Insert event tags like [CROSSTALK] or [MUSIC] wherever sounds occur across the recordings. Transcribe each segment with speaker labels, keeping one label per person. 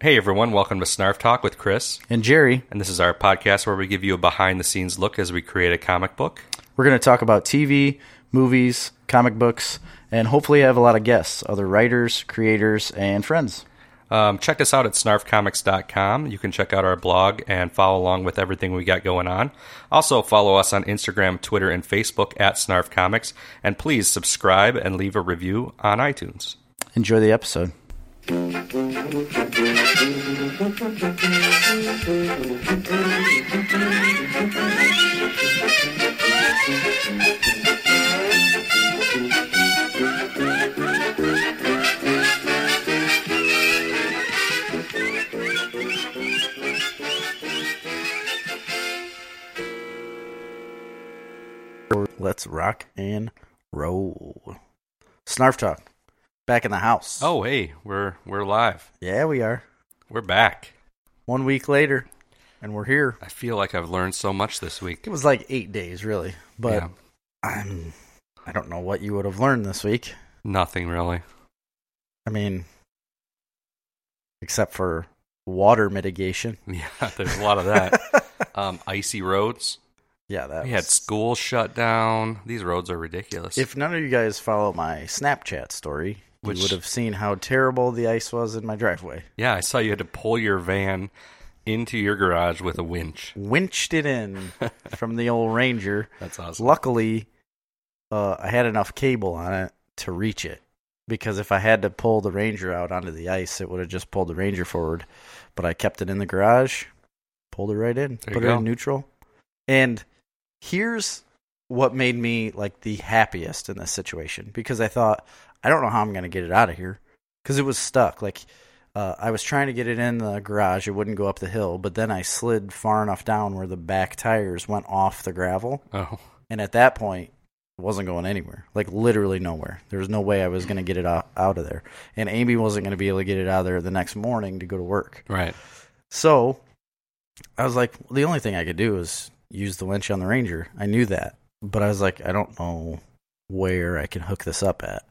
Speaker 1: Hey everyone, welcome to Snarf Talk with Chris.
Speaker 2: And Jerry,
Speaker 1: And this is our podcast where we give you a behind the scenes look as we create a comic book.
Speaker 2: we're going to talk about TV, movies, comic books, and hopefully have a lot of guests, other writers, creators, and friends.
Speaker 1: Um, check us out at snarfcomics.com. You can check out our blog and follow along with everything we got going on. Also, follow us on Instagram, Twitter, and Facebook at Snarf Comics. And please subscribe and leave a review on iTunes.
Speaker 2: Enjoy the episode. Let's rock and roll. Snarf Talk, back in the house.
Speaker 1: Oh, hey, we're we're live.
Speaker 2: yeah, we are.
Speaker 1: We're back.
Speaker 2: One week later, and we're here.
Speaker 1: I feel like I've learned so much this week.
Speaker 2: It was like eight days, really. But I'm, I don't know what you would have learned this week.
Speaker 1: nothing really. [LAUGHS]
Speaker 2: I mean, except for water mitigation.
Speaker 1: Yeah, there's a lot of
Speaker 2: [LAUGHS]
Speaker 1: that. um, icy roads.
Speaker 2: yeah, that
Speaker 1: We had
Speaker 2: was-
Speaker 1: school shut down. These roads are ridiculous.
Speaker 2: If none of you guys follow my Snapchat story,
Speaker 1: Which-
Speaker 2: you would have seen how terrible the ice was in my driveway.
Speaker 1: yeah, I saw you had to pull your van into your garage with a winch.
Speaker 2: Winched it in from the old Ranger.
Speaker 1: That's awesome.
Speaker 2: Luckily, uh, I had enough cable on it to reach it because if I had to pull the Ranger out onto the ice, it would have just pulled the Ranger forward. But I kept it in the garage, pulled it right in,
Speaker 1: There you
Speaker 2: put it
Speaker 1: go.
Speaker 2: in neutral. And here's what made me like the happiest in this situation because I thought, I don't know how I'm going to get it out of here because it was stuck. Like, uh, I was trying to get it in the garage. It wouldn't go up the hill, but then I slid far enough down where the back tires went off the gravel.
Speaker 1: Oh,
Speaker 2: And at that point, it wasn't going anywhere. Like literally nowhere. There was no way I was going to get it out, out of there. And Amy wasn't going to be able to get it out of there the next morning to go to work.
Speaker 1: right.
Speaker 2: So I was like, the only thing I could do is use the winch on the Ranger. I knew that. But I was like, I don't know where I can hook this up at.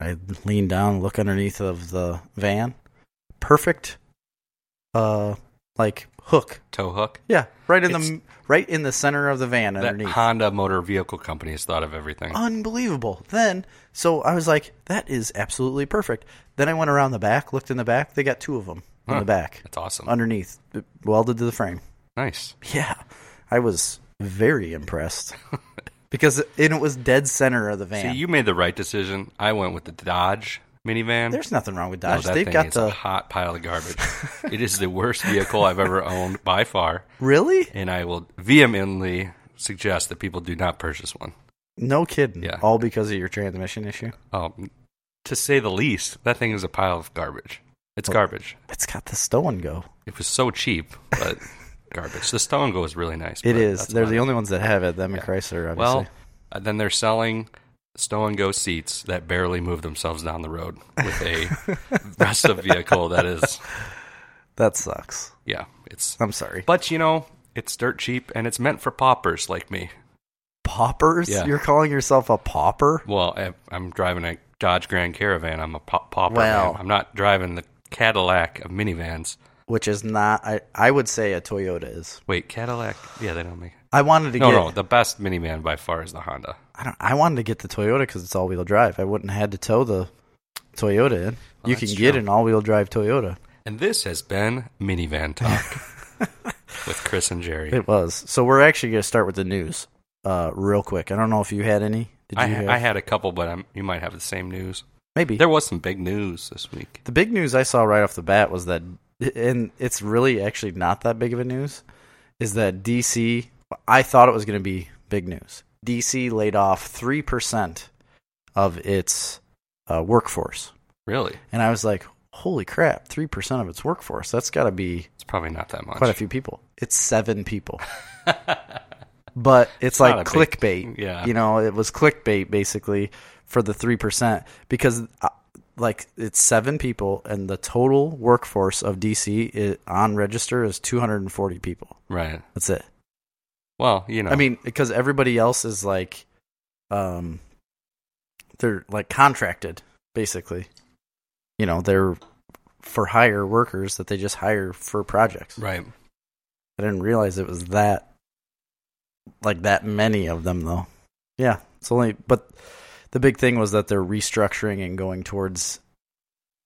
Speaker 2: I lean down, look underneath of the van. Perfect uh like hook.
Speaker 1: Tow hook.
Speaker 2: Yeah, right in
Speaker 1: It's-
Speaker 2: the right in the center of the van
Speaker 1: That
Speaker 2: underneath.
Speaker 1: Honda Motor Vehicle Company has thought of everything.
Speaker 2: unbelievable. Then, so I was like, that is absolutely perfect. Then I went around the back, looked in the back. They got two of them in
Speaker 1: Huh.
Speaker 2: the back,
Speaker 1: That's awesome.
Speaker 2: underneath, welded to the frame. [LAUGHS]
Speaker 1: nice.
Speaker 2: Yeah, I was
Speaker 1: [LAUGHS]
Speaker 2: very impressed because and it was dead center of the van.
Speaker 1: See, you made the right decision. I went with the Dodge minivan.
Speaker 2: There's nothing wrong with
Speaker 1: Oh,
Speaker 2: Dodge.
Speaker 1: that
Speaker 2: They've
Speaker 1: thing
Speaker 2: got
Speaker 1: is
Speaker 2: the
Speaker 1: a hot pile of
Speaker 2: [LAUGHS]
Speaker 1: garbage. it is the worst vehicle I've ever owned by far,
Speaker 2: really
Speaker 1: and I will vehemently suggest that people do not purchase one.
Speaker 2: no kidding.
Speaker 1: Yeah.
Speaker 2: All because of your transmission issue.
Speaker 1: Um, to say the least, that thing is a pile of garbage. It's garbage.
Speaker 2: It's got the stow and go.
Speaker 1: It was so cheap, but [LAUGHS] garbage. The Stone Go is really nice.
Speaker 2: It
Speaker 1: but
Speaker 2: is.
Speaker 1: that's
Speaker 2: They're
Speaker 1: about
Speaker 2: the
Speaker 1: it.
Speaker 2: only ones that have it. Them and
Speaker 1: Yeah.
Speaker 2: Chrysler, obviously.
Speaker 1: Well, uh, then they're selling Stone Go seats that barely move themselves down the road with a
Speaker 2: [LAUGHS]
Speaker 1: rest of vehicle that is,
Speaker 2: that sucks.
Speaker 1: yeah, it's.
Speaker 2: I'm sorry.
Speaker 1: But you know, it's dirt cheap and it's meant for paupers like me.
Speaker 2: Paupers?
Speaker 1: Yeah.
Speaker 2: You're calling yourself a pauper?
Speaker 1: Well, I, I'm driving a Dodge Grand Caravan. I'm a pau- pauper.
Speaker 2: Well.
Speaker 1: man. I'm not driving the Cadillac of minivans.
Speaker 2: which is not I, I would say a Toyota is.
Speaker 1: Wait, Cadillac? Yeah, they don't make it.
Speaker 2: I wanted to
Speaker 1: No,
Speaker 2: get
Speaker 1: no, the best minivan by far is the Honda.
Speaker 2: I don't I wanted to get the Toyota because it's all wheel drive. I wouldn't have had to tow the Toyota in.
Speaker 1: Oh,
Speaker 2: you can
Speaker 1: that's
Speaker 2: get
Speaker 1: true.
Speaker 2: an all wheel drive Toyota.
Speaker 1: And this has been Minivan
Speaker 2: [LAUGHS]
Speaker 1: Talk with Chris and Jerry.
Speaker 2: It was so we're actually going to start with the news, uh, real quick. I don't know if you had any. Did you?
Speaker 1: I,
Speaker 2: have?
Speaker 1: I had a couple, but i you might have the same news.
Speaker 2: Maybe
Speaker 1: There was some big news this week.
Speaker 2: the big news I saw right off the bat was that, and it's really actually not that big of a news, is that DC. I thought it was going to be big news. DC laid off three percent of its uh, workforce.
Speaker 1: Really,
Speaker 2: And I was like, holy crap, 3% of its workforce. That's got to be
Speaker 1: it's probably not that much.
Speaker 2: quite a few people. It's seven people. but it's, like
Speaker 1: not a big-
Speaker 2: clickbait.
Speaker 1: yeah.
Speaker 2: You know, it was clickbait basically for the 3% because uh, like it's seven people and the total workforce of DC i on register is 240 people.
Speaker 1: [LAUGHS] right?
Speaker 2: That's it.
Speaker 1: Well, you know,
Speaker 2: I mean, because everybody else is like, um, they're like contracted basically. You know, they're for hire workers that they just hire for projects.
Speaker 1: Right.
Speaker 2: I didn't realize it was that like that many of them though. Yeah, it's only but the big thing was that they're restructuring and going towards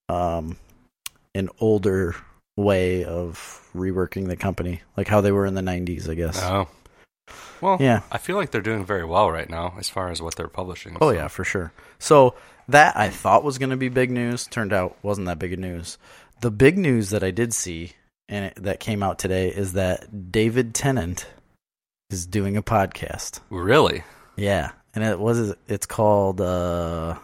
Speaker 2: um an older way of reworking the company, like how they were in the 90s, I guess.
Speaker 1: Oh. Well,
Speaker 2: yeah.
Speaker 1: I feel like they're doing very well right now as far as what they're publishing.
Speaker 2: Oh
Speaker 1: so-
Speaker 2: yeah, for sure. So that I thought was going to be big news turned out wasn't that big of news. The big news that I did see and it, that came out today is that David Tennant is doing a podcast.
Speaker 1: Really?
Speaker 2: Yeah, and it was it's called uh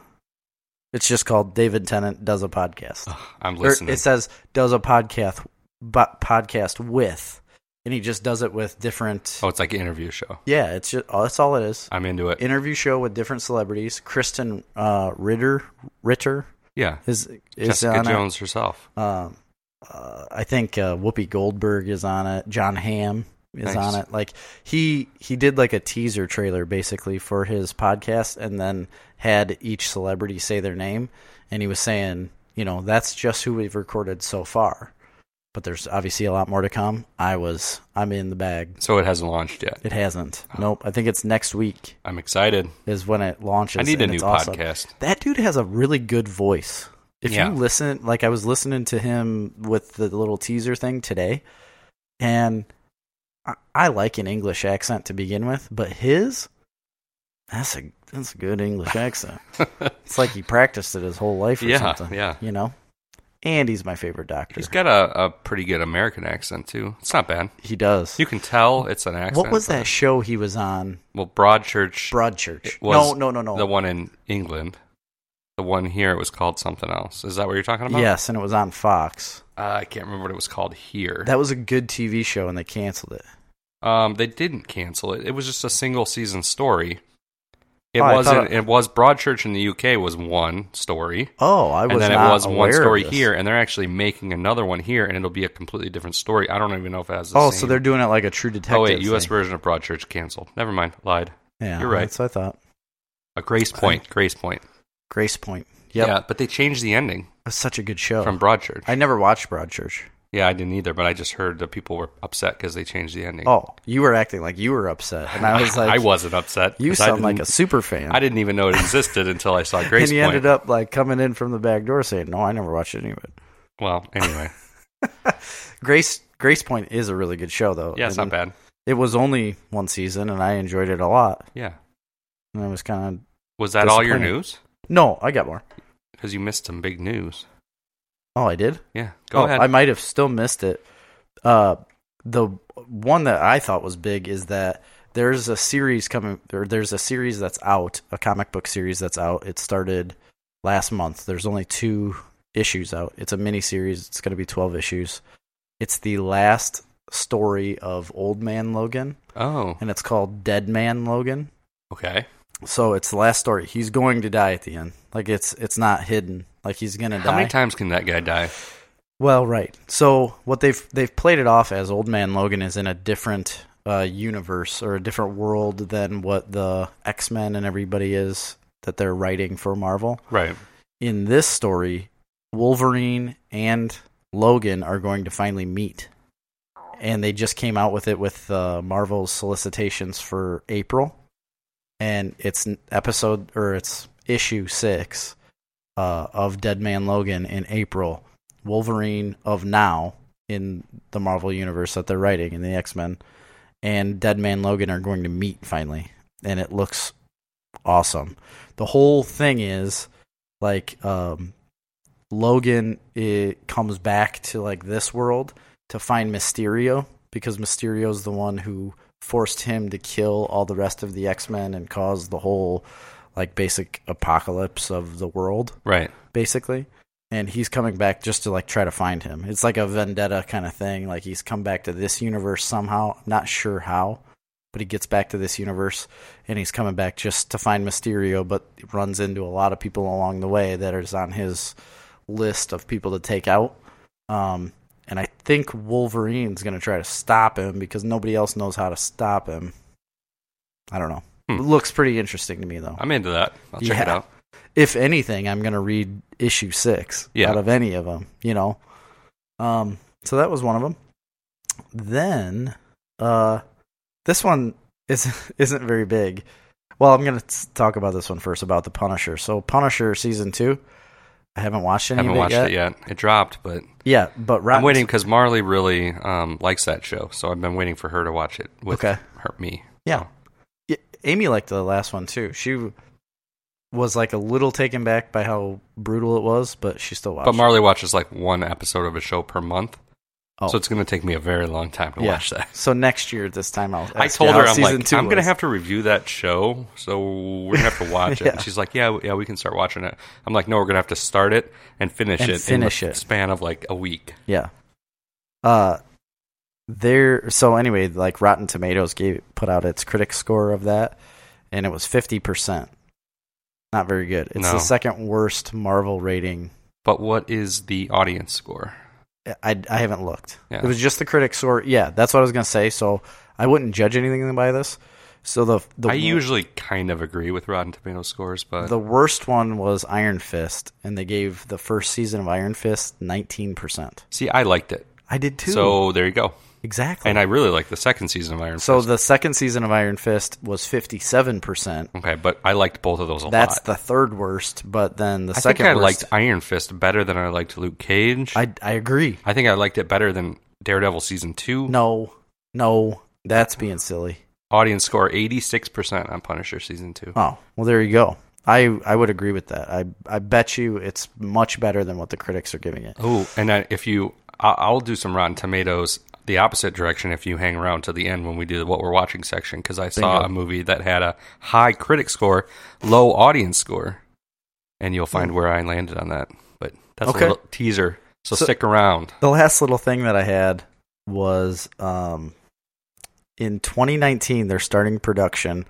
Speaker 2: it's just called David Tennant does a podcast.
Speaker 1: Ugh, I'm
Speaker 2: Or
Speaker 1: Oh, listening.
Speaker 2: it says does a podcast bo- podcast with and he just does it with different
Speaker 1: oh, it's like an interview show.
Speaker 2: Yeah, it's just oh, that's all it is
Speaker 1: I'm into it.
Speaker 2: interview show with different celebrities. Kristen uh, Ritter Ritter
Speaker 1: yeah.
Speaker 2: is is
Speaker 1: Jessica
Speaker 2: on
Speaker 1: Jones herself.
Speaker 2: it. Um, uh, I think uh, Whoopi Goldberg is on it. John Hamm is
Speaker 1: Nice.
Speaker 2: on it. Like he he did like a teaser trailer basically for his podcast, and then had each celebrity say their name, and he was saying, you know, that's just who we've recorded so far. But there's obviously a lot more to come. I was I'm in the bag.
Speaker 1: So it hasn't launched yet.
Speaker 2: It hasn't. Nope. I think it's next week
Speaker 1: I'm excited.
Speaker 2: is when it launches.
Speaker 1: I need a
Speaker 2: and
Speaker 1: new
Speaker 2: it's awesome.
Speaker 1: podcast. [LAUGHS]
Speaker 2: [LAUGHS] That dude has a really good voice. If
Speaker 1: Yeah.
Speaker 2: you listen, like I was listening to him with the little teaser thing today, and I, I like an English accent to begin with, but his that's a that's a
Speaker 1: [LAUGHS]
Speaker 2: good English accent. It's like he practiced it his whole life or
Speaker 1: yeah,
Speaker 2: something.
Speaker 1: yeah.
Speaker 2: You know? And he's my favorite doctor.
Speaker 1: He's got a, a pretty good American accent too. It's not bad.
Speaker 2: he does.
Speaker 1: You can tell it's an accent.
Speaker 2: what was
Speaker 1: but-
Speaker 2: that show he was on?
Speaker 1: Well, Broadchurch,
Speaker 2: Broadchurch.
Speaker 1: It
Speaker 2: No,
Speaker 1: was
Speaker 2: no, no, no.
Speaker 1: the one in England. The one here it was called something else. Is that what you're talking about?
Speaker 2: yes, and it was on Fox.
Speaker 1: Uh, I can't remember what it was called here.
Speaker 2: That was a good TV show, and they canceled it.
Speaker 1: um, they didn't cancel it. It was just a single season story. It
Speaker 2: Oh, I
Speaker 1: wasn't.
Speaker 2: thought-
Speaker 1: It, was Broadchurch in the UK was one story,
Speaker 2: Oh, I was
Speaker 1: and then it
Speaker 2: not
Speaker 1: was
Speaker 2: aware
Speaker 1: one
Speaker 2: of
Speaker 1: story
Speaker 2: this.
Speaker 1: here, and they're actually making another one here, and it'll be a completely different story. I don't even know if it has. The
Speaker 2: Oh,
Speaker 1: same.
Speaker 2: so they're doing it like a true detective.
Speaker 1: Oh wait, U.S.
Speaker 2: thing.
Speaker 1: version of Broadchurch canceled. Never mind, lied.
Speaker 2: yeah,
Speaker 1: you're right.
Speaker 2: That's what I thought.
Speaker 1: A Grace Point. Grace Point.
Speaker 2: Grace Point. Yep.
Speaker 1: Yeah, but they changed the ending
Speaker 2: that's such a good show.
Speaker 1: from Broadchurch.
Speaker 2: I never watched Broadchurch.
Speaker 1: yeah, I didn't either, but I just heard that people were upset because they changed the ending.
Speaker 2: Oh, you were acting like you were upset,
Speaker 1: [LAUGHS]
Speaker 2: and I was like,
Speaker 1: I wasn't upset.
Speaker 2: You
Speaker 1: 'cause I
Speaker 2: sound like a
Speaker 1: didn't-
Speaker 2: super fan.
Speaker 1: I didn't even know it existed until I saw Grace
Speaker 2: [LAUGHS] and you
Speaker 1: Point.
Speaker 2: ended up like coming in from the back door saying, "No, I never watched any of it."
Speaker 1: well,
Speaker 2: [LAUGHS]
Speaker 1: anyway,
Speaker 2: Grace Grace Point is a really good show, though.
Speaker 1: yeah, it's not
Speaker 2: And
Speaker 1: bad.
Speaker 2: It was only one season, and I enjoyed it a lot.
Speaker 1: Yeah,
Speaker 2: And I was kind
Speaker 1: was that all your
Speaker 2: Disappointing.
Speaker 1: news?
Speaker 2: of no, I got more.
Speaker 1: Because you missed some big news.
Speaker 2: Oh, I did.
Speaker 1: Yeah, go
Speaker 2: Oh,
Speaker 1: ahead.
Speaker 2: I might have still missed it. Uh, the one that I thought was big is that there's a series coming, or there's a series that's out, a comic book series that's out. It started last month. There's only two issues out. It's a mini series. It's going to be 12 issues. It's the last story of Old Man Logan,
Speaker 1: oh,
Speaker 2: and it's called Dead Man Logan.
Speaker 1: okay.
Speaker 2: So it's the last story. He's going to die at the end. Like it's it's not hidden. Like he's going to die.
Speaker 1: How many times can that guy die?
Speaker 2: Well, right. So what they've they've played it off as Old Man Logan is in a different uh, universe or a different world than what the X Men and everybody is that they're writing for Marvel.
Speaker 1: Right.
Speaker 2: In this story, Wolverine and Logan are going to finally meet, and they just came out with it with uh, Marvel's solicitations for April, and it's n- episode or it's issue six uh, of Dead Man Logan in April. Wolverine of now in the Marvel universe that they're writing in the X Men, and Dead Man Logan are going to meet finally, and it looks awesome. The whole thing is like um, Logan it comes back to like this world to find Mysterio because Mysterio's the one who forced him to kill all the rest of the X Men and cause the whole like basic apocalypse of the world
Speaker 1: Right.
Speaker 2: basically. And he's coming back just to like try to find him. It's like a vendetta kind of thing. Like he's come back to this universe somehow. Not sure how, but he gets back to this universe and he's coming back just to find Mysterio, but runs into a lot of people along the way that is on his list of people to take out. Um, and I think Wolverine's going to try to stop him because nobody else knows how to stop him. I don't know.
Speaker 1: Hmm.
Speaker 2: It looks pretty interesting to me, though.
Speaker 1: I'm into that. I'll check it
Speaker 2: Yeah.
Speaker 1: out.
Speaker 2: if anything, I'm gonna read issue six
Speaker 1: Yeah.
Speaker 2: out of any of them. You know, um, so that was one of them. Then, uh, this one [LAUGHS] is isn't very big. Well, I'm gonna s- talk about this one first about the Punisher. So Punisher season two, I haven't watched any.
Speaker 1: haven't
Speaker 2: of it
Speaker 1: watched
Speaker 2: yet.
Speaker 1: it yet. It dropped, but
Speaker 2: Yeah, but Rotten
Speaker 1: I'm waiting because Marley really um, likes that show, so I've been waiting for her to watch it with
Speaker 2: Okay.
Speaker 1: her, me.
Speaker 2: Yeah. yeah. Amy liked the last one too. She was like a little taken back by how brutal it was, but she still watched.
Speaker 1: But Marley watches like one episode of a show per month,
Speaker 2: Oh.
Speaker 1: so it's going to take me a very long time to
Speaker 2: Yeah.
Speaker 1: watch that.
Speaker 2: So next year, this time I'll.
Speaker 1: I
Speaker 2: ask
Speaker 1: told
Speaker 2: you
Speaker 1: her
Speaker 2: how
Speaker 1: I'm
Speaker 2: season
Speaker 1: like
Speaker 2: two
Speaker 1: I'm going to
Speaker 2: was.
Speaker 1: have to review that show, so we're going to have to
Speaker 2: [LAUGHS]
Speaker 1: watch it.
Speaker 2: Yeah.
Speaker 1: And she's like, "Yeah, yeah, we can start watching it." I'm like, "No, we're going to have to start it and finish
Speaker 2: And
Speaker 1: it
Speaker 2: finish
Speaker 1: in the
Speaker 2: it.
Speaker 1: span of like a week."
Speaker 2: Yeah. Uh, there. So anyway, like Rotten Tomatoes gave put out its critic score of that, and it was fifty percent. Not very good. It's
Speaker 1: No.
Speaker 2: the second worst Marvel rating.
Speaker 1: But what is the audience score?
Speaker 2: I, I haven't looked.
Speaker 1: Yeah.
Speaker 2: It was just the critic score. Yeah, that's what I was gonna say. So I wouldn't judge anything by this. So the the
Speaker 1: I usually kind of agree with Rotten Tomato scores, but
Speaker 2: The worst one was Iron Fist, and they gave the first season of Iron Fist nineteen percent.
Speaker 1: see, I liked it.
Speaker 2: I did too.
Speaker 1: So there you go.
Speaker 2: exactly.
Speaker 1: And I really like the second season of Iron
Speaker 2: so
Speaker 1: Fist.
Speaker 2: the second season of Iron Fist was fifty seven percent.
Speaker 1: okay, but I liked both of those a
Speaker 2: That's
Speaker 1: lot.
Speaker 2: the third worst, but then the
Speaker 1: I think
Speaker 2: second
Speaker 1: I
Speaker 2: worst.
Speaker 1: liked Iron Fist better than I liked Luke Cage. I,
Speaker 2: I I agree.
Speaker 1: think I liked it better than Daredevil season two.
Speaker 2: No, no, that's being silly.
Speaker 1: Audience score eighty six percent on Punisher season two.
Speaker 2: Oh well, there you go. I I would agree with that. I I bet you it's much better than what the critics are giving it.
Speaker 1: Oh, and I, if you, I- I'll do some Rotten Tomatoes the opposite direction if you hang around to the end when we do the what we're watching section because I saw
Speaker 2: Bingo.
Speaker 1: a movie that had a high critic score, low audience score, and you'll find where I landed on that. But that's
Speaker 2: Okay.
Speaker 1: a little teaser, so,
Speaker 2: So-
Speaker 1: stick around.
Speaker 2: The last little thing that I had was um, in 2019 they're starting production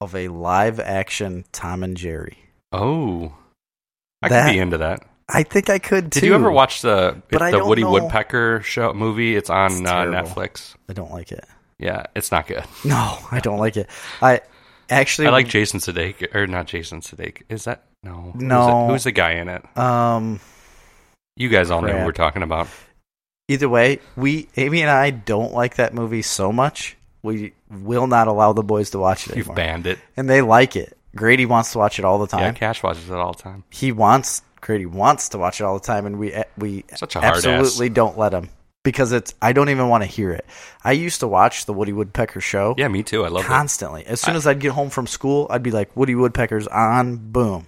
Speaker 2: of a live action Tom and Jerry.
Speaker 1: Oh, I
Speaker 2: That-
Speaker 1: could be into that.
Speaker 2: I think I could too.
Speaker 1: Did you ever watch the
Speaker 2: But I
Speaker 1: the
Speaker 2: don't
Speaker 1: Woody
Speaker 2: know-
Speaker 1: Woodpecker show movie? It's on
Speaker 2: It's
Speaker 1: uh,
Speaker 2: terrible.
Speaker 1: Netflix.
Speaker 2: I don't like it.
Speaker 1: Yeah, it's not good.
Speaker 2: No, I don't like it. I actually
Speaker 1: I like Jason Sudeikis or not Jason Sudeikis. Is that no? Who's it-
Speaker 2: No.
Speaker 1: who's the guy in it?
Speaker 2: um
Speaker 1: You guys all know
Speaker 2: Crap.
Speaker 1: who we're talking about.
Speaker 2: either way, we Amy and I don't like that movie so much. We will not allow the boys to watch it
Speaker 1: You've
Speaker 2: anymore.
Speaker 1: banned it.
Speaker 2: and they like it. Grady wants to watch it all the
Speaker 1: Yeah,
Speaker 2: time.
Speaker 1: Cash watches it all the time.
Speaker 2: He wants Grady wants to watch it all the time, and we eh, we
Speaker 1: Such a hard
Speaker 2: absolutely don't let him because it's. I don't even want to hear it. I used to watch the Woody Woodpecker show
Speaker 1: Yeah, me too. I love it.
Speaker 2: constantly. As soon as I'd get home from school, I'd be like, Woody Woodpecker's on. Boom.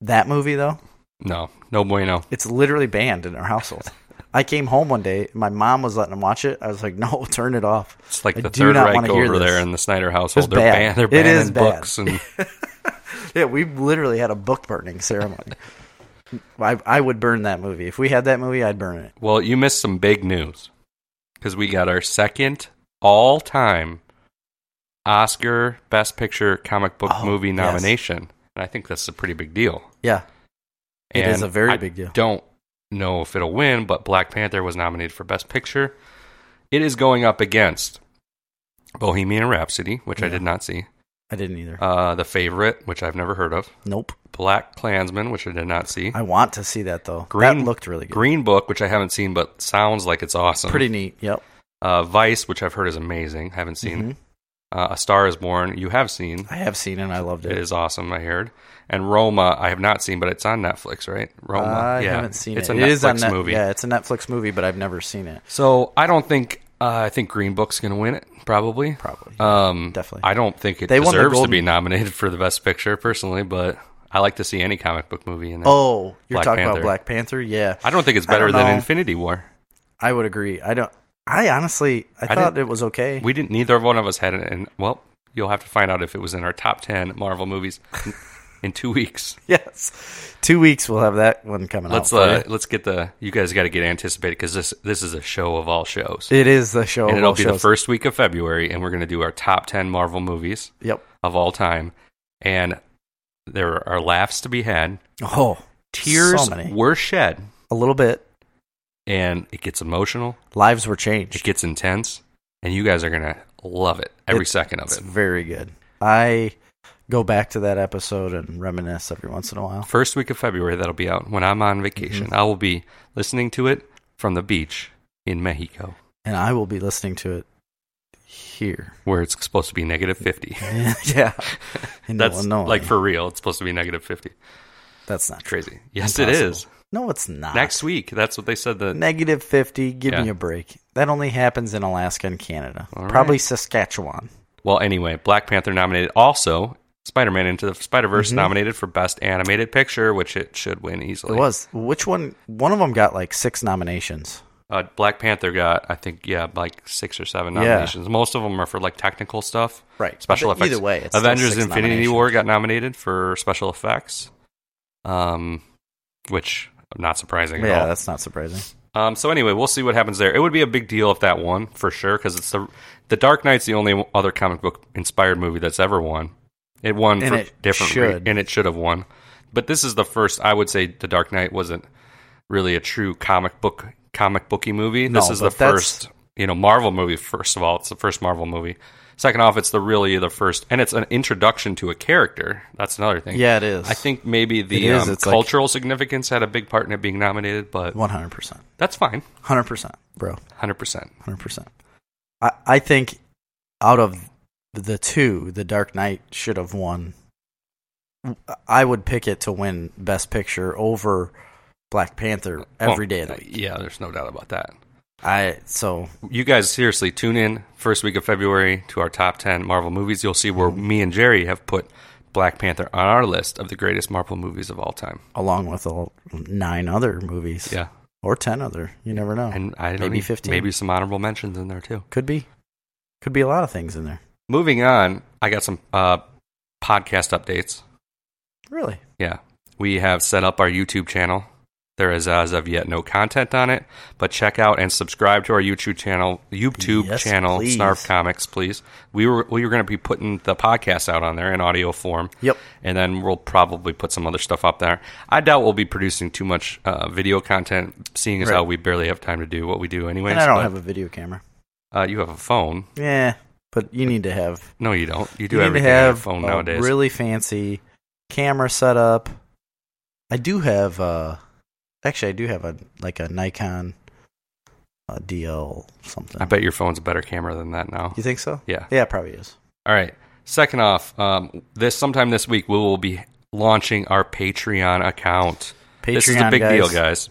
Speaker 2: That movie though,
Speaker 1: No, no bueno.
Speaker 2: it's literally banned in our household. I came home one day, my mom was letting him watch it. I was like, [LAUGHS] "No, turn it off."
Speaker 1: It's like
Speaker 2: I
Speaker 1: the
Speaker 2: do
Speaker 1: third
Speaker 2: not
Speaker 1: Reich
Speaker 2: wanna hear
Speaker 1: over
Speaker 2: this.
Speaker 1: there in the Snyder household.
Speaker 2: It's
Speaker 1: They're,
Speaker 2: bad.
Speaker 1: ban- they're
Speaker 2: It
Speaker 1: banning
Speaker 2: is bad.
Speaker 1: books and
Speaker 2: Yeah, we literally had a book burning ceremony. I, I would burn that movie if we had that movie. I'd burn it.
Speaker 1: well, you missed some big news because we got our second all-time Oscar Best Picture comic book
Speaker 2: Oh,
Speaker 1: movie
Speaker 2: yes.
Speaker 1: nomination, and I think that's a pretty big deal.
Speaker 2: Yeah, It is
Speaker 1: And
Speaker 2: a very
Speaker 1: I
Speaker 2: big deal.
Speaker 1: Don't know if it'll win, but Black Panther was nominated for Best Picture. It is going up against Bohemian Rhapsody, which I
Speaker 2: Yeah.
Speaker 1: did not see.
Speaker 2: I didn't either.
Speaker 1: Uh, the Favorite, which I've never heard of.
Speaker 2: nope.
Speaker 1: Black Klansman, which I did not see.
Speaker 2: I want to see that though. that
Speaker 1: Green-
Speaker 2: looked really good.
Speaker 1: Green Book, which I haven't seen, but sounds like it's awesome.
Speaker 2: Pretty neat. Yep.
Speaker 1: Uh, Vice, which I've heard is amazing. Haven't seen.
Speaker 2: Mhm.
Speaker 1: Uh, A Star Is Born, you have seen.
Speaker 2: I have seen it. and I loved
Speaker 1: It
Speaker 2: it.
Speaker 1: is awesome. I heard. And Roma, I have not seen, but it's on Netflix, right? Roma.
Speaker 2: I
Speaker 1: yeah.
Speaker 2: haven't seen
Speaker 1: it's
Speaker 2: it.
Speaker 1: a
Speaker 2: It
Speaker 1: Netflix
Speaker 2: is on Net-
Speaker 1: movie.
Speaker 2: Yeah, it's a Netflix movie, but I've never seen it.
Speaker 1: So I don't think uh, I think Green Book's going to win it. Probably.
Speaker 2: Probably.
Speaker 1: Um,
Speaker 2: Definitely.
Speaker 1: I don't think it
Speaker 2: They won the
Speaker 1: deserves to
Speaker 2: Golden-
Speaker 1: be nominated for the best picture personally, but I like to see any comic book movie in there.
Speaker 2: oh, you're
Speaker 1: Black
Speaker 2: talking about
Speaker 1: Panther.
Speaker 2: Black Panther? Yeah,
Speaker 1: I don't think it's
Speaker 2: I
Speaker 1: better
Speaker 2: don't
Speaker 1: than
Speaker 2: know.
Speaker 1: Infinity War.
Speaker 2: I would agree. I don't. I honestly, I,
Speaker 1: I
Speaker 2: thought it was okay.
Speaker 1: We didn't. Neither one of us had it. And well, you'll have to find out if it was in our top ten Marvel movies
Speaker 2: [LAUGHS]
Speaker 1: in- in two weeks.
Speaker 2: [LAUGHS] yes, two weeks we'll have that one coming
Speaker 1: Let's
Speaker 2: out. for
Speaker 1: uh,
Speaker 2: you.
Speaker 1: let's get the. You guys got to get anticipated because this this is a show of all shows,
Speaker 2: It is the show.
Speaker 1: and
Speaker 2: of
Speaker 1: it'll
Speaker 2: all
Speaker 1: be the
Speaker 2: shows.
Speaker 1: first week of February, and we're going to do our top ten Marvel movies
Speaker 2: Yep.
Speaker 1: of all time, and there are laughs to be had.
Speaker 2: Oh,
Speaker 1: Tears
Speaker 2: So many.
Speaker 1: were shed,
Speaker 2: a little bit.
Speaker 1: and it gets emotional.
Speaker 2: Lives were
Speaker 1: It
Speaker 2: changed.
Speaker 1: gets intense, and you guys are gonna love it every
Speaker 2: It-
Speaker 1: second of
Speaker 2: It's
Speaker 1: it.
Speaker 2: very good. I go back to that episode and reminisce every once in a while.
Speaker 1: First week of February, that'll be out when I'm on vacation.
Speaker 2: Mm-hmm.
Speaker 1: I will be listening to it from the beach in Mexico,
Speaker 2: And I will be listening to it here. [LAUGHS]
Speaker 1: where it's supposed to be negative 50.
Speaker 2: yeah. In
Speaker 1: That's
Speaker 2: Illinois.
Speaker 1: like for real. It's supposed to be negative 50.
Speaker 2: That's not true.
Speaker 1: Crazy. Yes, it
Speaker 2: Impossible.
Speaker 1: is.
Speaker 2: No, it's not.
Speaker 1: Next week. That's what they said. The
Speaker 2: Negative 50. Give
Speaker 1: Yeah.
Speaker 2: me a break. That only happens in Alaska and Canada.
Speaker 1: All
Speaker 2: Probably
Speaker 1: right.
Speaker 2: Saskatchewan.
Speaker 1: Well, anyway, Black Panther nominated also Spider Man Into the Spider Verse
Speaker 2: Mm-hmm.
Speaker 1: nominated for Best Animated Picture, which it should win easily.
Speaker 2: It was. Which one? One of them got like six nominations.
Speaker 1: Uh, Black Panther got, I think, yeah, like six or seven
Speaker 2: Yeah.
Speaker 1: nominations. Most of them are for like technical stuff,
Speaker 2: Right.
Speaker 1: special
Speaker 2: But
Speaker 1: effects.
Speaker 2: Either way, it's
Speaker 1: Avengers
Speaker 2: still six
Speaker 1: Infinity
Speaker 2: nominations.
Speaker 1: War got nominated for special effects, um, which not surprising at
Speaker 2: Yeah,
Speaker 1: all.
Speaker 2: that's not surprising.
Speaker 1: Um, so anyway, we'll see what happens there. It would be a big deal if that won for sure because it's the the Dark Knight's the only other comic book inspired movie that's ever won. It won
Speaker 2: And
Speaker 1: for
Speaker 2: it
Speaker 1: different re-
Speaker 2: should.
Speaker 1: and it should have won, but this is the first. I would say the Dark Knight wasn't really a true comic book comic booky movie. this
Speaker 2: No,
Speaker 1: is the
Speaker 2: but that's-
Speaker 1: first you know Marvel movie. First of all, it's the first Marvel movie. Second off, it's the really the first, and it's an introduction to a character. That's another thing.
Speaker 2: Yeah, it is.
Speaker 1: I think maybe the
Speaker 2: It is,
Speaker 1: um,
Speaker 2: it's like-
Speaker 1: cultural significance had a big part in it being nominated, but
Speaker 2: 100%.
Speaker 1: that's fine.
Speaker 2: 100%, bro.
Speaker 1: Hundred percent.
Speaker 2: hundred percent. I I think out of the two, The Dark Knight should have won. I would pick it to win Best Picture over Black Panther every day of the week.
Speaker 1: Yeah, there's no doubt about that.
Speaker 2: I so
Speaker 1: You guys seriously tune in first week of February to our top 10 Marvel movies. You'll see where me and Jerry have put Black Panther on our list of the greatest Marvel movies of all time.
Speaker 2: along with all nine other movies,
Speaker 1: Yeah.
Speaker 2: or ten other, you never know.
Speaker 1: And I don't
Speaker 2: Oh, Maybe
Speaker 1: even-
Speaker 2: 15.
Speaker 1: Maybe some honorable mentions in there too.
Speaker 2: could be, could be a lot of things in there.
Speaker 1: Moving on, I got some uh, podcast updates.
Speaker 2: Really,
Speaker 1: Yeah. We have set up our YouTube channel. There is as of yet no content on it, but check out and subscribe to our YouTube channel, YouTube
Speaker 2: Yes,
Speaker 1: channel,
Speaker 2: please.
Speaker 1: Snarf Comics, please. We were we were going to be putting the podcast out on there in audio form.
Speaker 2: Yep.
Speaker 1: And then we'll probably put some other stuff up there. I doubt we'll be producing too much uh, video content, seeing as
Speaker 2: Right.
Speaker 1: how we barely have time to do what we do anyways.
Speaker 2: and I don't
Speaker 1: but,
Speaker 2: have a video camera.
Speaker 1: Uh, you have a phone.
Speaker 2: Yeah, but you need to have
Speaker 1: No, you don't. You do
Speaker 2: you need
Speaker 1: everything on
Speaker 2: to
Speaker 1: your
Speaker 2: have
Speaker 1: phone
Speaker 2: a
Speaker 1: nowadays.
Speaker 2: really fancy camera setup. I do have uh actually I do have a like a Nikon a DL something.
Speaker 1: I bet your phone's a better camera than that now.
Speaker 2: You think so?
Speaker 1: Yeah.
Speaker 2: Yeah, it probably is.
Speaker 1: All right. Second off, um, this sometime this week we will be launching our Patreon account.
Speaker 2: Patreon
Speaker 1: this is a big
Speaker 2: guys.
Speaker 1: deal, guys.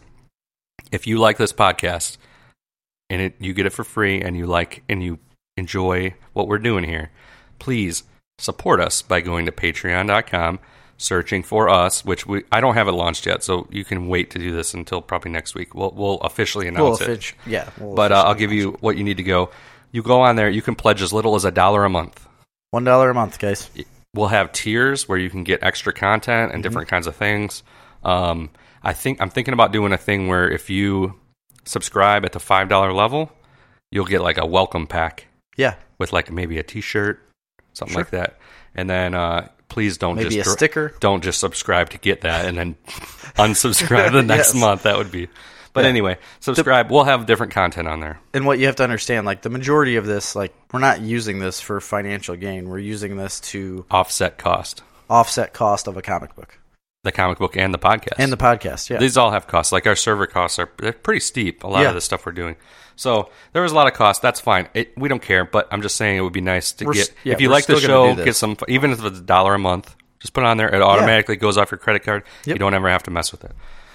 Speaker 1: If you like this podcast and it, you get it for free, and you like and you enjoy what we're doing here, please support us by going to Patreon.com, searching for us. Which we I don't have it launched yet, so you can wait to do this until probably next week. We'll we'll officially
Speaker 2: We'll
Speaker 1: announce it
Speaker 2: offici- yeah, we'll
Speaker 1: but uh, I'll
Speaker 2: officially
Speaker 1: give
Speaker 2: announce
Speaker 1: you what you need to go. You go on there. You can pledge as little as a dollar a month.
Speaker 2: it. one dollar a month, guys.
Speaker 1: We'll have tiers where you can get extra content and
Speaker 2: Mm-hmm.
Speaker 1: different kinds of things. Um, I think I'm thinking about doing a thing where if you subscribe at the five dollar level, you'll get like a welcome pack
Speaker 2: Yeah.
Speaker 1: with like maybe a T-shirt, something
Speaker 2: Sure.
Speaker 1: like that. And then uh, please don't
Speaker 2: Maybe
Speaker 1: just
Speaker 2: a
Speaker 1: dir-
Speaker 2: sticker.
Speaker 1: Don't just subscribe to get that and then [LAUGHS] unsubscribe
Speaker 2: [LAUGHS]
Speaker 1: the next
Speaker 2: Yes.
Speaker 1: month. That would be. But
Speaker 2: Yeah.
Speaker 1: anyway, subscribe. we'll have different content on there.
Speaker 2: And what you have to understand, like the majority of this, like we're not using this for financial gain. We're using this to
Speaker 1: Offset cost.
Speaker 2: offset cost of a comic book.
Speaker 1: the comic book and the podcast.
Speaker 2: And the podcast, yeah.
Speaker 1: these all have costs. Like our server costs are they're pretty steep. A lot
Speaker 2: Yeah.
Speaker 1: of the stuff we're doing. So there was a lot of cost. That's fine. It, we don't care. But I'm just saying it would be nice to
Speaker 2: We're
Speaker 1: get
Speaker 2: s- yeah,
Speaker 1: if you
Speaker 2: we're
Speaker 1: like the
Speaker 2: still gonna
Speaker 1: show,
Speaker 2: do this.
Speaker 1: get some. Even if it's a dollar a month, just put it on there. It automatically goes off your credit card. You
Speaker 2: Yep.
Speaker 1: don't ever have to mess with it.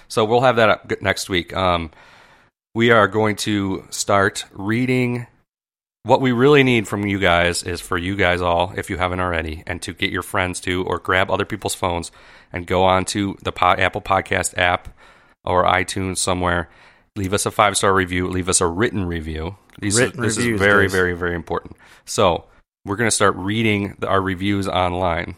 Speaker 1: So we'll have that up g- next week. Um, we are going to start reading what we really need from you guys is for you guys all, if you haven't already, and to get your friends to or grab other people's phones and go on to the po- Apple Podcast app or iTunes somewhere. Leave us a five star review. Leave us a written review. These,
Speaker 2: Written
Speaker 1: this
Speaker 2: reviews,
Speaker 1: is very,
Speaker 2: guys.
Speaker 1: very, very important. So we're going to start reading the, our reviews online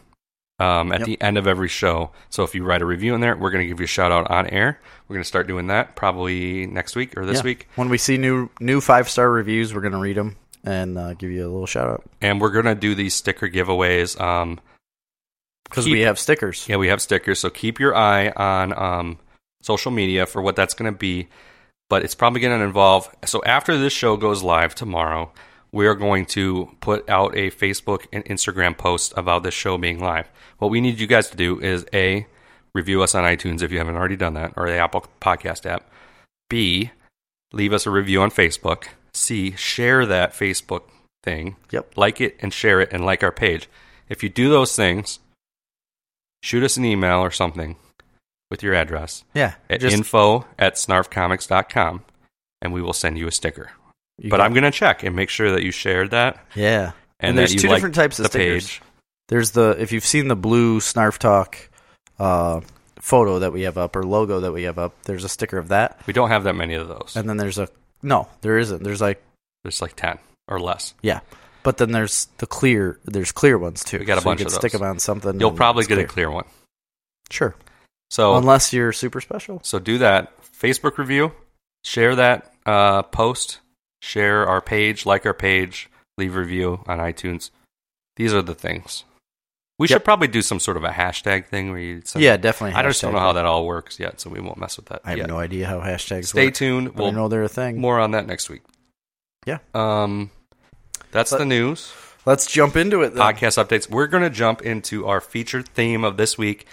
Speaker 1: um, at
Speaker 2: Yep.
Speaker 1: the end of every show. So if you write a review in there, we're going to give you a shout out on air. We're going to start doing that probably next week or this
Speaker 2: Yeah.
Speaker 1: week.
Speaker 2: When we see new new five star reviews, we're gonna read them and uh, give you a little shout out
Speaker 1: And we're going to do these sticker giveaways. Um,
Speaker 2: because
Speaker 1: Keep-
Speaker 2: we have stickers.
Speaker 1: Yeah, we have stickers, so keep your eye on um, social media for what that's going to be. But it's probably going to involve. So after this show goes live tomorrow, we are going to put out a Facebook and Instagram post about this show being live. What we need you guys to do is A, review us on iTunes if you haven't already done that, or the Apple Podcast app. B, leave us a review on Facebook. C, share that Facebook thing.
Speaker 2: Yep.
Speaker 1: Like it and share it and like our page. If you do those things, shoot us an email or something with your address
Speaker 2: Yeah.
Speaker 1: at
Speaker 2: just-
Speaker 1: info at snarfcomics.com and we will send you a sticker.
Speaker 2: you
Speaker 1: but
Speaker 2: can-
Speaker 1: I'm going to check and make sure that you shared that
Speaker 2: Yeah.
Speaker 1: and,
Speaker 2: And
Speaker 1: that
Speaker 2: there's
Speaker 1: you
Speaker 2: two
Speaker 1: liked
Speaker 2: different types of
Speaker 1: the
Speaker 2: stickers.
Speaker 1: page.
Speaker 2: There's the if you've seen the blue Snarf Talk uh, photo that we have up or logo that we have up, there's a sticker of that,
Speaker 1: We don't have that many of those.
Speaker 2: and then there's a no, there isn't. There's like
Speaker 1: There's like 10 or less.
Speaker 2: yeah, but then there's the clear. There's clear ones too.
Speaker 1: We got a
Speaker 2: so
Speaker 1: bunch
Speaker 2: you can
Speaker 1: of
Speaker 2: stick
Speaker 1: those.
Speaker 2: them on something.
Speaker 1: You'll
Speaker 2: and
Speaker 1: probably
Speaker 2: it's
Speaker 1: get a
Speaker 2: Mm, clear.
Speaker 1: clear Oh. one.
Speaker 2: sure,
Speaker 1: So
Speaker 2: unless you're super special.
Speaker 1: so do that. Facebook review, share that uh, post, share our page, like our page, leave a review on iTunes. These are the things. We
Speaker 2: Yep.
Speaker 1: should probably do some sort of a hashtag thing where you send
Speaker 2: yeah, definitely.
Speaker 1: I just don't
Speaker 2: hashtag.
Speaker 1: know how that all works yet, so we won't mess with that.
Speaker 2: I have
Speaker 1: yet.
Speaker 2: no idea how hashtags
Speaker 1: Stay
Speaker 2: work.
Speaker 1: tuned.
Speaker 2: but I
Speaker 1: We'll
Speaker 2: know they're a thing.
Speaker 1: more on that next week.
Speaker 2: Yeah.
Speaker 1: Um, that's
Speaker 2: But-
Speaker 1: the news.
Speaker 2: Let's jump into it. Then.
Speaker 1: Podcast updates. We're going to jump into our featured theme of this week.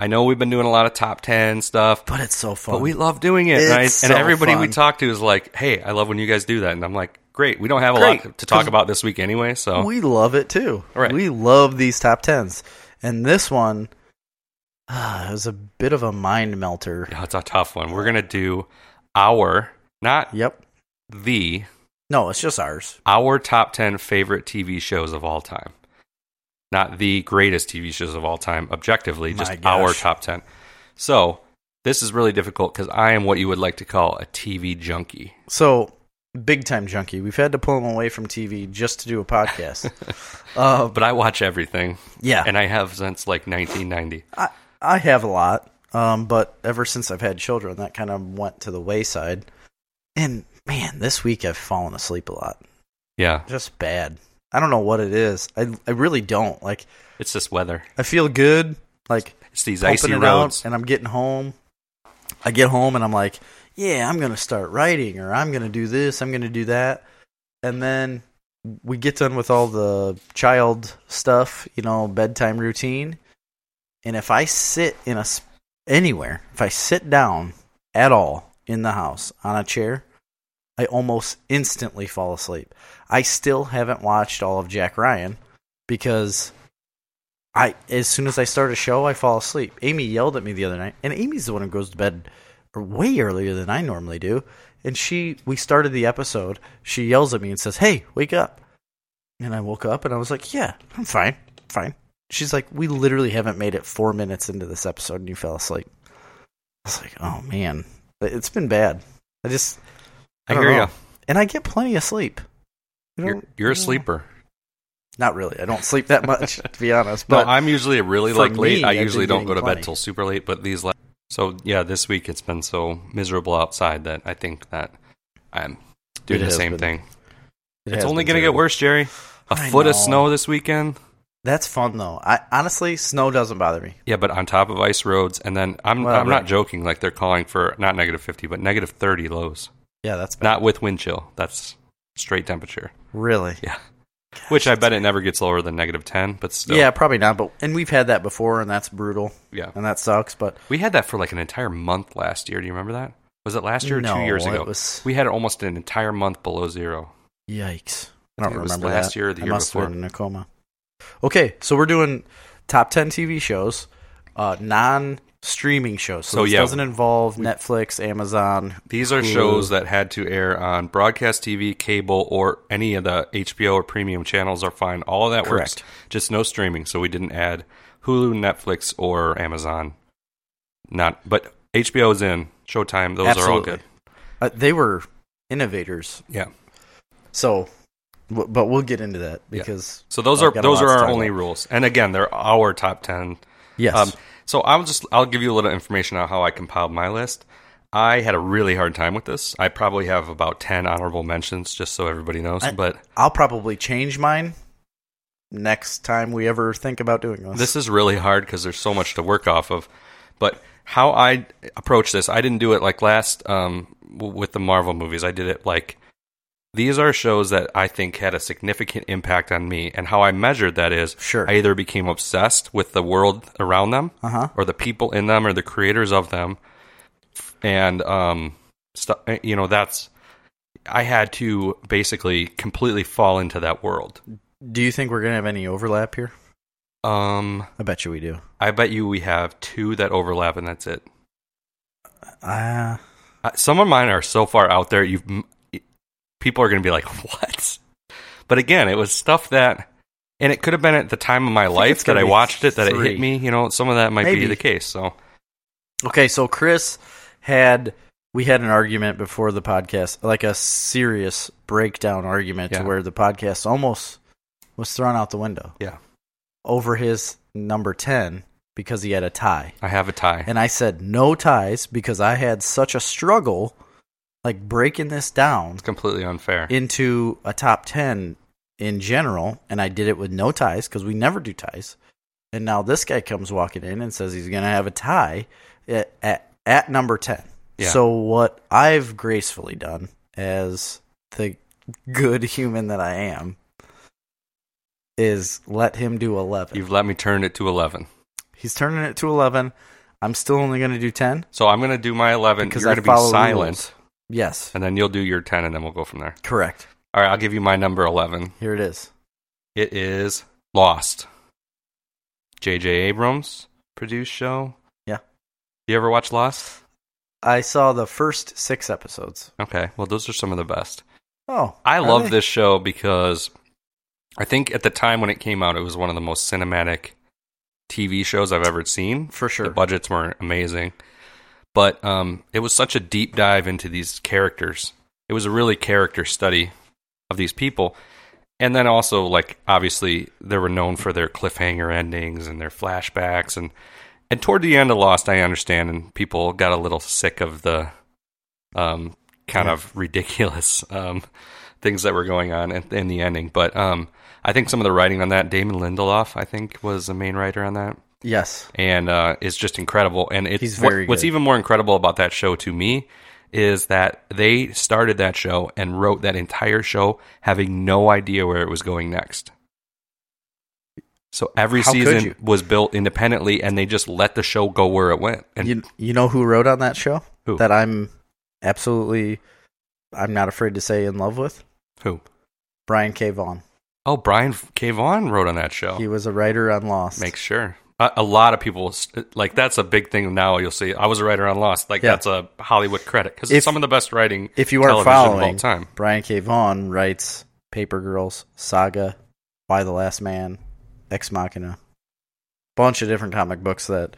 Speaker 1: I know we've been doing a lot of top ten stuff,
Speaker 2: But it's so fun.
Speaker 1: but we love doing it,
Speaker 2: It's
Speaker 1: right?
Speaker 2: so
Speaker 1: and everybody we
Speaker 2: fun.
Speaker 1: talk to is like, "Hey, I love when you guys do that," and I'm like, "Great, we don't have a
Speaker 2: Great,
Speaker 1: lot to talk
Speaker 2: 'cause-
Speaker 1: about this week anyway." So
Speaker 2: we love it too.
Speaker 1: Right.
Speaker 2: We love these top tens, and this one [SIGHS] uh, it was a bit of a mind melter.
Speaker 1: yeah, it's a tough one. We're going to do our, not
Speaker 2: Yep.
Speaker 1: the,
Speaker 2: No, it's just ours.
Speaker 1: our top 10 favorite TV shows of all time. Not the greatest TV shows of all time, objectively,
Speaker 2: My
Speaker 1: just
Speaker 2: gosh.
Speaker 1: our top 10. So, this is really difficult because I am what you would like to call a TV junkie.
Speaker 2: So big time junkie. We've had to pull him away from TV just to do
Speaker 1: [LAUGHS]
Speaker 2: a podcast. uh,
Speaker 1: But I watch
Speaker 2: [LAUGHS]
Speaker 1: everything,
Speaker 2: yeah,
Speaker 1: and I have since like 1990.
Speaker 2: I, I have a lot, um, but ever since I've had children, that kind of went to the wayside. And man, this week I've fallen asleep a lot.
Speaker 1: Yeah,
Speaker 2: Just bad. I don't know what it is. I I really don't like.
Speaker 1: it's this weather.
Speaker 2: I feel good. Like
Speaker 1: It's these
Speaker 2: pumping
Speaker 1: icy
Speaker 2: it
Speaker 1: roads.
Speaker 2: out, and I'm getting home. I get home and I'm like, yeah, I'm gonna start writing, or I'm gonna do this, I'm gonna do that, and then we get done with all the child stuff, you know, bedtime routine. And if I sit in a s- anywhere, if I sit down at all in the house on a chair, I almost instantly fall asleep. I still haven't watched all of Jack Ryan because I as soon as I start a show, I fall asleep. Amy yelled at me the other night, and Amy's the one who goes to bed way earlier than I normally do. And she, we started the episode. She yells at me and says, "Hey, wake up!" And I woke up and I was like, "Yeah, I'm fine, fine." She's like, "We literally haven't made it four minutes into this episode, and you fell asleep." I was like, "Oh man, it's been bad." I just,
Speaker 1: I
Speaker 2: don't
Speaker 1: hear
Speaker 2: know.
Speaker 1: you.
Speaker 2: and I get plenty of sleep. You
Speaker 1: You're,
Speaker 2: don't-
Speaker 1: you're a
Speaker 2: you don't-
Speaker 1: sleeper.
Speaker 2: Not really. I don't sleep that [LAUGHS] much, to be honest.
Speaker 1: No,
Speaker 2: But
Speaker 1: I'm usually really
Speaker 2: for
Speaker 1: like late.
Speaker 2: me,
Speaker 1: I
Speaker 2: I've been
Speaker 1: usually don't go
Speaker 2: getting
Speaker 1: to
Speaker 2: plenty.
Speaker 1: bed till super late, but these last. So, yeah, this week it's been so miserable outside that I think that I'm doing the
Speaker 2: It has
Speaker 1: same
Speaker 2: been-
Speaker 1: thing.
Speaker 2: it
Speaker 1: It's
Speaker 2: has
Speaker 1: only
Speaker 2: been
Speaker 1: going to get
Speaker 2: terrible.
Speaker 1: worse, Jerry. A
Speaker 2: I
Speaker 1: foot of
Speaker 2: know.
Speaker 1: snow this weekend.
Speaker 2: That's fun though. I honestly, snow doesn't bother me.
Speaker 1: Yeah, but on top of ice roads, and then I'm I'm
Speaker 2: Whatever.
Speaker 1: not joking. Like they're calling for not negative fifty, but negative thirty lows.
Speaker 2: Yeah, that's bad.
Speaker 1: Not with wind chill. That's straight temperature.
Speaker 2: really.
Speaker 1: Yeah, which I bet it never gets lower than negative ten. But still,
Speaker 2: Yeah, probably not. But and we've had that before, and that's brutal,
Speaker 1: yeah.
Speaker 2: and that sucks. But
Speaker 1: We had that for like an entire month last year. Do you remember that? Was it last year or two
Speaker 2: No,
Speaker 1: years
Speaker 2: it
Speaker 1: ago?
Speaker 2: was-
Speaker 1: we had almost an entire month below zero.
Speaker 2: yikes! I don't
Speaker 1: think it was
Speaker 2: remember
Speaker 1: last
Speaker 2: that.
Speaker 1: year or the
Speaker 2: I
Speaker 1: year
Speaker 2: must
Speaker 1: before.
Speaker 2: Have been in a coma. Okay, so we're doing top ten TV shows, uh, non-streaming shows. So,
Speaker 1: So,
Speaker 2: this
Speaker 1: yeah,
Speaker 2: doesn't involve Netflix, Amazon.
Speaker 1: These are
Speaker 2: Hulu.
Speaker 1: shows that had to air on broadcast TV, cable, or any of the HBO or premium channels are fine. All of that
Speaker 2: Correct.
Speaker 1: works. Just no streaming. So we didn't add Hulu, Netflix, or Amazon. Not, but HBO is in Showtime. Those are all
Speaker 2: Absolutely.
Speaker 1: good.
Speaker 2: Uh, they were innovators.
Speaker 1: Yeah.
Speaker 2: So, w- but we'll get into that
Speaker 1: Yeah.
Speaker 2: because
Speaker 1: So those
Speaker 2: I've
Speaker 1: are
Speaker 2: got a
Speaker 1: those
Speaker 2: lot
Speaker 1: are
Speaker 2: to
Speaker 1: our
Speaker 2: talk
Speaker 1: only
Speaker 2: about.
Speaker 1: rules. And again, they're our top ten.
Speaker 2: yes,
Speaker 1: Um, so I'll just I'll give you a little information on how I compiled my list. I had a really hard time with this. I probably have about ten honorable mentions, just so everybody knows.
Speaker 2: I-
Speaker 1: but
Speaker 2: I'll probably change mine next time we ever think about doing this.
Speaker 1: This is really hard because there's so much to work off of. But how I approach this, I didn't do it like last um, w- with the Marvel movies. I did it like These are shows that I think had a significant impact on me, and how I measured that is
Speaker 2: Sure.
Speaker 1: I either became obsessed with the world around them,
Speaker 2: Uh huh.
Speaker 1: or the people in them, or the creators of them, and um, stuff. You know, that's I had to basically completely fall into that world.
Speaker 2: Do you think we're gonna have any overlap here?
Speaker 1: Um,
Speaker 2: I bet you we do.
Speaker 1: I bet you we have two that overlap, and that's it.
Speaker 2: Uh,
Speaker 1: Uh, Some of mine are so far out there, you've m- people are going to be like, [LAUGHS] "What?" But again, it was stuff that, and it could have been at the time of my
Speaker 2: it's
Speaker 1: life that
Speaker 2: gonna
Speaker 1: I
Speaker 2: be
Speaker 1: watched it that it
Speaker 2: three.
Speaker 1: hit me. You know, some of that might
Speaker 2: Maybe.
Speaker 1: be the case. So
Speaker 2: okay, so Chris had we had an argument before the podcast, like a serious breakdown argument
Speaker 1: Yeah.
Speaker 2: to where the podcast almost was thrown out the window.
Speaker 1: Yeah.
Speaker 2: Over his number ten because he had a tie.
Speaker 1: I have a tie.
Speaker 2: And I said no ties because I had such a struggle like breaking this down
Speaker 1: it's completely unfair.
Speaker 2: into a top 10 in general, and I did it with no ties because we never do ties. And now this guy comes walking in and says he's going to have a tie at, at, at number 10.
Speaker 1: Yeah.
Speaker 2: So, what I've gracefully done as the good human that I am is let him do 11.
Speaker 1: You've let me turn it to eleven.
Speaker 2: He's turning it to 11. I'm still only going to do 10
Speaker 1: So I'm going to do my 11.
Speaker 2: because
Speaker 1: You're
Speaker 2: I
Speaker 1: going to
Speaker 2: follow
Speaker 1: be silent,
Speaker 2: rules. Yes,
Speaker 1: and then you'll do your 10, and then we'll go from there.
Speaker 2: correct.
Speaker 1: All right, I'll give you my number 11.
Speaker 2: Here it is.
Speaker 1: It is Lost. J.J. Abrams produced show.
Speaker 2: Yeah.
Speaker 1: You ever watch Lost?
Speaker 2: I saw the first six episodes.
Speaker 1: Okay, well, those are some of the best.
Speaker 2: Oh,
Speaker 1: I
Speaker 2: are
Speaker 1: love
Speaker 2: they?
Speaker 1: this show because I think at the time when it came out, it was one of the most cinematic TV shows I've ever seen.
Speaker 2: for sure.
Speaker 1: The budgets weren't amazing, but um, it was such a deep dive into these characters. It was a really character study of these people, and then also like obviously they were known for their cliffhanger endings and their flashbacks and and toward the end of Lost, I understand, and people got a little sick of the um, kind
Speaker 2: Yeah.
Speaker 1: of ridiculous um, things that were going on in, in the ending, but. Um, I think some of the writing on that, Damon Lindelof, I think, was the main writer on that
Speaker 2: Yes.
Speaker 1: and uh, it's just incredible. And it's
Speaker 2: He's very
Speaker 1: what- what's
Speaker 2: good.
Speaker 1: even more incredible about that show to me is that they started that show and wrote that entire show having no idea where it was going next. So every
Speaker 2: How could you?
Speaker 1: season was built independently, and they just let the show go where it went. And
Speaker 2: you you know who wrote on that show
Speaker 1: Who?
Speaker 2: that I'm absolutely I'm not afraid to say in love with
Speaker 1: who?
Speaker 2: Brian K. Vaughan.
Speaker 1: Oh, Brian K. Vaughan wrote on that show.
Speaker 2: He was a writer on Lost.
Speaker 1: Make sure. A, a lot of people s- like that's a big thing now. You'll see. I was a writer on Lost. Like
Speaker 2: Yeah.
Speaker 1: that's a Hollywood credit because
Speaker 2: If-
Speaker 1: it's some of the best writing
Speaker 2: if you aren't
Speaker 1: television of all
Speaker 2: following,
Speaker 1: time.
Speaker 2: Brian K. Vaughan writes Paper Girls, Saga, Why the Last Man, Ex Machina, bunch of different comic books that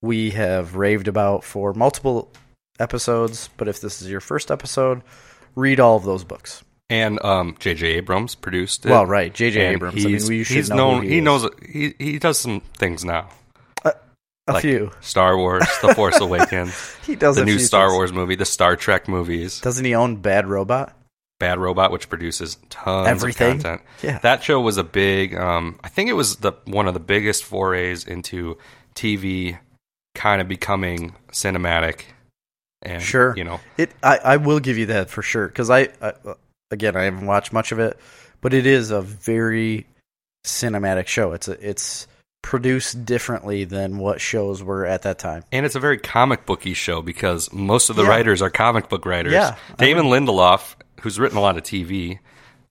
Speaker 2: we have raved about for multiple episodes. But if this is your first episode, read all of those books.
Speaker 1: and um J.J. Abrams produced it.
Speaker 2: well, right, J.J.
Speaker 1: And
Speaker 2: Abrams. I mean,
Speaker 1: he's-
Speaker 2: we should
Speaker 1: he's
Speaker 2: know
Speaker 1: known.
Speaker 2: who
Speaker 1: he
Speaker 2: is.
Speaker 1: knows. He he does some things now.
Speaker 2: a
Speaker 1: like-
Speaker 2: few.
Speaker 1: Star Wars, The
Speaker 2: [LAUGHS]
Speaker 1: Force Awakens,
Speaker 2: He does
Speaker 1: the
Speaker 2: a
Speaker 1: new
Speaker 2: few
Speaker 1: Star
Speaker 2: things.
Speaker 1: Wars movie, the Star Trek movies,
Speaker 2: Doesn't he own Bad Robot?
Speaker 1: Bad Robot, which produces tons
Speaker 2: Everything?
Speaker 1: of content.
Speaker 2: Yeah.
Speaker 1: That show was a big. Um, I think it was the one of the biggest forays into TV, kind of becoming cinematic. And,
Speaker 2: Sure.
Speaker 1: You know,
Speaker 2: It. I, I will give you that for sure because I, I again I haven't watched much of it, but it is a very cinematic show. It's a, it's produced differently than what shows were at that time.
Speaker 1: And it's a very comic booky show because most of the
Speaker 2: Yeah.
Speaker 1: writers are comic book writers.
Speaker 2: Yeah, I
Speaker 1: Damon Lindelof, who's written a lot of TV,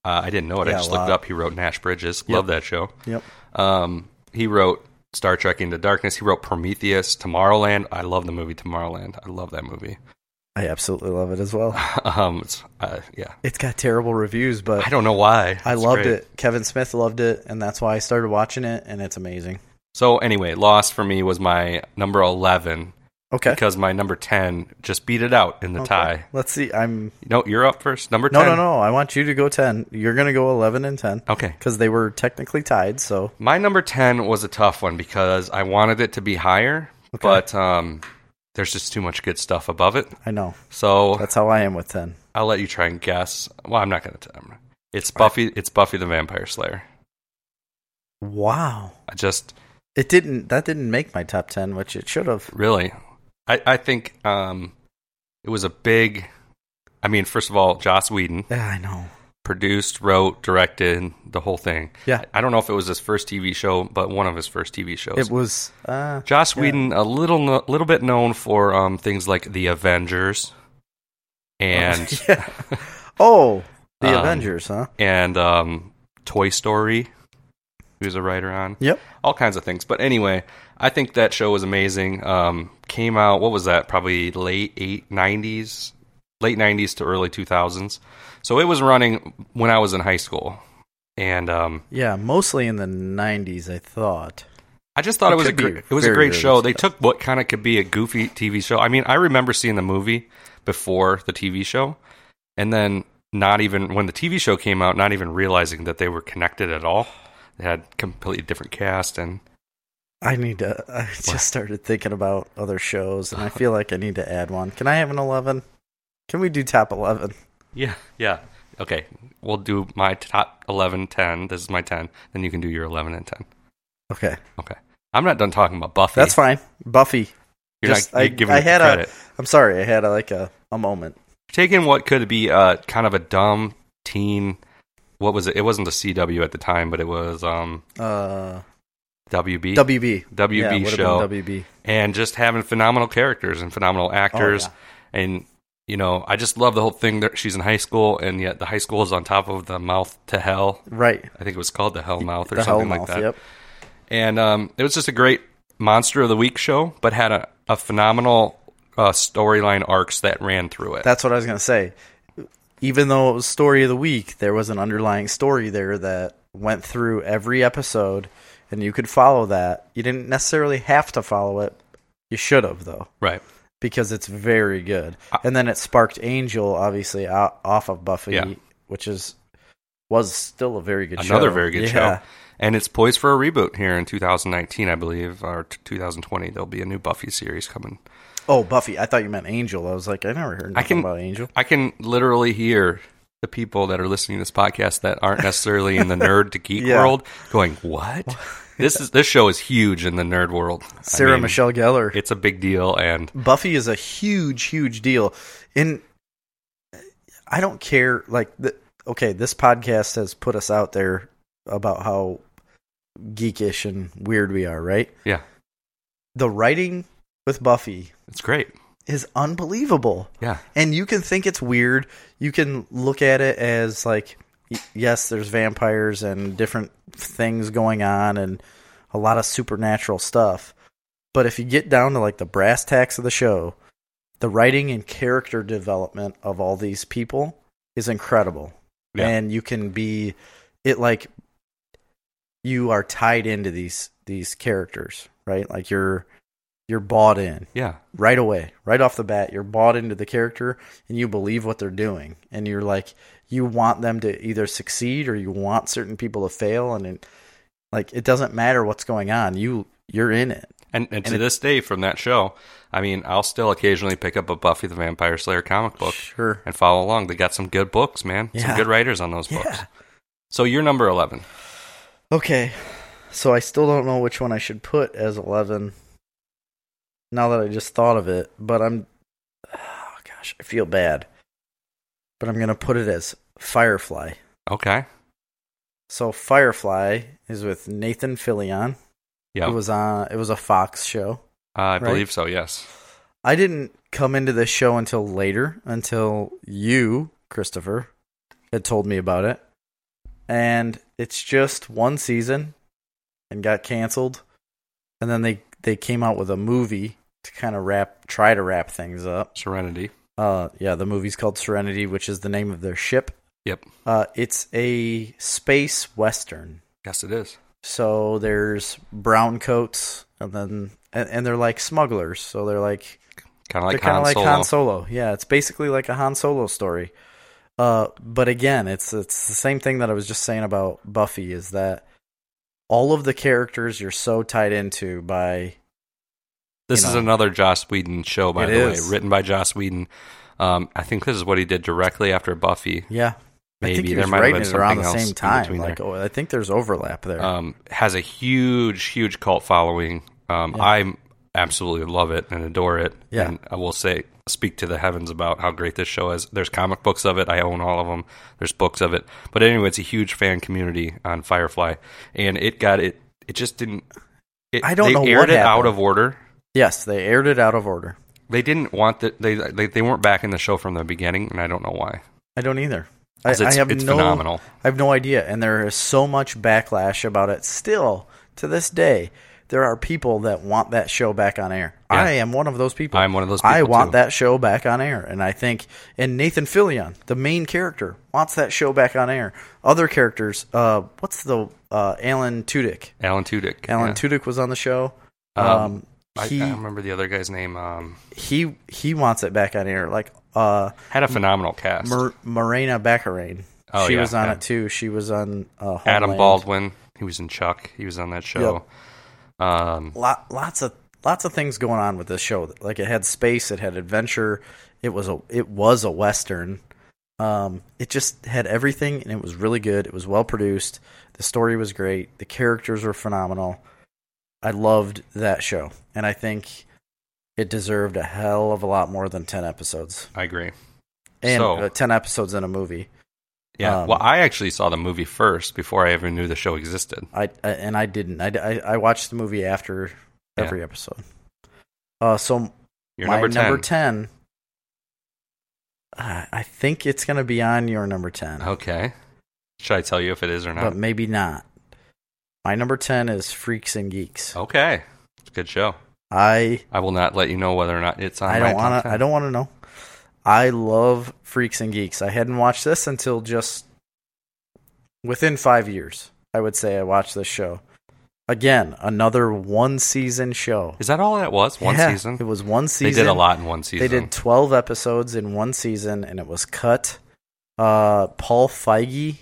Speaker 1: uh, I didn't know it.
Speaker 2: Yeah,
Speaker 1: I
Speaker 2: a
Speaker 1: just looked
Speaker 2: lot.
Speaker 1: up. He wrote Nash Bridges. Love that show.
Speaker 2: Yep.
Speaker 1: Um, he wrote Star Trek Into Darkness. He wrote Prometheus, Tomorrowland. I love the movie Tomorrowland. I love that movie. [LAUGHS]
Speaker 2: I absolutely love it
Speaker 1: [SIGHS]
Speaker 2: as well.
Speaker 1: um, it's, uh, yeah,
Speaker 2: It's got terrible reviews, but
Speaker 1: I don't know why.
Speaker 2: I
Speaker 1: It's
Speaker 2: loved
Speaker 1: great.
Speaker 2: it. Kevin Smith loved it, and that's why I started watching it, and it's amazing.
Speaker 1: So anyway, Lost for me was my number eleven
Speaker 2: Okay.
Speaker 1: because my number ten just beat it out in the
Speaker 2: Okay.
Speaker 1: tie.
Speaker 2: Let's see. I'm
Speaker 1: No, you're up first. Number
Speaker 2: no
Speaker 1: ten.
Speaker 2: no no. I want you to go ten. You're gonna go eleven and ten
Speaker 1: Okay.
Speaker 2: because they were technically tied. So
Speaker 1: My number 10 was a tough one because I wanted it to be higher, but um, there's just too much good stuff above it.
Speaker 2: I know
Speaker 1: So
Speaker 2: that's how I am with ten.
Speaker 1: I'll let you try and guess. Well, I'm not going to tell them. It's Buffy it's Buffy the Vampire Slayer.
Speaker 2: Wow.
Speaker 1: I just
Speaker 2: It didn't that didn't make my top 10, which it should have.
Speaker 1: really I I think um it was a big I I mean, first of all, Joss Whedon
Speaker 2: Yeah, I know.
Speaker 1: produced, wrote, directed the whole thing.
Speaker 2: Yeah.
Speaker 1: I don't know if it was his first TV show, but one of his first TV shows.
Speaker 2: It was. Uh,
Speaker 1: Joss
Speaker 2: Yeah.
Speaker 1: Whedon, a little kno- little bit known for um, things like The Avengers
Speaker 2: [LAUGHS]
Speaker 1: and
Speaker 2: yeah. Oh, the
Speaker 1: Um,
Speaker 2: Avengers, huh?
Speaker 1: and um, Toy Story. He was a writer on
Speaker 2: Yep.
Speaker 1: all kinds of things. But anyway, I think that show was amazing. Um, came out what was that? Probably late eight nineties, late nineties to early two thousands. So it was running when I was in high school, and um,
Speaker 2: Yeah, mostly in the '90s, I thought.
Speaker 1: I just thought
Speaker 2: It
Speaker 1: it, was a
Speaker 2: could be
Speaker 1: gr- it was a
Speaker 2: very
Speaker 1: great
Speaker 2: early
Speaker 1: show. They took what kind of could be a goofy TV show. I mean, I remember seeing the movie before the TV show, and then not even when the TV show came out, not even realizing that they were connected at all. They had completely different cast, and
Speaker 2: I need to. [LAUGHS] I just started thinking about other shows, [LAUGHS] and I feel like I need to add one. Can I have an eleven? Can we do top eleven?
Speaker 1: yeah, yeah. Okay, we'll do my top 11, 10. This is my 10. Then you can do your 11 and 10.
Speaker 2: Okay,
Speaker 1: Okay. I'm not done talking about Buffy.
Speaker 2: that's fine. Buffy.
Speaker 1: You're
Speaker 2: Just-
Speaker 1: not
Speaker 2: I-
Speaker 1: you're giving
Speaker 2: I
Speaker 1: it the
Speaker 2: had a-
Speaker 1: credit.
Speaker 2: I'm sorry, I had a, like a, a moment.
Speaker 1: taking what could be uh kind of a dumb teen what was it it wasn't the cw at the time but it was um
Speaker 2: Uh,
Speaker 1: wb
Speaker 2: WB. Yeah,
Speaker 1: wb
Speaker 2: would've been
Speaker 1: show
Speaker 2: WB.
Speaker 1: and just having phenomenal characters and phenomenal actors
Speaker 2: Oh,
Speaker 1: and you know i just love the whole thing that she's in high school and yet the high school is on top of the mouth to hell
Speaker 2: Right.
Speaker 1: i think it was called the hell mouth or
Speaker 2: the
Speaker 1: something like
Speaker 2: Hellmouth,
Speaker 1: that
Speaker 2: Yep.
Speaker 1: and um, it was just a great monster of the week show but had a, a phenomenal uh, storyline arcs that ran through it
Speaker 2: That's what I was gonna say. Even though it was story of the week, there was an underlying story there that went through every episode, and you could follow that. You didn't necessarily have to follow it. You should have though,
Speaker 1: right
Speaker 2: because it's very good.
Speaker 1: I-
Speaker 2: And then it sparked Angel, obviously, out, off of Buffy,
Speaker 1: Yeah.
Speaker 2: which is was still a very good show.
Speaker 1: another very good
Speaker 2: Yeah.
Speaker 1: show. And it's poised for a reboot here in 2019, I believe, or t- 2020. There'll be a new Buffy series coming.
Speaker 2: Oh, Buffy! I thought you meant Angel. I was like, I never heard
Speaker 1: I
Speaker 2: nothing
Speaker 1: can-
Speaker 2: about Angel.
Speaker 1: I can literally hear the people that are listening to this podcast that aren't necessarily in the nerd to geek
Speaker 2: [LAUGHS] Yeah.
Speaker 1: world going, "What? this is this show is huge in the nerd world." I
Speaker 2: Sarah
Speaker 1: mean,
Speaker 2: Michelle Gellar.
Speaker 1: It's a big deal, and
Speaker 2: Buffy is a huge, huge deal. And I don't care. Like, the, okay, this podcast has put us out there about how geekish and weird we are, right?
Speaker 1: Yeah.
Speaker 2: The writing with Buffy
Speaker 1: it's great.
Speaker 2: is unbelievable.
Speaker 1: Yeah,
Speaker 2: And you can think it's weird. You can look at it as like, y- yes, there's vampires and different things going on and a lot of supernatural stuff. But if you get down to like the brass tacks of the show, the writing and character development of all these people is incredible.
Speaker 1: Yeah.
Speaker 2: And you can be it like you are tied into these these characters, right? Like you're you're bought in
Speaker 1: yeah,
Speaker 2: right away, right off the bat, you're bought into the character and you believe what they're doing. And you're like, you want them to either succeed or you want certain people to fail. And it, like, it doesn't matter what's going on. You, you're in it.
Speaker 1: and and to
Speaker 2: And it-
Speaker 1: this day from that show, I mean, I'll still occasionally pick up a Buffy the Vampire Slayer comic book
Speaker 2: Sure.
Speaker 1: and follow along. They got some good books, man. Some
Speaker 2: Yeah.
Speaker 1: good writers on those books.
Speaker 2: Yeah.
Speaker 1: So you're number eleven.
Speaker 2: Okay. So I still don't know which one I should put as 11 now that I just thought of it, but I'm, oh gosh, I feel bad. But I'm going to put it as Firefly.
Speaker 1: Okay.
Speaker 2: So Firefly is with Nathan Fillion.
Speaker 1: Yeah.
Speaker 2: It was on. It was a Fox show.
Speaker 1: Uh, I
Speaker 2: Right?
Speaker 1: believe so. Yes.
Speaker 2: I didn't come into this show until later, until you, Christopher, had told me about it. And it's just one season, and got canceled, and then they they came out with a movie to kind of wrap, try to wrap things up.
Speaker 1: Serenity.
Speaker 2: Uh, yeah, the movie's called Serenity, which is the name of their ship.
Speaker 1: Yep.
Speaker 2: Uh, it's a space western.
Speaker 1: Yes, it is.
Speaker 2: So there's brown coats, and then and, and they're like smugglers. So they're like
Speaker 1: Kind of like
Speaker 2: they're kind
Speaker 1: Han
Speaker 2: of like
Speaker 1: Solo.
Speaker 2: Han Solo. Yeah, it's basically like a Han Solo story. Uh, but again, it's it's the same thing that I was just saying about Buffy is that all of the characters you're so tied into by
Speaker 1: this
Speaker 2: you
Speaker 1: is
Speaker 2: know.
Speaker 1: another Joss Whedon show, by
Speaker 2: It
Speaker 1: the
Speaker 2: is.
Speaker 1: way, written by Joss Whedon. Um, I think this is what he did directly after Buffy.
Speaker 2: yeah. I think
Speaker 1: Maybe
Speaker 2: he
Speaker 1: there
Speaker 2: was
Speaker 1: might have
Speaker 2: writing
Speaker 1: been
Speaker 2: it around
Speaker 1: something
Speaker 2: the
Speaker 1: else
Speaker 2: same
Speaker 1: in
Speaker 2: time.
Speaker 1: between
Speaker 2: Like
Speaker 1: there. Uh,
Speaker 2: oh, I think there's overlap there.
Speaker 1: Um, has a huge, huge cult following. Um,
Speaker 2: Yeah.
Speaker 1: I'm absolutely love it and adore it.
Speaker 2: Yeah.
Speaker 1: And I will say, speak to the heavens about how great this show is. There's comic books of it. I own all of them. There's books of it. But anyway, it's a huge fan community on Firefly, and it got it. It just didn't. It,
Speaker 2: I don't
Speaker 1: they
Speaker 2: know what
Speaker 1: aired it out
Speaker 2: happened.
Speaker 1: of order.
Speaker 2: Yes, they aired it out of order.
Speaker 1: They didn't want that. They, they they weren't back in the show from the beginning, and I don't know why.
Speaker 2: I don't either. I,
Speaker 1: 'Cause
Speaker 2: I
Speaker 1: it's-
Speaker 2: have
Speaker 1: it's
Speaker 2: no,
Speaker 1: phenomenal.
Speaker 2: I have no idea, and there is so much backlash about it still to this day. There are people that want that show back on air.
Speaker 1: Yeah.
Speaker 2: I am one of those people.
Speaker 1: I'm one of those
Speaker 2: I
Speaker 1: people,
Speaker 2: want
Speaker 1: too.
Speaker 2: that show back on air, and I think and Nathan Fillion, the main character, wants that show back on air. Other characters, uh, what's the uh, Alan Tudyk?
Speaker 1: Alan Tudyk.
Speaker 2: Alan
Speaker 1: yeah.
Speaker 2: Tudyk was on the show.
Speaker 1: Um,
Speaker 2: Um,
Speaker 1: I,
Speaker 2: he
Speaker 1: I remember the other guy's name. Um,
Speaker 2: he he wants it back on air. Like uh,
Speaker 1: had a phenomenal cast.
Speaker 2: Mar- Morena Baccarin.
Speaker 1: Oh,
Speaker 2: she
Speaker 1: yeah,
Speaker 2: was on
Speaker 1: yeah.
Speaker 2: it too. She was on uh,
Speaker 1: Adam
Speaker 2: Homeland.
Speaker 1: Baldwin. He was in Chuck. He was on that show. Um,
Speaker 2: Lot, lots of lots of things going on with this show. Like it had space, it had adventure. It was a it was a western. Um, it just had everything, and it was really good. It was well produced. The story was great. The characters were phenomenal. I loved that show, and I think it deserved a hell of a lot more than ten episodes
Speaker 1: I agree.
Speaker 2: and
Speaker 1: So-
Speaker 2: uh, ten episodes in a movie.
Speaker 1: Yeah.
Speaker 2: Um,
Speaker 1: well, I actually saw the movie first before I ever knew the show existed.
Speaker 2: I, I and I didn't. I, I, I watched the movie after
Speaker 1: Yeah.
Speaker 2: every episode. Uh, so
Speaker 1: Your
Speaker 2: my
Speaker 1: number ten.
Speaker 2: number ten. Uh, I think it's gonna be on your number ten,
Speaker 1: Okay. Should I tell you if it is or
Speaker 2: but
Speaker 1: not?
Speaker 2: maybe not. My number ten is Freaks and Geeks.
Speaker 1: okay. It's a good show.
Speaker 2: I
Speaker 1: I will not let you know whether or not it's on.
Speaker 2: I
Speaker 1: my
Speaker 2: don't
Speaker 1: top
Speaker 2: want to.
Speaker 1: 10.
Speaker 2: I don't want to know. I love Freaks and Geeks. I hadn't watched this until just within five years. I would say I watched this show again. Another one season show.
Speaker 1: Is that all that was? One
Speaker 2: Yeah,
Speaker 1: season?
Speaker 2: It was one
Speaker 1: They
Speaker 2: season.
Speaker 1: did a lot in one season.
Speaker 2: They did 12 episodes in one season, and it was cut. Uh, Paul Feige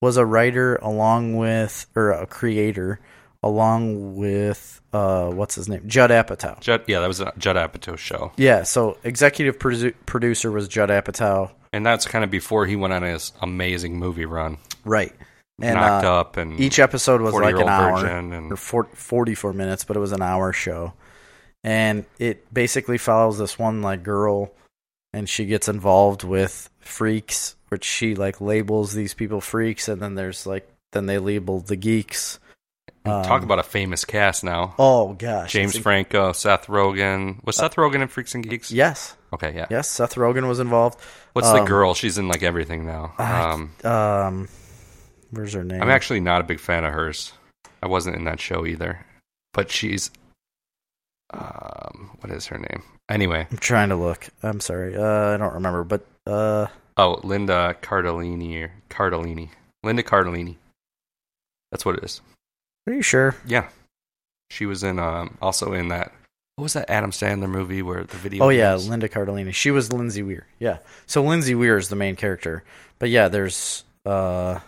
Speaker 2: was a writer along with, or a creator, along with, uh, what's his name? Judd Apatow.
Speaker 1: Judd, yeah, that was a Judd Apatow show,
Speaker 2: Yeah, so executive produ- producer was Judd Apatow.
Speaker 1: and that's kind of before he went on his amazing movie run,
Speaker 2: Right. And
Speaker 1: knocked
Speaker 2: uh,
Speaker 1: up, and
Speaker 2: each episode was
Speaker 1: 40
Speaker 2: like
Speaker 1: year
Speaker 2: an
Speaker 1: old
Speaker 2: hour.
Speaker 1: virgin and
Speaker 2: or 40, 44 minutes, but it was an hour show. And it basically follows this one like girl and she gets involved with freaks, which she like labels these people freaks and then there's like then they label the geeks. Um,
Speaker 1: talk about a famous cast now.
Speaker 2: Oh gosh.
Speaker 1: James
Speaker 2: it's-
Speaker 1: Franco, Seth Rogen.
Speaker 2: Uh,
Speaker 1: Was Seth Rogen in Freaks and Geeks?
Speaker 2: Yes.
Speaker 1: Okay, yeah.
Speaker 2: Yes, Seth Rogen was involved.
Speaker 1: What's the
Speaker 2: um,
Speaker 1: girl? She's in like everything now.
Speaker 2: I-
Speaker 1: Um,
Speaker 2: Um where's her name?
Speaker 1: I'm actually not a big fan of hers. I wasn't in that show either. But she's um what is her name? Anyway.
Speaker 2: I'm trying to look. I'm sorry. Uh I don't remember, but uh
Speaker 1: Oh, Linda Cardellini or Cardellini. Linda Cardellini. That's what it is.
Speaker 2: are you sure?
Speaker 1: Yeah. She was in um also in that what was that Adam Sandler movie where the video
Speaker 2: Oh yeah,
Speaker 1: games-
Speaker 2: Linda Cardellini. She was Lindsay Weir. Yeah. So Lindsay Weir is the main character. But yeah, there's uh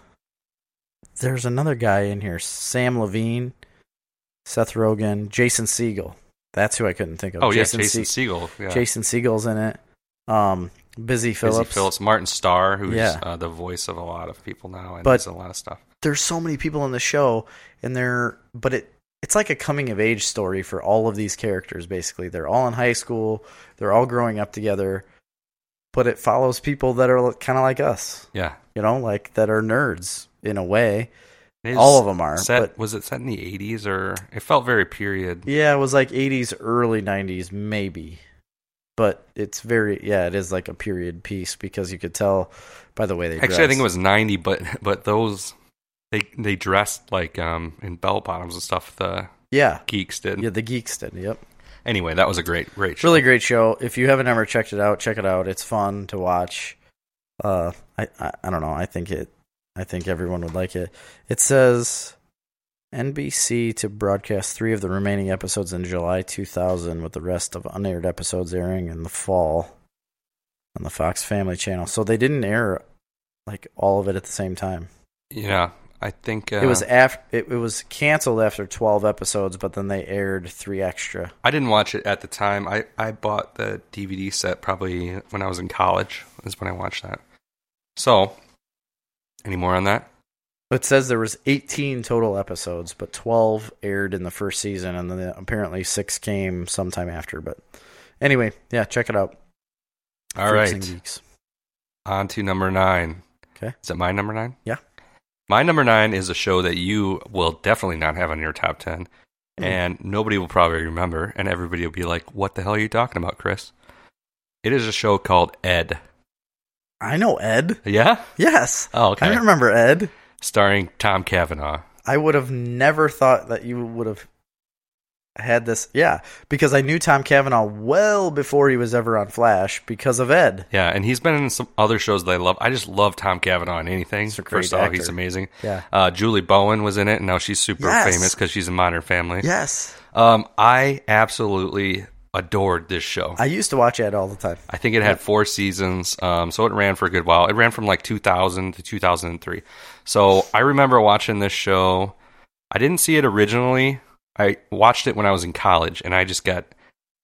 Speaker 2: there's another guy in here, Sam Levine, Seth Rogen, Jason Siegel. That's who I couldn't think of.
Speaker 1: Oh yeah, Jason
Speaker 2: Se-
Speaker 1: Siegel. Yeah.
Speaker 2: Jason Siegel's in it. Um Busy Phillips.
Speaker 1: Busy Phillips, Martin Starr, who's
Speaker 2: Yeah.
Speaker 1: uh, the voice of a lot of people now, and
Speaker 2: But-
Speaker 1: does a lot of stuff.
Speaker 2: There's so many people in the show and they're but it it's like a coming of age story for all of these characters basically. They're all in high school, they're all growing up together. But it follows people that are kind of like us.
Speaker 1: Yeah,
Speaker 2: you know, like that are nerds in a way.
Speaker 1: It is
Speaker 2: All of them are,
Speaker 1: Set was it set in the eighties or it felt very period.
Speaker 2: Yeah, it was like 80s, early 90s, maybe. But it's very, yeah, it is like a period piece because you could tell by the way they
Speaker 1: Actually, I
Speaker 2: dress.
Speaker 1: think it was ninety, but but those they they dressed like um in bell bottoms and stuff. The
Speaker 2: yeah,
Speaker 1: geeks did.
Speaker 2: yeah, the geeks did. Yep,
Speaker 1: Anyway, that was a great great
Speaker 2: it's
Speaker 1: show.
Speaker 2: really great show. If you haven't ever checked it out, check it out. It's fun to watch. Uh, I, I, I don't know. I think it. I think everyone would like it. It says NBC to broadcast three of the remaining episodes in July 2000, with the rest of unaired episodes airing in the fall on the Fox Family Channel. So they didn't air like all of it at the same time.
Speaker 1: Yeah, I think uh,
Speaker 2: It was after it, it was canceled after 12 episodes, but then they aired three extra.
Speaker 1: I didn't watch it at the time. I I bought the DVD set probably when I was in college. Is when I watched that. So, any more on that?
Speaker 2: It says there was 18 total episodes, but 12 aired in the first season, and then apparently six came sometime after. But anyway, yeah, check it out.
Speaker 1: All right,
Speaker 2: Freaks and geeks.
Speaker 1: on to number nine.
Speaker 2: Okay.
Speaker 1: Is it my number nine?
Speaker 2: Yeah.
Speaker 1: My number nine is a show that you will definitely not have on your top 10,
Speaker 2: Hmm.
Speaker 1: and nobody will probably remember, and everybody will be like, What the hell are you talking about, Chris? It is a show called Ed.
Speaker 2: I know Ed.
Speaker 1: Yeah?
Speaker 2: Yes,
Speaker 1: Oh, okay.
Speaker 2: I remember Ed.
Speaker 1: Starring Tom Cavanaugh.
Speaker 2: I would have never thought that you would have had this. Yeah, because I knew Tom Cavanaugh well before he was ever on Flash because of Ed.
Speaker 1: Yeah, and he's been in some other shows that I love. I just love Tom Cavanaugh in anything.
Speaker 2: He's a great
Speaker 1: First of all, he's
Speaker 2: actor.
Speaker 1: amazing.
Speaker 2: Yeah.
Speaker 1: Uh, Julie Bowen was in it, and now she's super
Speaker 2: Yes.
Speaker 1: famous because she's in Modern Family.
Speaker 2: Yes,
Speaker 1: Um, I absolutely adored this show.
Speaker 2: I used to watch Ed all the time.
Speaker 1: I think it had four seasons, um, so it ran for a good while. It ran from like 2000 to 2003. So I remember watching this show. I didn't see it originally. I watched it when I was in college, and I just got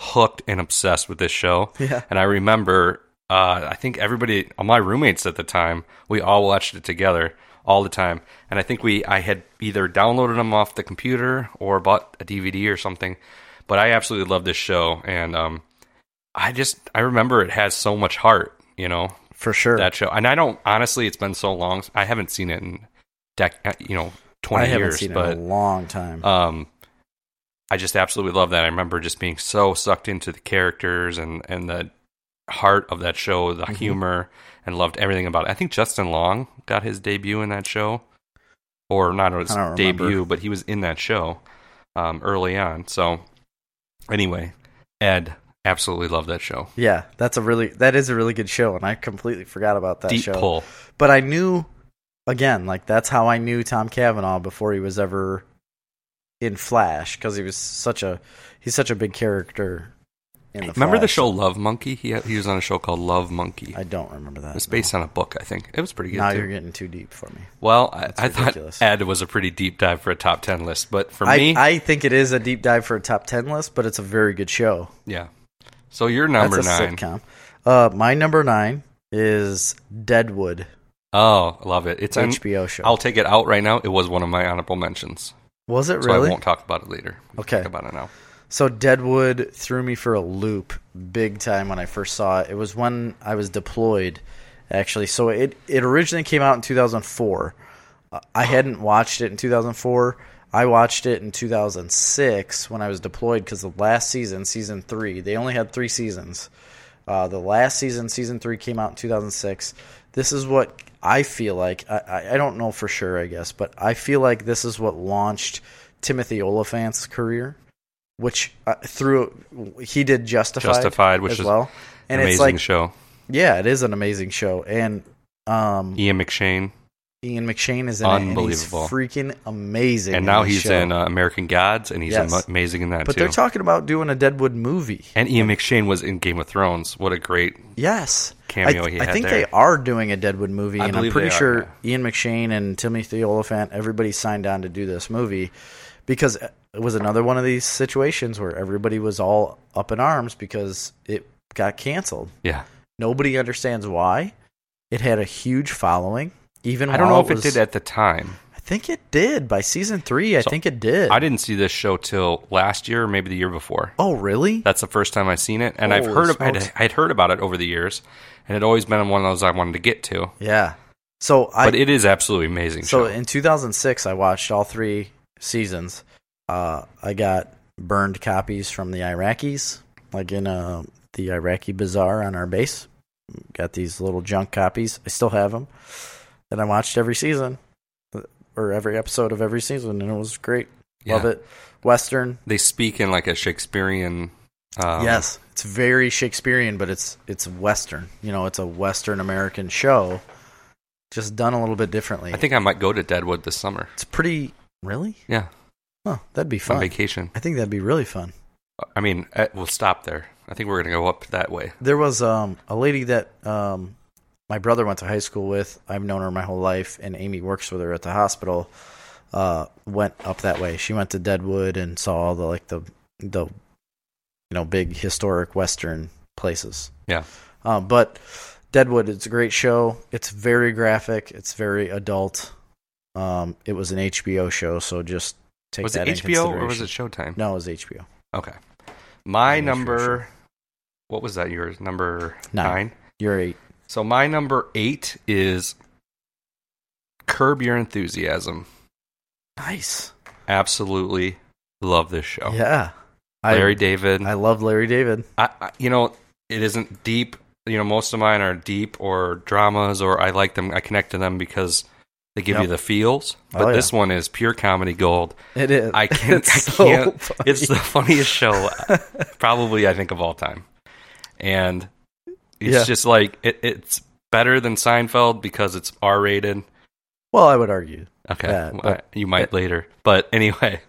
Speaker 1: hooked and obsessed with this show.
Speaker 2: Yeah.
Speaker 1: And I remember, uh, I think everybody, all my roommates at the time, we all watched it together all the time. And I think we, I had either downloaded them off the computer or bought a DVD or something. But I absolutely love this show, and um, I just I remember it has so much heart, you know,
Speaker 2: For sure.
Speaker 1: that show. And I don't honestly, it's been so long. I haven't seen it in dec- uh, you know,
Speaker 2: I
Speaker 1: twenty
Speaker 2: haven't
Speaker 1: years,
Speaker 2: seen it
Speaker 1: but
Speaker 2: in a long time.
Speaker 1: um, I just absolutely love that. I remember just being so sucked into the characters and and the heart of that show, the
Speaker 2: Mhm.
Speaker 1: humor, and loved everything about it. I think Justin Long got his debut in that show, or not his
Speaker 2: I don't remember.
Speaker 1: debut, but he was in that show um, early on. So anyway, Ed absolutely loved that show.
Speaker 2: yeah, that's a really that is a really good show, and I completely forgot about that
Speaker 1: Deep
Speaker 2: show.
Speaker 1: pull.
Speaker 2: But I knew again, like that's how I knew Tom Cavanaugh before he was ever in Flash because he was such a he's such a big character. In the
Speaker 1: Remember the
Speaker 2: Flash.
Speaker 1: show Love Monkey? He he was on a show called Love Monkey.
Speaker 2: I don't remember that.
Speaker 1: It was based on a book, I think. It was pretty good.
Speaker 2: Now
Speaker 1: too.
Speaker 2: you're getting too deep for me.
Speaker 1: Well, I, I thought
Speaker 2: ridiculous.
Speaker 1: Ed was a pretty deep dive for a top 10 list, but for
Speaker 2: I,
Speaker 1: me,
Speaker 2: I think it is a deep dive for a top ten list, but it's a very good show.
Speaker 1: yeah. So you're number
Speaker 2: That's a
Speaker 1: nine.
Speaker 2: sitcom. Uh, my number nine is Deadwood
Speaker 1: Oh, I love it. It's on,
Speaker 2: HBO show.
Speaker 1: I'll take it out right now. It was one of my honorable mentions.
Speaker 2: was it
Speaker 1: So I
Speaker 2: really?
Speaker 1: won't talk about it later. We can
Speaker 2: Okay.
Speaker 1: Talk about it now.
Speaker 2: So Deadwood threw me for a loop big time when I first saw it. It was when I was deployed, actually. So it it originally came out in 2004. Uh, I hadn't watched it in 2004. I watched it in 2006 when I was deployed because the last season, season three, they only had three seasons. Uh, the last season, season three, came out in 2006. This is what I feel like. I, I, I don't know for sure, I guess, but I feel like this is what launched Timothy Oliphant's career which uh, through he did Justified,
Speaker 1: Justified, which
Speaker 2: as
Speaker 1: is
Speaker 2: well, and
Speaker 1: Amazing
Speaker 2: it's like
Speaker 1: show.
Speaker 2: yeah, it is an amazing show, and um,
Speaker 1: Ian McShane.
Speaker 2: Ian McShane is in
Speaker 1: Unbelievable.
Speaker 2: it, and he's freaking amazing.
Speaker 1: And now
Speaker 2: this
Speaker 1: he's
Speaker 2: show.
Speaker 1: in uh, American Gods, and he's
Speaker 2: Yes.
Speaker 1: am- amazing in that
Speaker 2: but
Speaker 1: too.
Speaker 2: they're talking about doing a Deadwood movie.
Speaker 1: and Ian McShane was in Game of Thrones. What a great.
Speaker 2: Yes,
Speaker 1: Cameo
Speaker 2: I,
Speaker 1: he
Speaker 2: I
Speaker 1: had
Speaker 2: think
Speaker 1: there.
Speaker 2: they are doing a Deadwood movie,
Speaker 1: I
Speaker 2: and I'm
Speaker 1: believe
Speaker 2: pretty
Speaker 1: they are,
Speaker 2: sure Ian McShane and Timothy Oliphant, everybody signed on to do this movie because it was another one of these situations where everybody was all up in arms because it got canceled.
Speaker 1: Yeah.
Speaker 2: Nobody understands why. It had a huge following. Even
Speaker 1: I don't
Speaker 2: while
Speaker 1: know if it
Speaker 2: was-
Speaker 1: did at the time.
Speaker 2: I think it did by season three. I
Speaker 1: So,
Speaker 2: think it did.
Speaker 1: I didn't see this show till last year or maybe the year before.
Speaker 2: oh, really?
Speaker 1: That's the first time I've seen it, and I've
Speaker 2: Holy
Speaker 1: heard of, I'd,
Speaker 2: smokes.
Speaker 1: I'd heard about it over the years, and it always been one of those I wanted to get to.
Speaker 2: yeah. So I
Speaker 1: But it is absolutely amazing.
Speaker 2: so
Speaker 1: show.
Speaker 2: in 2006 I watched all three seasons. Uh, I got burned copies from the Iraqis, like in uh, the Iraqi bazaar on our base. Got these little junk copies. I still have them, and I watched every season uh, or every episode of every season, and it was great.
Speaker 1: Yeah.
Speaker 2: Love it. Western,
Speaker 1: they speak in like a Shakespearean. Um,
Speaker 2: yes, it's very Shakespearean, but it's it's Western. You know, it's a Western American show, just done a little bit differently.
Speaker 1: I think I might go to Deadwood this summer.
Speaker 2: it's pretty. Really?
Speaker 1: Yeah,
Speaker 2: Oh, that'd be
Speaker 1: on
Speaker 2: fun.
Speaker 1: vacation.
Speaker 2: I think that'd be really fun.
Speaker 1: I mean, eh, we'll stop there. I think we're gonna go up that way.
Speaker 2: There was um, a lady that um, my brother went to high school with. I've known her my whole life, and Amy works with her at the hospital. Uh, went up that way. She went to Deadwood and saw all the like the the you know big historic Western places.
Speaker 1: Yeah,
Speaker 2: Um, but Deadwood, it's a great show. It's very graphic. It's very adult. Um, it was an HBO show, so just take
Speaker 1: Was
Speaker 2: that
Speaker 1: it
Speaker 2: in
Speaker 1: HBO or was
Speaker 2: consideration.
Speaker 1: it Showtime?
Speaker 2: No, it was HBO.
Speaker 1: Okay. My
Speaker 2: Yeah, HBO
Speaker 1: number. What was that? Yours number
Speaker 2: Nine.
Speaker 1: nine.
Speaker 2: You're eight.
Speaker 1: So my number eight is Curb Your Enthusiasm.
Speaker 2: Nice.
Speaker 1: Absolutely love this show.
Speaker 2: Yeah.
Speaker 1: Oh. Larry David.
Speaker 2: I, I love Larry David.
Speaker 1: I, I, you know, it isn't deep. You know, most of mine are deep or dramas, or I like them. I connect to them because they give
Speaker 2: Yep.
Speaker 1: you the feels. But
Speaker 2: Oh, yeah.
Speaker 1: this one is pure comedy gold.
Speaker 2: It is. [LAUGHS]
Speaker 1: I can't.
Speaker 2: It's
Speaker 1: I
Speaker 2: so
Speaker 1: can't.
Speaker 2: funny.
Speaker 1: It's
Speaker 2: [LAUGHS]
Speaker 1: the funniest show, probably I think of all time, and it's
Speaker 2: Yeah.
Speaker 1: just like it, it's better than Seinfeld because it's R rated.
Speaker 2: well, I would argue.
Speaker 1: Okay,
Speaker 2: Yeah,
Speaker 1: Well,
Speaker 2: but-
Speaker 1: you might later, but anyway,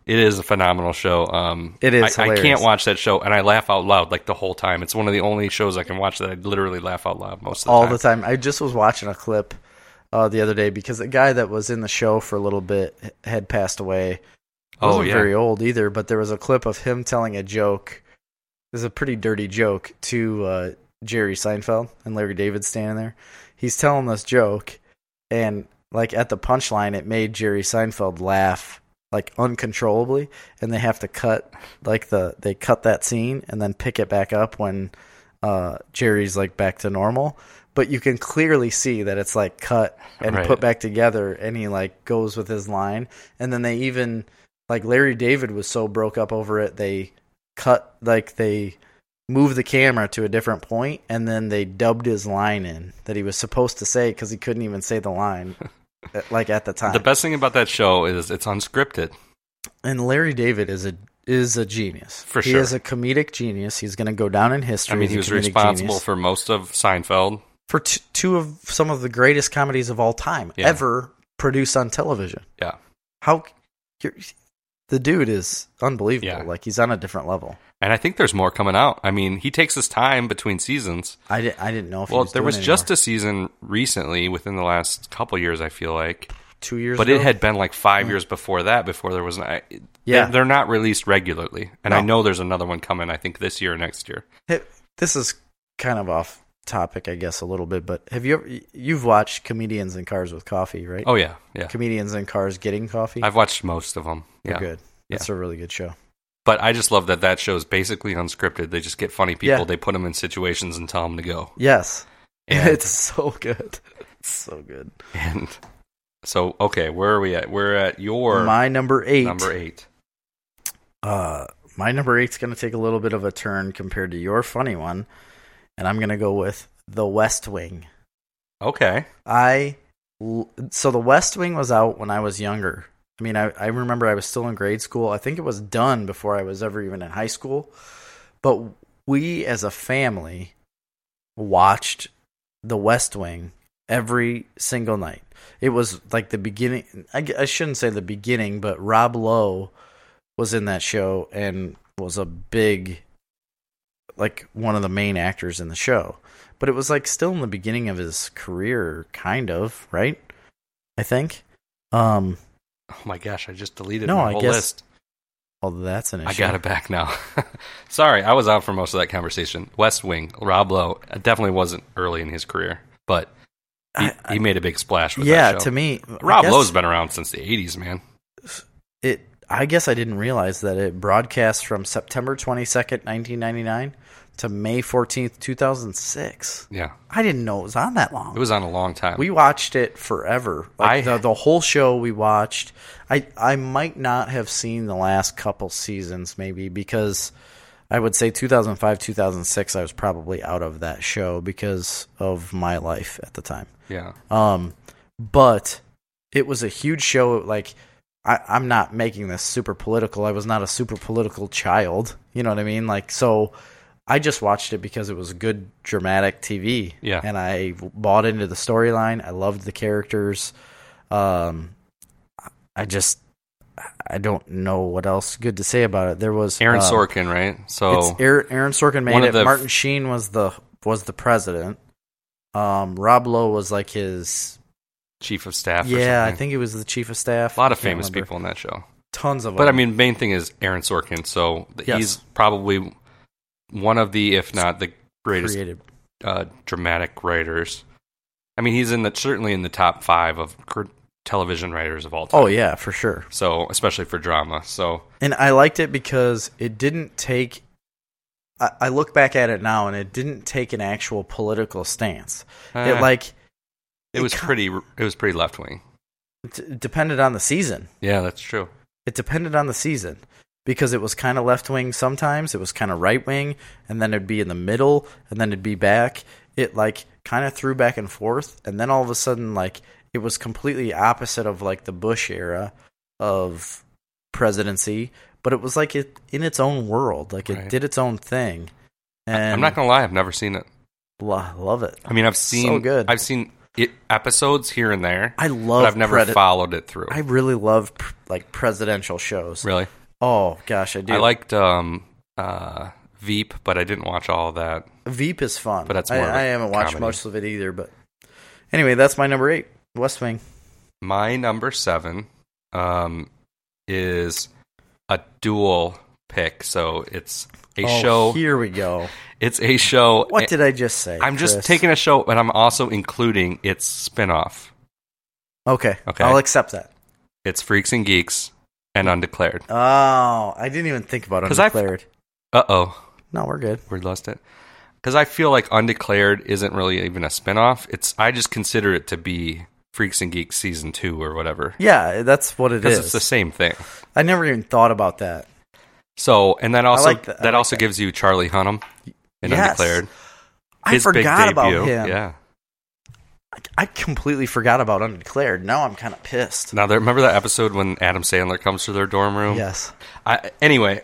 Speaker 1: [LAUGHS] it is a phenomenal show. Um,
Speaker 2: It is
Speaker 1: I, I can't
Speaker 2: hilarious.
Speaker 1: watch that show, and I laugh out loud like the whole time. It's one of the only shows I can watch that I literally laugh out loud most of the
Speaker 2: all
Speaker 1: time.
Speaker 2: the time. I just was watching a clip uh, the other day because the guy that was in the show for a little bit h- had passed away.
Speaker 1: Oh,
Speaker 2: wasn't
Speaker 1: yeah.
Speaker 2: very old either, but there was a clip of him telling a joke. This is a pretty dirty joke to uh, Jerry Seinfeld and Larry David standing there. He's telling this joke, and like at the punchline, it made Jerry Seinfeld laugh like uncontrollably, and they have to cut like the they cut that scene and then pick it back up when uh, Jerry's like back to normal. But you can clearly see that it's like cut and
Speaker 1: Right.
Speaker 2: put back together, and he like goes with his line. And then they even like Larry David was so broke up over it, they cut like they moved the camera to a different point, and then they dubbed his line in that he was supposed to say because he couldn't even say the line at- like at the time.
Speaker 1: The best thing about that show is it's unscripted.
Speaker 2: and Larry David is a is a genius.
Speaker 1: For
Speaker 2: he
Speaker 1: sure.
Speaker 2: is a comedic genius. He's going to go down in history.
Speaker 1: I mean,
Speaker 2: as
Speaker 1: he
Speaker 2: a
Speaker 1: was
Speaker 2: comedic
Speaker 1: responsible
Speaker 2: genius.
Speaker 1: for most of Seinfeld.
Speaker 2: for t- two of some of the greatest comedies of all time
Speaker 1: Yeah.
Speaker 2: ever produced on television.
Speaker 1: Yeah.
Speaker 2: How you're, the dude is unbelievable.
Speaker 1: Yeah.
Speaker 2: Like he's on a different level.
Speaker 1: And I think there's more coming out. I mean, he takes his time between seasons.
Speaker 2: I didn't. I didn't know if. he
Speaker 1: Well,
Speaker 2: was
Speaker 1: there
Speaker 2: doing
Speaker 1: was
Speaker 2: it
Speaker 1: just a season recently within the last couple years, I feel like.
Speaker 2: anymore. two years,
Speaker 1: but
Speaker 2: ago?
Speaker 1: it had been like
Speaker 2: Mm.
Speaker 1: five years before that before there was an I,
Speaker 2: Yeah.
Speaker 1: they're, they're not released regularly and i
Speaker 2: No.
Speaker 1: know there's another one coming i think this year or next year
Speaker 2: Hey, This is kind of off topic, I guess, a little bit. But have you ever you've watched comedians in cars with coffee, right?
Speaker 1: oh yeah yeah
Speaker 2: Comedians in cars getting coffee.
Speaker 1: i've watched most of them
Speaker 2: They're
Speaker 1: yeah
Speaker 2: good.
Speaker 1: Yeah.
Speaker 2: That's a really good show.
Speaker 1: but i just love that that show is basically unscripted they just get funny people
Speaker 2: Yeah.
Speaker 1: they put them in situations and tell them to go
Speaker 2: Yes,
Speaker 1: and,
Speaker 2: [LAUGHS] it's so good. It's so good.
Speaker 1: and so okay where are we at we're at your
Speaker 2: my number eight.
Speaker 1: number eight
Speaker 2: Uh, my number eight's going to take a little bit of a turn compared to your funny one, and I'm going to go with The West Wing.
Speaker 1: okay
Speaker 2: I l- so The West Wing was out when I was younger. I mean, I, I remember I was still in grade school. I think it was done before I was ever even in high school. But we as a family watched The West Wing every single night. It was like the beginning. I, g- I shouldn't say the beginning, but Rob Lowe was in that show and was a big, like one of the main actors in the show. But it was like still in the beginning of his career, kind of, right? I think. Um,
Speaker 1: oh my gosh i just deleted
Speaker 2: No,
Speaker 1: my
Speaker 2: I
Speaker 1: whole
Speaker 2: guess-
Speaker 1: list
Speaker 2: although that's an issue.
Speaker 1: I got it back now. [LAUGHS] Sorry, I was out for most of that conversation. West Wing, Rob Lowe it definitely wasn't early in his career, but he,
Speaker 2: I- I-
Speaker 1: he made a big splash with
Speaker 2: yeah,
Speaker 1: that show.
Speaker 2: to me, I
Speaker 1: Rob
Speaker 2: guess
Speaker 1: Lowe's been around since the 80s, man.
Speaker 2: It. I guess I didn't realize that it broadcast from September twenty second, nineteen ninety nine, to May fourteenth, two thousand six.
Speaker 1: Yeah,
Speaker 2: I didn't know it was on that long.
Speaker 1: it was on a long time.
Speaker 2: We watched it forever. Like
Speaker 1: I-
Speaker 2: the, the whole show we watched. I I might not have seen the last couple seasons maybe because I would say 2005 2006 I was probably out of that show because of my life at the time.
Speaker 1: yeah,
Speaker 2: Um, but it was a huge show. Like, I, I'm not making this super political. I was not a super political child. You know what I mean? Like, so I just watched it because it was good dramatic TV.
Speaker 1: Yeah.
Speaker 2: And I bought into the storyline. I loved the characters. Um, I just, I don't know what else good to say about it. There was
Speaker 1: Aaron
Speaker 2: uh,
Speaker 1: Sorkin, right? So
Speaker 2: it's Aaron, Aaron Sorkin made
Speaker 1: One of
Speaker 2: it.
Speaker 1: the-
Speaker 2: Martin Sheen was the was the president. Um, Rob Lowe was like his
Speaker 1: chief of staff. or
Speaker 2: yeah, I
Speaker 1: something.
Speaker 2: think he was the chief of staff.
Speaker 1: a lot
Speaker 2: I
Speaker 1: of
Speaker 2: can't
Speaker 1: famous
Speaker 2: remember.
Speaker 1: people in that show.
Speaker 2: Tons of
Speaker 1: But I
Speaker 2: them.
Speaker 1: mean, main thing is Aaron Sorkin. So th-
Speaker 2: Yes.
Speaker 1: he's probably one of the, if not the greatest
Speaker 2: creative.
Speaker 1: uh, dramatic writers. I mean, he's in the certainly in the top five of cr- television writers of all time.
Speaker 2: Oh yeah, for sure.
Speaker 1: So especially for drama. So
Speaker 2: And I liked it because it didn't take. I, I look back at it now, and it didn't take an actual political stance.
Speaker 1: eh,
Speaker 2: it like
Speaker 1: it was
Speaker 2: ki-
Speaker 1: pretty it was pretty left wing.
Speaker 2: d- depended on the season.
Speaker 1: Yeah, that's true.
Speaker 2: It depended on the season because it was kind of left wing sometimes, it was kind of right wing, and then it'd be in the middle, and then it'd be back. It like kind of threw back and forth, and then all of a sudden, like it was completely opposite of like the Bush era of presidency, but it was like it in its own world, like it
Speaker 1: Right.
Speaker 2: did its own thing. And
Speaker 1: I'm not gonna lie, I've never seen it.
Speaker 2: lo- love it.
Speaker 1: I mean, I've seen
Speaker 2: So good.
Speaker 1: I've seen it, episodes here and there,
Speaker 2: I
Speaker 1: but
Speaker 2: love.
Speaker 1: I've never
Speaker 2: predi-
Speaker 1: followed it through.
Speaker 2: I really love pr- like presidential shows.
Speaker 1: really,
Speaker 2: Oh gosh, I do.
Speaker 1: I liked um, uh, Veep, but I didn't watch all of that.
Speaker 2: Veep is fun,
Speaker 1: But that's
Speaker 2: I,
Speaker 1: more of a
Speaker 2: I haven't watched
Speaker 1: comedy.
Speaker 2: most of it either. But anyway, that's my number eight, West Wing.
Speaker 1: My number seven um, is a dual pick, so it's a
Speaker 2: oh,
Speaker 1: show.
Speaker 2: Here we go.
Speaker 1: It's a show. eh,
Speaker 2: What did I just say?
Speaker 1: I'm just
Speaker 2: Chris?
Speaker 1: taking a show, but I'm also including its spinoff.
Speaker 2: Okay.
Speaker 1: Okay.
Speaker 2: Okay. I'll accept that.
Speaker 1: It's Freaks and Geeks and Undeclared.
Speaker 2: Oh, I didn't even think about
Speaker 1: 'Cause I've-
Speaker 2: undeclared.
Speaker 1: Uh oh.
Speaker 2: No, we're good.
Speaker 1: we lost it because i feel like undeclared isn't really even a spin-off it's i just consider it to be freaks and geeks season two or whatever
Speaker 2: Yeah, that's what it
Speaker 1: because
Speaker 2: is.
Speaker 1: it's the same thing
Speaker 2: I never even thought about that.
Speaker 1: so and then also
Speaker 2: like that. I
Speaker 1: that
Speaker 2: like
Speaker 1: also
Speaker 2: that.
Speaker 1: gives you charlie hunnam in
Speaker 2: Yes.
Speaker 1: undeclared
Speaker 2: I forgot about him.
Speaker 1: yeah
Speaker 2: I completely forgot about undeclared. Now I'm kind of pissed.
Speaker 1: now there, remember that episode when adam sandler comes to their dorm room
Speaker 2: Yes.
Speaker 1: I, anyway,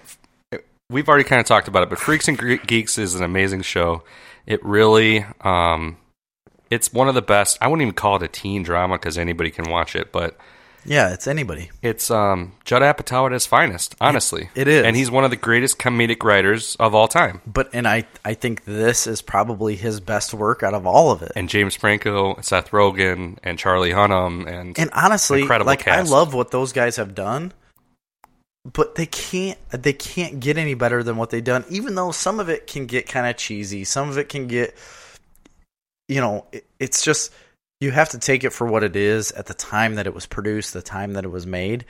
Speaker 1: we've already kind of talked about it, but Freaks and Gre- Geeks is an amazing show. It really, um, it's one of the best. I wouldn't even call it a teen drama because anybody can watch it, but
Speaker 2: Yeah, it's anybody.
Speaker 1: it's um, Judd Apatow at his finest, honestly.
Speaker 2: It is.
Speaker 1: and he's one of the greatest comedic writers of all time.
Speaker 2: But and I I think this is probably his best work out of all of it.
Speaker 1: And James Franco, Seth Rogen, and Charlie Hunnam, and,
Speaker 2: And honestly,
Speaker 1: Incredible
Speaker 2: like
Speaker 1: cast.
Speaker 2: I love what those guys have done, but they can't they can't get any better than what they've done. Even though some of it can get kind of cheesy, some of it can get, you know, it, it's just you have to take it for what it is at the time that it was produced, the time that it was made.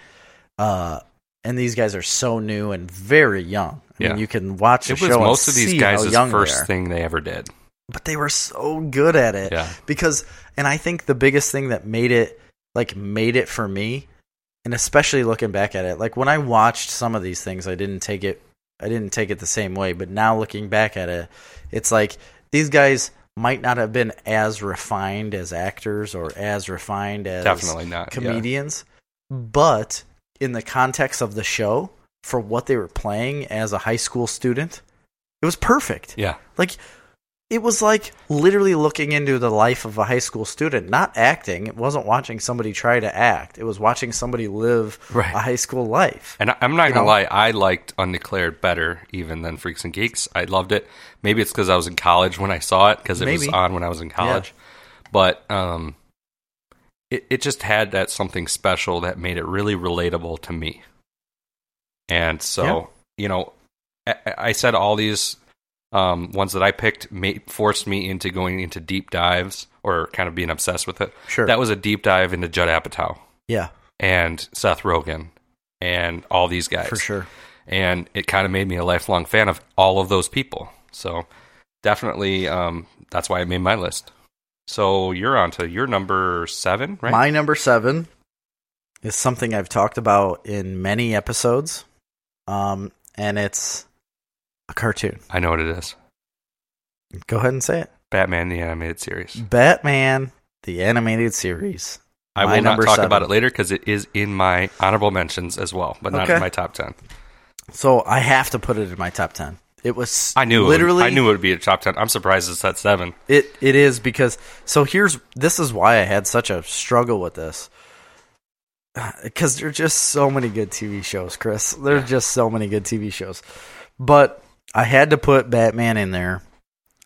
Speaker 2: Uh, and these guys are so new and very young. I
Speaker 1: Yeah.
Speaker 2: mean, you can watch the
Speaker 1: it was
Speaker 2: show and
Speaker 1: most of
Speaker 2: see
Speaker 1: these
Speaker 2: how
Speaker 1: guys'
Speaker 2: young they
Speaker 1: first
Speaker 2: are.
Speaker 1: thing they ever did.
Speaker 2: but they were so good at it
Speaker 1: Yeah,
Speaker 2: because and i think the biggest thing that made it like made it for me and especially looking back at it like when i watched some of these things i didn't take it i didn't take it the same way but now looking back at it it's like these guys might not have been as refined as actors or as refined as
Speaker 1: definitely not. yeah.
Speaker 2: comedians but in the context of the show for what they were playing as a high school student it was perfect
Speaker 1: yeah.
Speaker 2: like it was like literally looking into the life of a high school student, not acting. It wasn't watching somebody try to act. It was watching somebody live
Speaker 1: Right.
Speaker 2: a high school life.
Speaker 1: And I- I'm not
Speaker 2: You
Speaker 1: gonna
Speaker 2: know?
Speaker 1: lie, I liked Undeclared better even than Freaks and Geeks. I loved it. Maybe it's because I was in college when I saw it because it was
Speaker 2: Maybe.
Speaker 1: on when I was in college. But um, it it just had that something special that made it really relatable to me. And so
Speaker 2: Yeah.
Speaker 1: you know, I, I- I said all these um, ones that I picked made, forced me into going into deep dives or kind of being obsessed with it.
Speaker 2: Sure.
Speaker 1: That was a deep dive into Judd Apatow
Speaker 2: yeah,
Speaker 1: and Seth Rogen and all these guys
Speaker 2: for sure.
Speaker 1: and it kind of made me a lifelong fan of all of those people. So definitely, um, that's why I made my list. So you're on to your number seven, right?
Speaker 2: My number seven is something I've talked about in many episodes, um, and it's a cartoon.
Speaker 1: I know what it is.
Speaker 2: Go ahead and say it.
Speaker 1: Batman the animated series.
Speaker 2: Batman, the animated series.
Speaker 1: I
Speaker 2: My
Speaker 1: will not
Speaker 2: number
Speaker 1: talk
Speaker 2: seven.
Speaker 1: about it later because it is in my honorable mentions as well, but not in
Speaker 2: Okay.
Speaker 1: my top ten.
Speaker 2: So I have to put it in my top ten. It was
Speaker 1: I knew
Speaker 2: literally
Speaker 1: It would, I knew it would be a top ten. I'm surprised it's at seven.
Speaker 2: It it is because so here's this is why I had such a struggle with this [SIGHS] because there are just so many good TV shows, Chris. There are just so many good TV shows, but I had to put Batman in there.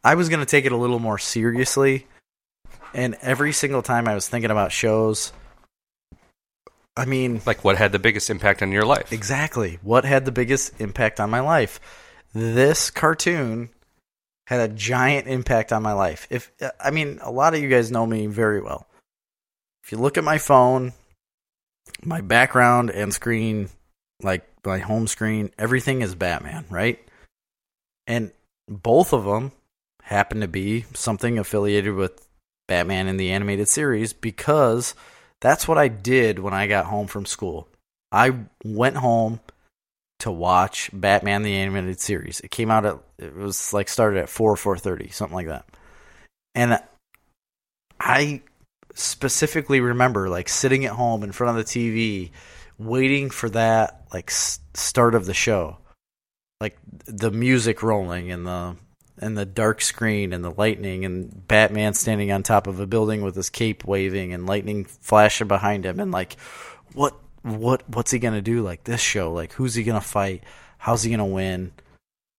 Speaker 2: I was gonna take it a little more seriously, and every single time I was thinking about shows, I mean,
Speaker 1: Like what had the biggest impact on your life?
Speaker 2: Exactly. What had the biggest impact on my life? This cartoon had a giant impact on my life. If I mean, a lot of you guys know me very well. If you look at my phone my background and screen, like my home screen, everything is Batman, right? And both of them happen to be something affiliated with Batman in the animated series because that's what I did when I got home from school. I went home to watch Batman the animated series. It came out at it was like started at 4 4:30, something like that. And I specifically remember like sitting at home in front of the TV waiting for that like s- start of the show. Like the music rolling and the and the dark screen and the lightning and Batman standing on top of a building with his cape waving and lightning flashing behind him and like what what what's he gonna do like this show like who's he gonna fight how's he gonna win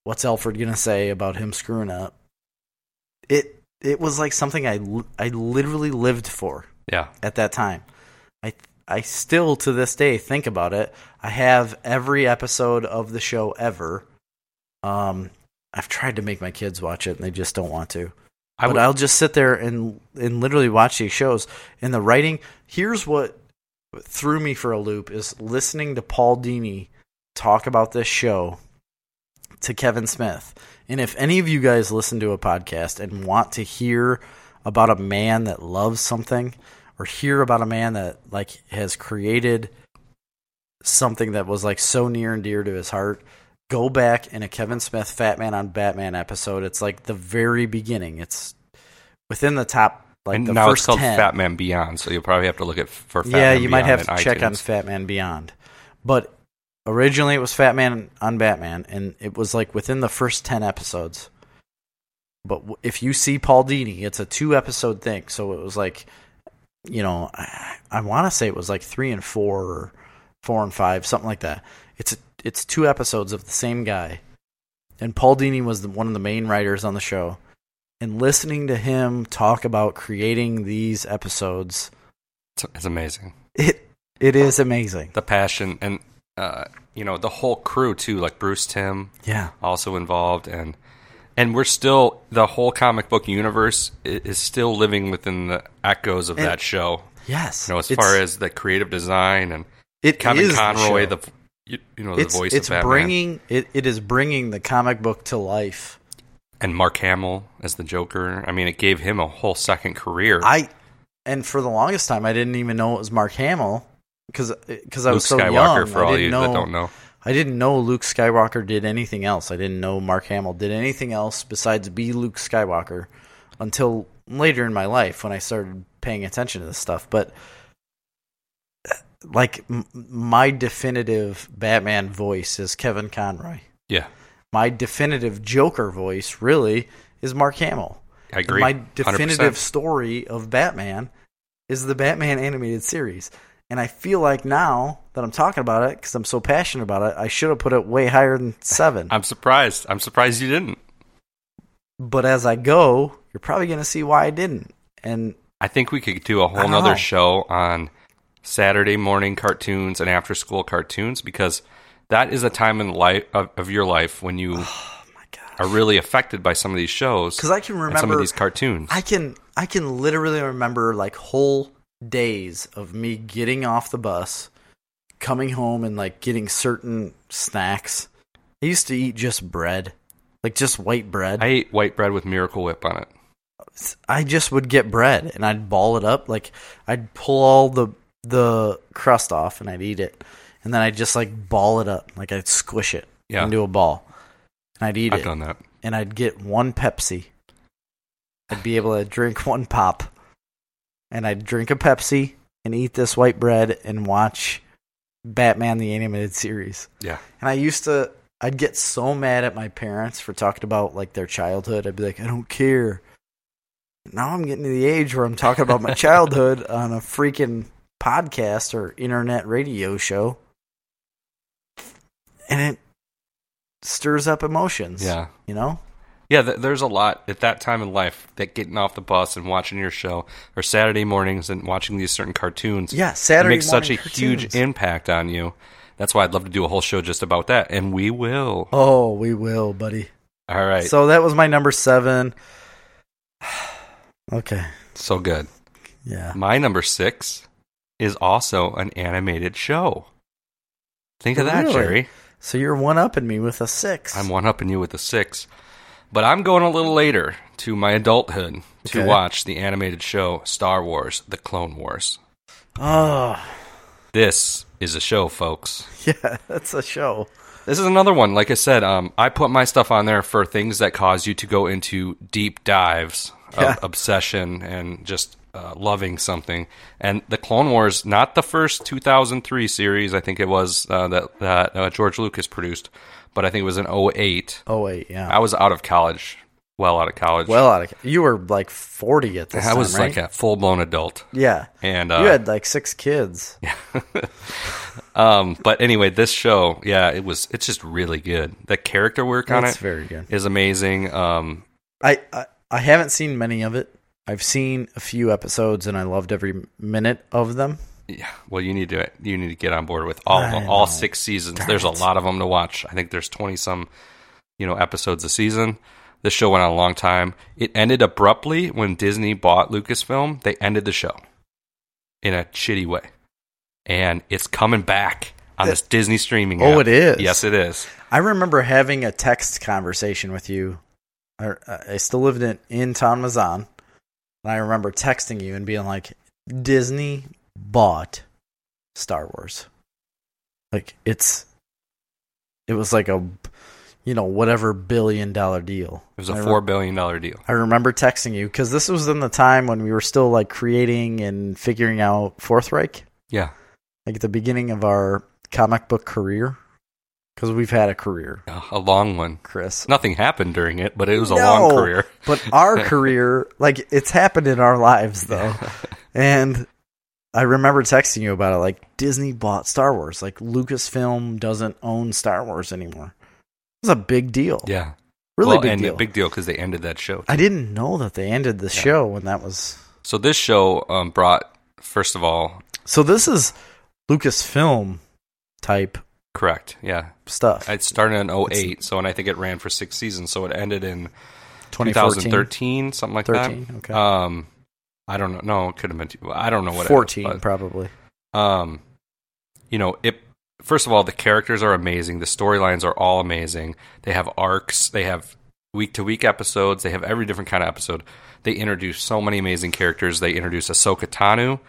Speaker 2: what's Alfred gonna say about him screwing up it it was like something I li- I literally lived for
Speaker 1: Yeah.
Speaker 2: at that time. I I still to this day think about it. I have every episode of the show ever. Um, I've tried to make my kids watch it, and they just don't want to.
Speaker 1: I
Speaker 2: but
Speaker 1: would,
Speaker 2: I'll just sit there and and literally watch these shows. And the writing. Here's what threw me for a loop is listening to Paul Dini talk about this show to Kevin Smith. And if any of you guys listen to a podcast and want to hear about a man that loves something or hear about a man that like has created something that was like so near and dear to his heart, go back in a Kevin Smith Fat Man on Batman episode. It's like the very beginning. It's within the top like
Speaker 1: and
Speaker 2: the
Speaker 1: now
Speaker 2: first
Speaker 1: it's called
Speaker 2: 10
Speaker 1: Fat Man Beyond, so you'll probably have to look at for Fat
Speaker 2: yeah,
Speaker 1: Man
Speaker 2: you might
Speaker 1: Beyond
Speaker 2: have
Speaker 1: in
Speaker 2: to check on
Speaker 1: iTunes.
Speaker 2: Fat Man Beyond. But originally it was Fat Man on Batman, and it was like within the first 10 episodes. But w- if you see Paul Dini, it's a two episode thing. So it was like, you know, I, I want to say it was like three and four or four and five, something like that. It's, a, it's two episodes of the same guy. And Paul Dini was the, one of the main writers on the show. And listening to him talk about creating these episodes
Speaker 1: It's, it's amazing.
Speaker 2: it it is amazing.
Speaker 1: The passion and uh, you know the whole crew too, like Bruce Tim
Speaker 2: Yeah.
Speaker 1: also involved, and and we're still the whole comic book universe i- is still living within the echoes of
Speaker 2: And-
Speaker 1: that show.
Speaker 2: Yes.
Speaker 1: You know, as
Speaker 2: It's-
Speaker 1: far as the creative design and
Speaker 2: it
Speaker 1: Kevin
Speaker 2: is the
Speaker 1: Conroy,
Speaker 2: show.
Speaker 1: the, v- you, you know the
Speaker 2: it's,
Speaker 1: voice
Speaker 2: it's
Speaker 1: of Batman,
Speaker 2: bringing it, it is bringing the comic book to life.
Speaker 1: and Mark Hamill as the Joker. I mean, it gave him a whole second career.
Speaker 2: I and for the longest time I didn't even know it was Mark Hamill because because I
Speaker 1: Luke
Speaker 2: was so
Speaker 1: Skywalker,
Speaker 2: young.
Speaker 1: for
Speaker 2: I
Speaker 1: all
Speaker 2: didn't
Speaker 1: you
Speaker 2: know,
Speaker 1: that don't know.
Speaker 2: I didn't know Luke Skywalker did anything else. I didn't know Mark Hamill did anything else besides be Luke Skywalker until later in my life when I started paying attention to this stuff. But uh, like m- my definitive Batman voice is Kevin Conroy.
Speaker 1: Yeah,
Speaker 2: My definitive Joker voice really is Mark Hamill.
Speaker 1: I agree.
Speaker 2: My
Speaker 1: 100%.
Speaker 2: definitive story of Batman is the Batman animated series. And I feel like now that I'm talking about it, because I'm so passionate about it, I should have put it way
Speaker 1: [LAUGHS]
Speaker 2: higher than seven.
Speaker 1: I'm surprised. I'm surprised you didn't.
Speaker 2: but as I go, you're probably going to see why I didn't. And
Speaker 1: I think we could do a
Speaker 2: I
Speaker 1: whole
Speaker 2: don't
Speaker 1: nother
Speaker 2: know.
Speaker 1: show on Saturday morning cartoons and after school cartoons because that is a time in life of, of your life when
Speaker 2: [SIGHS]
Speaker 1: you
Speaker 2: Oh, my God,
Speaker 1: are really affected by some of these shows.
Speaker 2: 'Cause I can
Speaker 1: and some of
Speaker 2: remember-
Speaker 1: these cartoons.
Speaker 2: I can I can literally remember like whole days of me getting off the bus, coming home and like getting certain snacks. I used to eat just bread, like just white bread.
Speaker 1: I ate white bread with Miracle Whip on it.
Speaker 2: I just would get bread and I'd ball it up. Like I'd pull all the the crust off and I'd eat it, and then I'd just like ball it up. Like I'd squish it
Speaker 1: Yeah.
Speaker 2: into a ball, and I'd eat
Speaker 1: I've
Speaker 2: it.
Speaker 1: done that.
Speaker 2: And I'd get one Pepsi. I'd be able to drink [LAUGHS] one pop, and I'd drink a Pepsi and eat this white bread and watch Batman the animated series.
Speaker 1: Yeah.
Speaker 2: And I used to, I'd get so mad at my parents for talking about like their childhood. I'd be like, I don't care. Now I'm getting to the age where I'm talking
Speaker 1: [LAUGHS]
Speaker 2: about my childhood on a freaking podcast or internet radio show. And it stirs up emotions.
Speaker 1: Yeah.
Speaker 2: You know?
Speaker 1: Yeah, th- there's a lot at that time in life that getting off the bus and watching your show or Saturday mornings and watching these certain cartoons
Speaker 2: Yeah. Saturday
Speaker 1: makes such a
Speaker 2: morning
Speaker 1: huge
Speaker 2: cartoons.
Speaker 1: impact on you. That's why I'd love to do a whole show just about that, and we will.
Speaker 2: Oh, we will, buddy.
Speaker 1: All right, so,
Speaker 2: So that was my number seven. [SIGHS] okay.
Speaker 1: good.
Speaker 2: Yeah.
Speaker 1: My number six is also an animated show. Think of that,
Speaker 2: Really?
Speaker 1: Jerry.
Speaker 2: So you're one upping me with a six.
Speaker 1: I'm one upping you with a six. But I'm going a little later to my adulthood to
Speaker 2: Okay.
Speaker 1: watch the animated show Star Wars The Clone Wars.
Speaker 2: oh,
Speaker 1: This is a show, folks.
Speaker 2: [LAUGHS] yeah, that's a show.
Speaker 1: This is another one. Like I said, um, I put my stuff on there for things that cause you to go into deep dives of
Speaker 2: Yeah.
Speaker 1: obsession and just uh, loving something. And the Clone Wars, not the first 2003 series, I think it was uh, that that uh, George Lucas produced, but I think it was in 08.
Speaker 2: Oh wait, yeah.
Speaker 1: I was out of college, well out of college.
Speaker 2: well, out of, you were like forty at this
Speaker 1: I
Speaker 2: time,
Speaker 1: was
Speaker 2: right?
Speaker 1: like a full blown adult,
Speaker 2: yeah.
Speaker 1: and uh,
Speaker 2: you had like six kids.
Speaker 1: um, but anyway, this show, yeah, it was. It's just really good. The character work on
Speaker 2: That's
Speaker 1: it
Speaker 2: very good.
Speaker 1: is amazing. Um,
Speaker 2: I, I I haven't seen many of it. I've seen a few episodes, and I loved every minute of them.
Speaker 1: Yeah, well, you need to you need to get on board with all of
Speaker 2: I
Speaker 1: them, all
Speaker 2: know.
Speaker 1: six seasons.
Speaker 2: Darn
Speaker 1: there's a
Speaker 2: it.
Speaker 1: lot of them to watch. I think there's twenty some, you know, episodes a season. This show went on a long time. It ended abruptly when Disney bought Lucasfilm. They ended the show in a shitty way, and it's coming back on this Disney streaming.
Speaker 2: Oh,
Speaker 1: app.
Speaker 2: it is?
Speaker 1: Yes, it is.
Speaker 2: I remember having a text conversation with you. I, I still lived in in Tonmazan, and I remember texting you and being like, "Disney bought Star Wars. Like it's, it was like a, you know, whatever billion dollar deal.
Speaker 1: It was a
Speaker 2: I rem-
Speaker 1: four billion dollar deal.
Speaker 2: I remember texting you because this was in the time when we were still like creating and figuring out Fourth Reich,
Speaker 1: Yeah.
Speaker 2: like at the beginning of our comic book career, because we've had a career,
Speaker 1: A long one.
Speaker 2: Chris.
Speaker 1: Nothing happened during it, but it was a
Speaker 2: No,
Speaker 1: long career.
Speaker 2: But
Speaker 1: [LAUGHS]
Speaker 2: our career, like it's happened in our lives though, and I remember texting you about it. Like Disney bought Star Wars. Like Lucasfilm doesn't own Star Wars anymore. It was a big deal.
Speaker 1: Yeah.
Speaker 2: really
Speaker 1: well,
Speaker 2: big
Speaker 1: and
Speaker 2: deal.
Speaker 1: a big deal because they ended that show.
Speaker 2: I didn't know that they ended the show when that was
Speaker 1: So this show um, brought, first of all,
Speaker 2: So this is Lucasfilm type
Speaker 1: correct, yeah.
Speaker 2: stuff.
Speaker 1: It started in 08, so and I think it ran for six seasons. So it ended in
Speaker 2: 2014,
Speaker 1: 2013, something like
Speaker 2: 13,
Speaker 1: that.
Speaker 2: okay.
Speaker 1: Um, I don't know. No, it could have been. Two, I don't know what. it was,
Speaker 2: 14
Speaker 1: but,
Speaker 2: probably.
Speaker 1: um, you know, it. First of all, the characters are amazing. The storylines are all amazing. They have arcs. They have week to week episodes. They have every different kind of episode. They introduce so many amazing characters. They introduce Ahsoka Tano,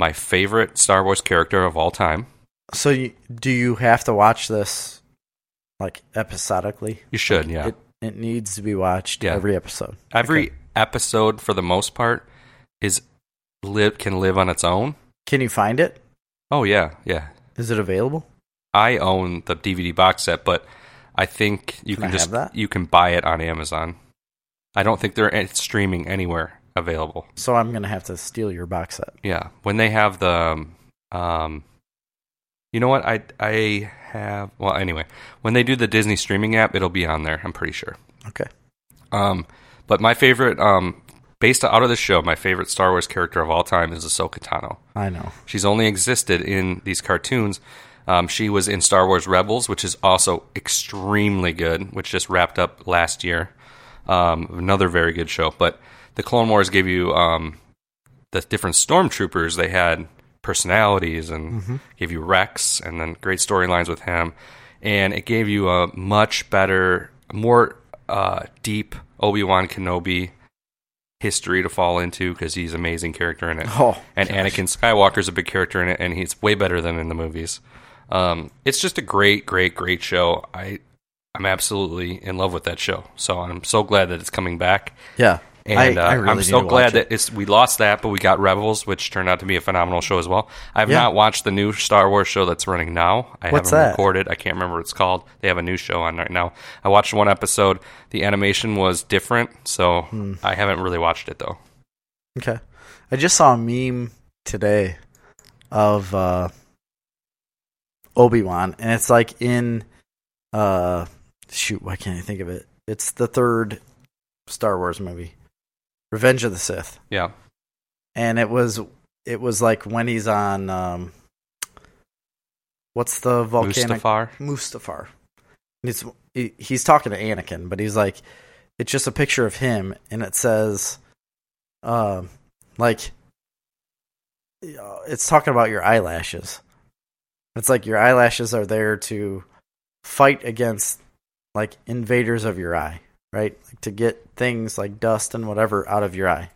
Speaker 1: my favorite Star Wars character of all time.
Speaker 2: So you, do you have to watch this like episodically?
Speaker 1: You should, yeah.
Speaker 2: It it needs to be watched
Speaker 1: Yeah.
Speaker 2: every episode.
Speaker 1: every episode for the most part is live can live on its own.
Speaker 2: Can you find it?
Speaker 1: Oh yeah, yeah.
Speaker 2: Is it available?
Speaker 1: I own the DVD box set, but I think you
Speaker 2: Can
Speaker 1: can,
Speaker 2: I
Speaker 1: just
Speaker 2: have that?
Speaker 1: you can buy it on Amazon. I don't think they're it's streaming anywhere available.
Speaker 2: So I'm going to have to steal your box set.
Speaker 1: Yeah, when they have the um, um you know what I I have well anyway, when they do the Disney streaming app, it'll be on there, I'm pretty sure.
Speaker 2: Okay.
Speaker 1: Um, but my favorite, um, based out of the show, my favorite Star Wars character of all time is Ahsoka Tano.
Speaker 2: I know.
Speaker 1: She's only existed in these cartoons. Um, she was in Star Wars Rebels, which is also extremely good, which just wrapped up last year. Um, another very good show. But the Clone Wars gave you um, the different stormtroopers. They had personalities and gave you Rex, and then great storylines with him. And it gave you a much better, more uh, deep Obi Wan Kenobi history to fall into because he's an amazing character in it
Speaker 2: Oh.
Speaker 1: and Anakin Skywalker's a big character in it, and he's way better than in the movies. Um, it's just a great, great, great show. I I'm absolutely in love with that show. So I'm so glad that it's coming back,
Speaker 2: Yeah.
Speaker 1: and uh,
Speaker 2: really
Speaker 1: I'm
Speaker 2: need
Speaker 1: so
Speaker 2: to
Speaker 1: glad
Speaker 2: watch it.
Speaker 1: that it's we lost that, but we got Rebels, which turned out to be a phenomenal show as well. I've
Speaker 2: Yeah.
Speaker 1: not watched the new Star Wars show that's running now. I haven't
Speaker 2: What's that?
Speaker 1: recorded. I can't remember what it's called. They have a new show on right now. I watched one episode. The animation was different, so I haven't really watched it though.
Speaker 2: Hmm. Okay. I just saw a meme today of uh Obi-Wan and it's like in uh shoot, why can't I think of it? It's the third Star Wars movie. Revenge of the Sith.
Speaker 1: Yeah,
Speaker 2: And it was it was like when he's on um what's the volcanic [LAUGHS]
Speaker 1: Mustafar.
Speaker 2: Mustafar. And it's he- he's talking to Anakin, but he's like, it's just a picture of him, and it says, um, like, uh, it's talking about your eyelashes. It's like your eyelashes are there to fight against like invaders of your eye, right? Like to get things like dust and whatever out of your eye.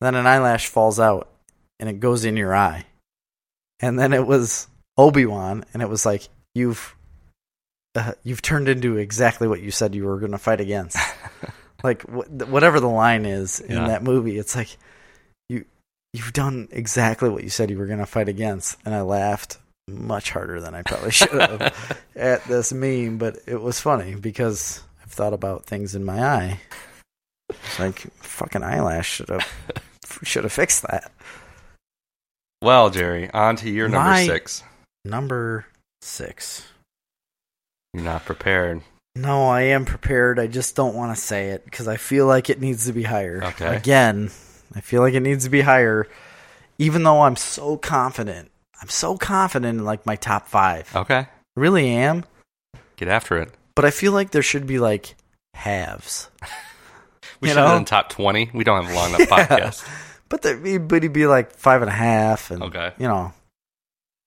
Speaker 2: Then an eyelash falls out and it goes in your eye. And then it was Obi-Wan and it was like you've uh, you've turned into exactly what you said you were going to fight against. like wh- whatever the line is in
Speaker 1: Yeah.
Speaker 2: that movie, it's like you you've done exactly what you said you were going to fight against, and I laughed much harder than I probably should
Speaker 1: [LAUGHS]
Speaker 2: have at this meme, but it was funny because I've thought about things in my eye. Like fucking eyelash should have should have fixed that.
Speaker 1: Well, Jerry, on to your number
Speaker 2: My-
Speaker 1: six.
Speaker 2: Number 6.
Speaker 1: You're not prepared.
Speaker 2: No, I am prepared. I just don't want to say it because I feel like it needs to be higher.
Speaker 1: Okay.
Speaker 2: Again, I feel like it needs to be higher, even though I'm so confident. I'm so confident in like my top five.
Speaker 1: Okay.
Speaker 2: Really am.
Speaker 1: Get after it.
Speaker 2: But I feel like there should be like halves.
Speaker 1: We
Speaker 2: You
Speaker 1: should have
Speaker 2: know?
Speaker 1: done top 20. We don't have
Speaker 2: [LAUGHS]
Speaker 1: a long enough
Speaker 2: Yeah.
Speaker 1: podcast.
Speaker 2: But there'd be, but it'd be like five and a half, and
Speaker 1: Okay.
Speaker 2: you know,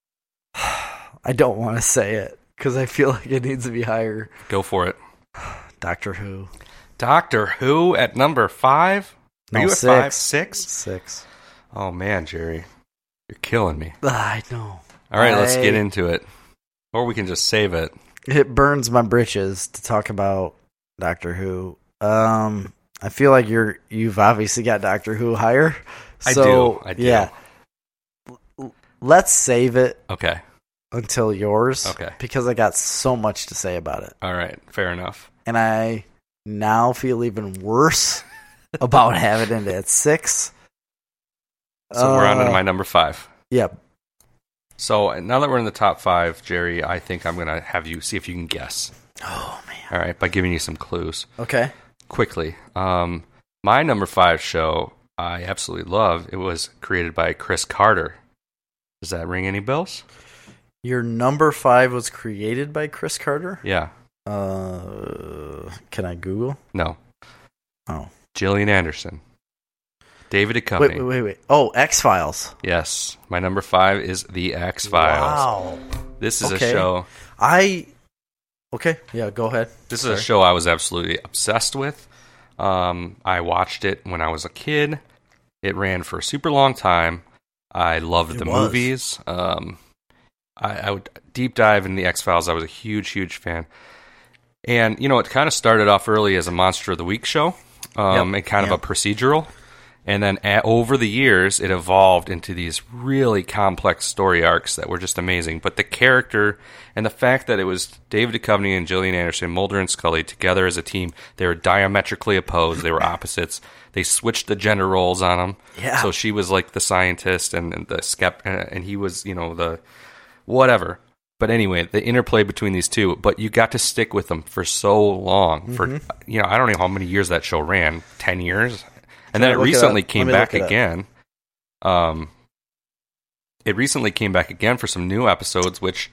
Speaker 2: [SIGHS] I don't want to say it because I feel like it needs to be higher.
Speaker 1: Go for it.
Speaker 2: Doctor Who,
Speaker 1: Doctor Who at number five? Are
Speaker 2: No,
Speaker 1: you at
Speaker 2: six.
Speaker 1: five, six?
Speaker 2: six.
Speaker 1: Oh, man, Jerry. You're killing me.
Speaker 2: Ah, I know.
Speaker 1: All right, let's get
Speaker 2: I-
Speaker 1: into it. Or we can just save it.
Speaker 2: it burns my britches to talk about Doctor Who. Um, I feel like you're you've obviously got Doctor Who higher.
Speaker 1: I
Speaker 2: So,
Speaker 1: do. I do.
Speaker 2: Yeah. L- Let's save it
Speaker 1: Okay.
Speaker 2: until yours.
Speaker 1: Okay.
Speaker 2: Because I got so much to say about it,
Speaker 1: All right. Fair enough.
Speaker 2: and I now feel even
Speaker 1: [LAUGHS]
Speaker 2: worse about having it at six.
Speaker 1: So we're on
Speaker 2: Uh,
Speaker 1: to my number five.
Speaker 2: yeah. [GASPS]
Speaker 1: So now that we're in the top five, Jerry, I think I'm going to have you see if you can guess.
Speaker 2: Oh man.
Speaker 1: All right. By giving you some clues.
Speaker 2: Okay.
Speaker 1: quickly. Um, my number five show I absolutely love. It was created by Chris Carter. Does that ring any bells?
Speaker 2: Your number five was created by Chris Carter.
Speaker 1: Yeah.
Speaker 2: Uh, can I Google?
Speaker 1: No.
Speaker 2: Oh.
Speaker 1: Gillian Anderson. David Duchovny.
Speaker 2: Wait, wait, wait, wait. Oh, X Files.
Speaker 1: Yes. My number five is The X Files.
Speaker 2: Wow.
Speaker 1: This is
Speaker 2: Okay.
Speaker 1: a show.
Speaker 2: I. Okay. Yeah. Go ahead.
Speaker 1: This
Speaker 2: Sorry.
Speaker 1: is a show I was absolutely obsessed with. Um, I watched it when I was a kid. It ran for a super long time. I loved
Speaker 2: It
Speaker 1: the
Speaker 2: was.
Speaker 1: movies. Um, I, I would deep dive in the X Files. I was a huge, huge fan. And you know, it kind of started off early as a Monster of the Week show, um,
Speaker 2: Yep.
Speaker 1: and kind of
Speaker 2: Yep.
Speaker 1: a procedural. And then a over the years, it evolved into these really complex story arcs that were just amazing. But the character and the fact that it was David Duchovny and Gillian Anderson, Mulder and Scully, together as a team, they were diametrically opposed. They were opposites. They switched the gender roles on them.
Speaker 2: Yeah.
Speaker 1: So she was like the scientist and, and the skept, uh, and he was, you know, the whatever. But anyway, the interplay between these two, but you got to stick with them for so long. For
Speaker 2: Mm-hmm.
Speaker 1: you know, I don't know how many years that show ran, ten years, and then
Speaker 2: I
Speaker 1: it
Speaker 2: look it
Speaker 1: recently
Speaker 2: up? Let
Speaker 1: came
Speaker 2: me look
Speaker 1: back
Speaker 2: it up.
Speaker 1: again. Um, it recently came back again for some new episodes, which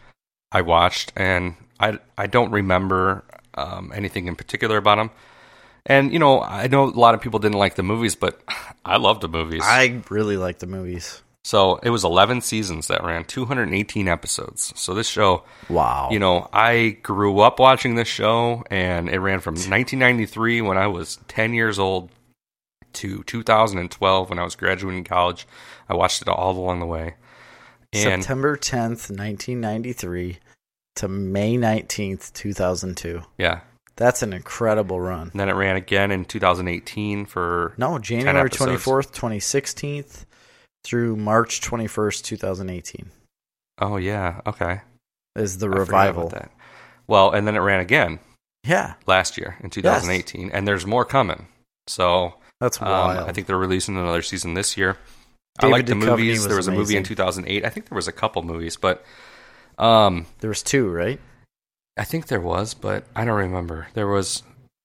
Speaker 1: I watched, and I I don't remember um, anything in particular about them. And you know, I know a lot of people didn't like the movies, but [SIGHS] I loved the movies.
Speaker 2: I really like the movies.
Speaker 1: so it was eleven seasons that ran, two hundred and eighteen episodes. So this show
Speaker 2: Wow.
Speaker 1: you know, I grew up watching this show, and it ran from 1993 when I was 10 years old to 2012 when I was graduating college. I watched it all along the way. And
Speaker 2: September tenth, nineteen ninety three, to May nineteenth, two thousand two.
Speaker 1: yeah,
Speaker 2: That's an incredible run.
Speaker 1: and then it ran again in 2018 for
Speaker 2: No, January
Speaker 1: episodes.
Speaker 2: twenty fourth, twenty sixteenth, through March twenty first, two thousand eighteen
Speaker 1: oh yeah, okay,
Speaker 2: is the
Speaker 1: I forgot
Speaker 2: revival.
Speaker 1: about that. Well, and then it ran again
Speaker 2: Yeah,
Speaker 1: last year in 2018, and there's more coming. So
Speaker 2: that's
Speaker 1: Um,
Speaker 2: wild.
Speaker 1: I think they're releasing another season this year.
Speaker 2: David
Speaker 1: I like the
Speaker 2: Duchovny
Speaker 1: movies.
Speaker 2: was
Speaker 1: there was a movie in
Speaker 2: amazing.
Speaker 1: 2008. I think there was a couple movies, but um,
Speaker 2: there was two, right?
Speaker 1: I think there was, but I don't remember. There was.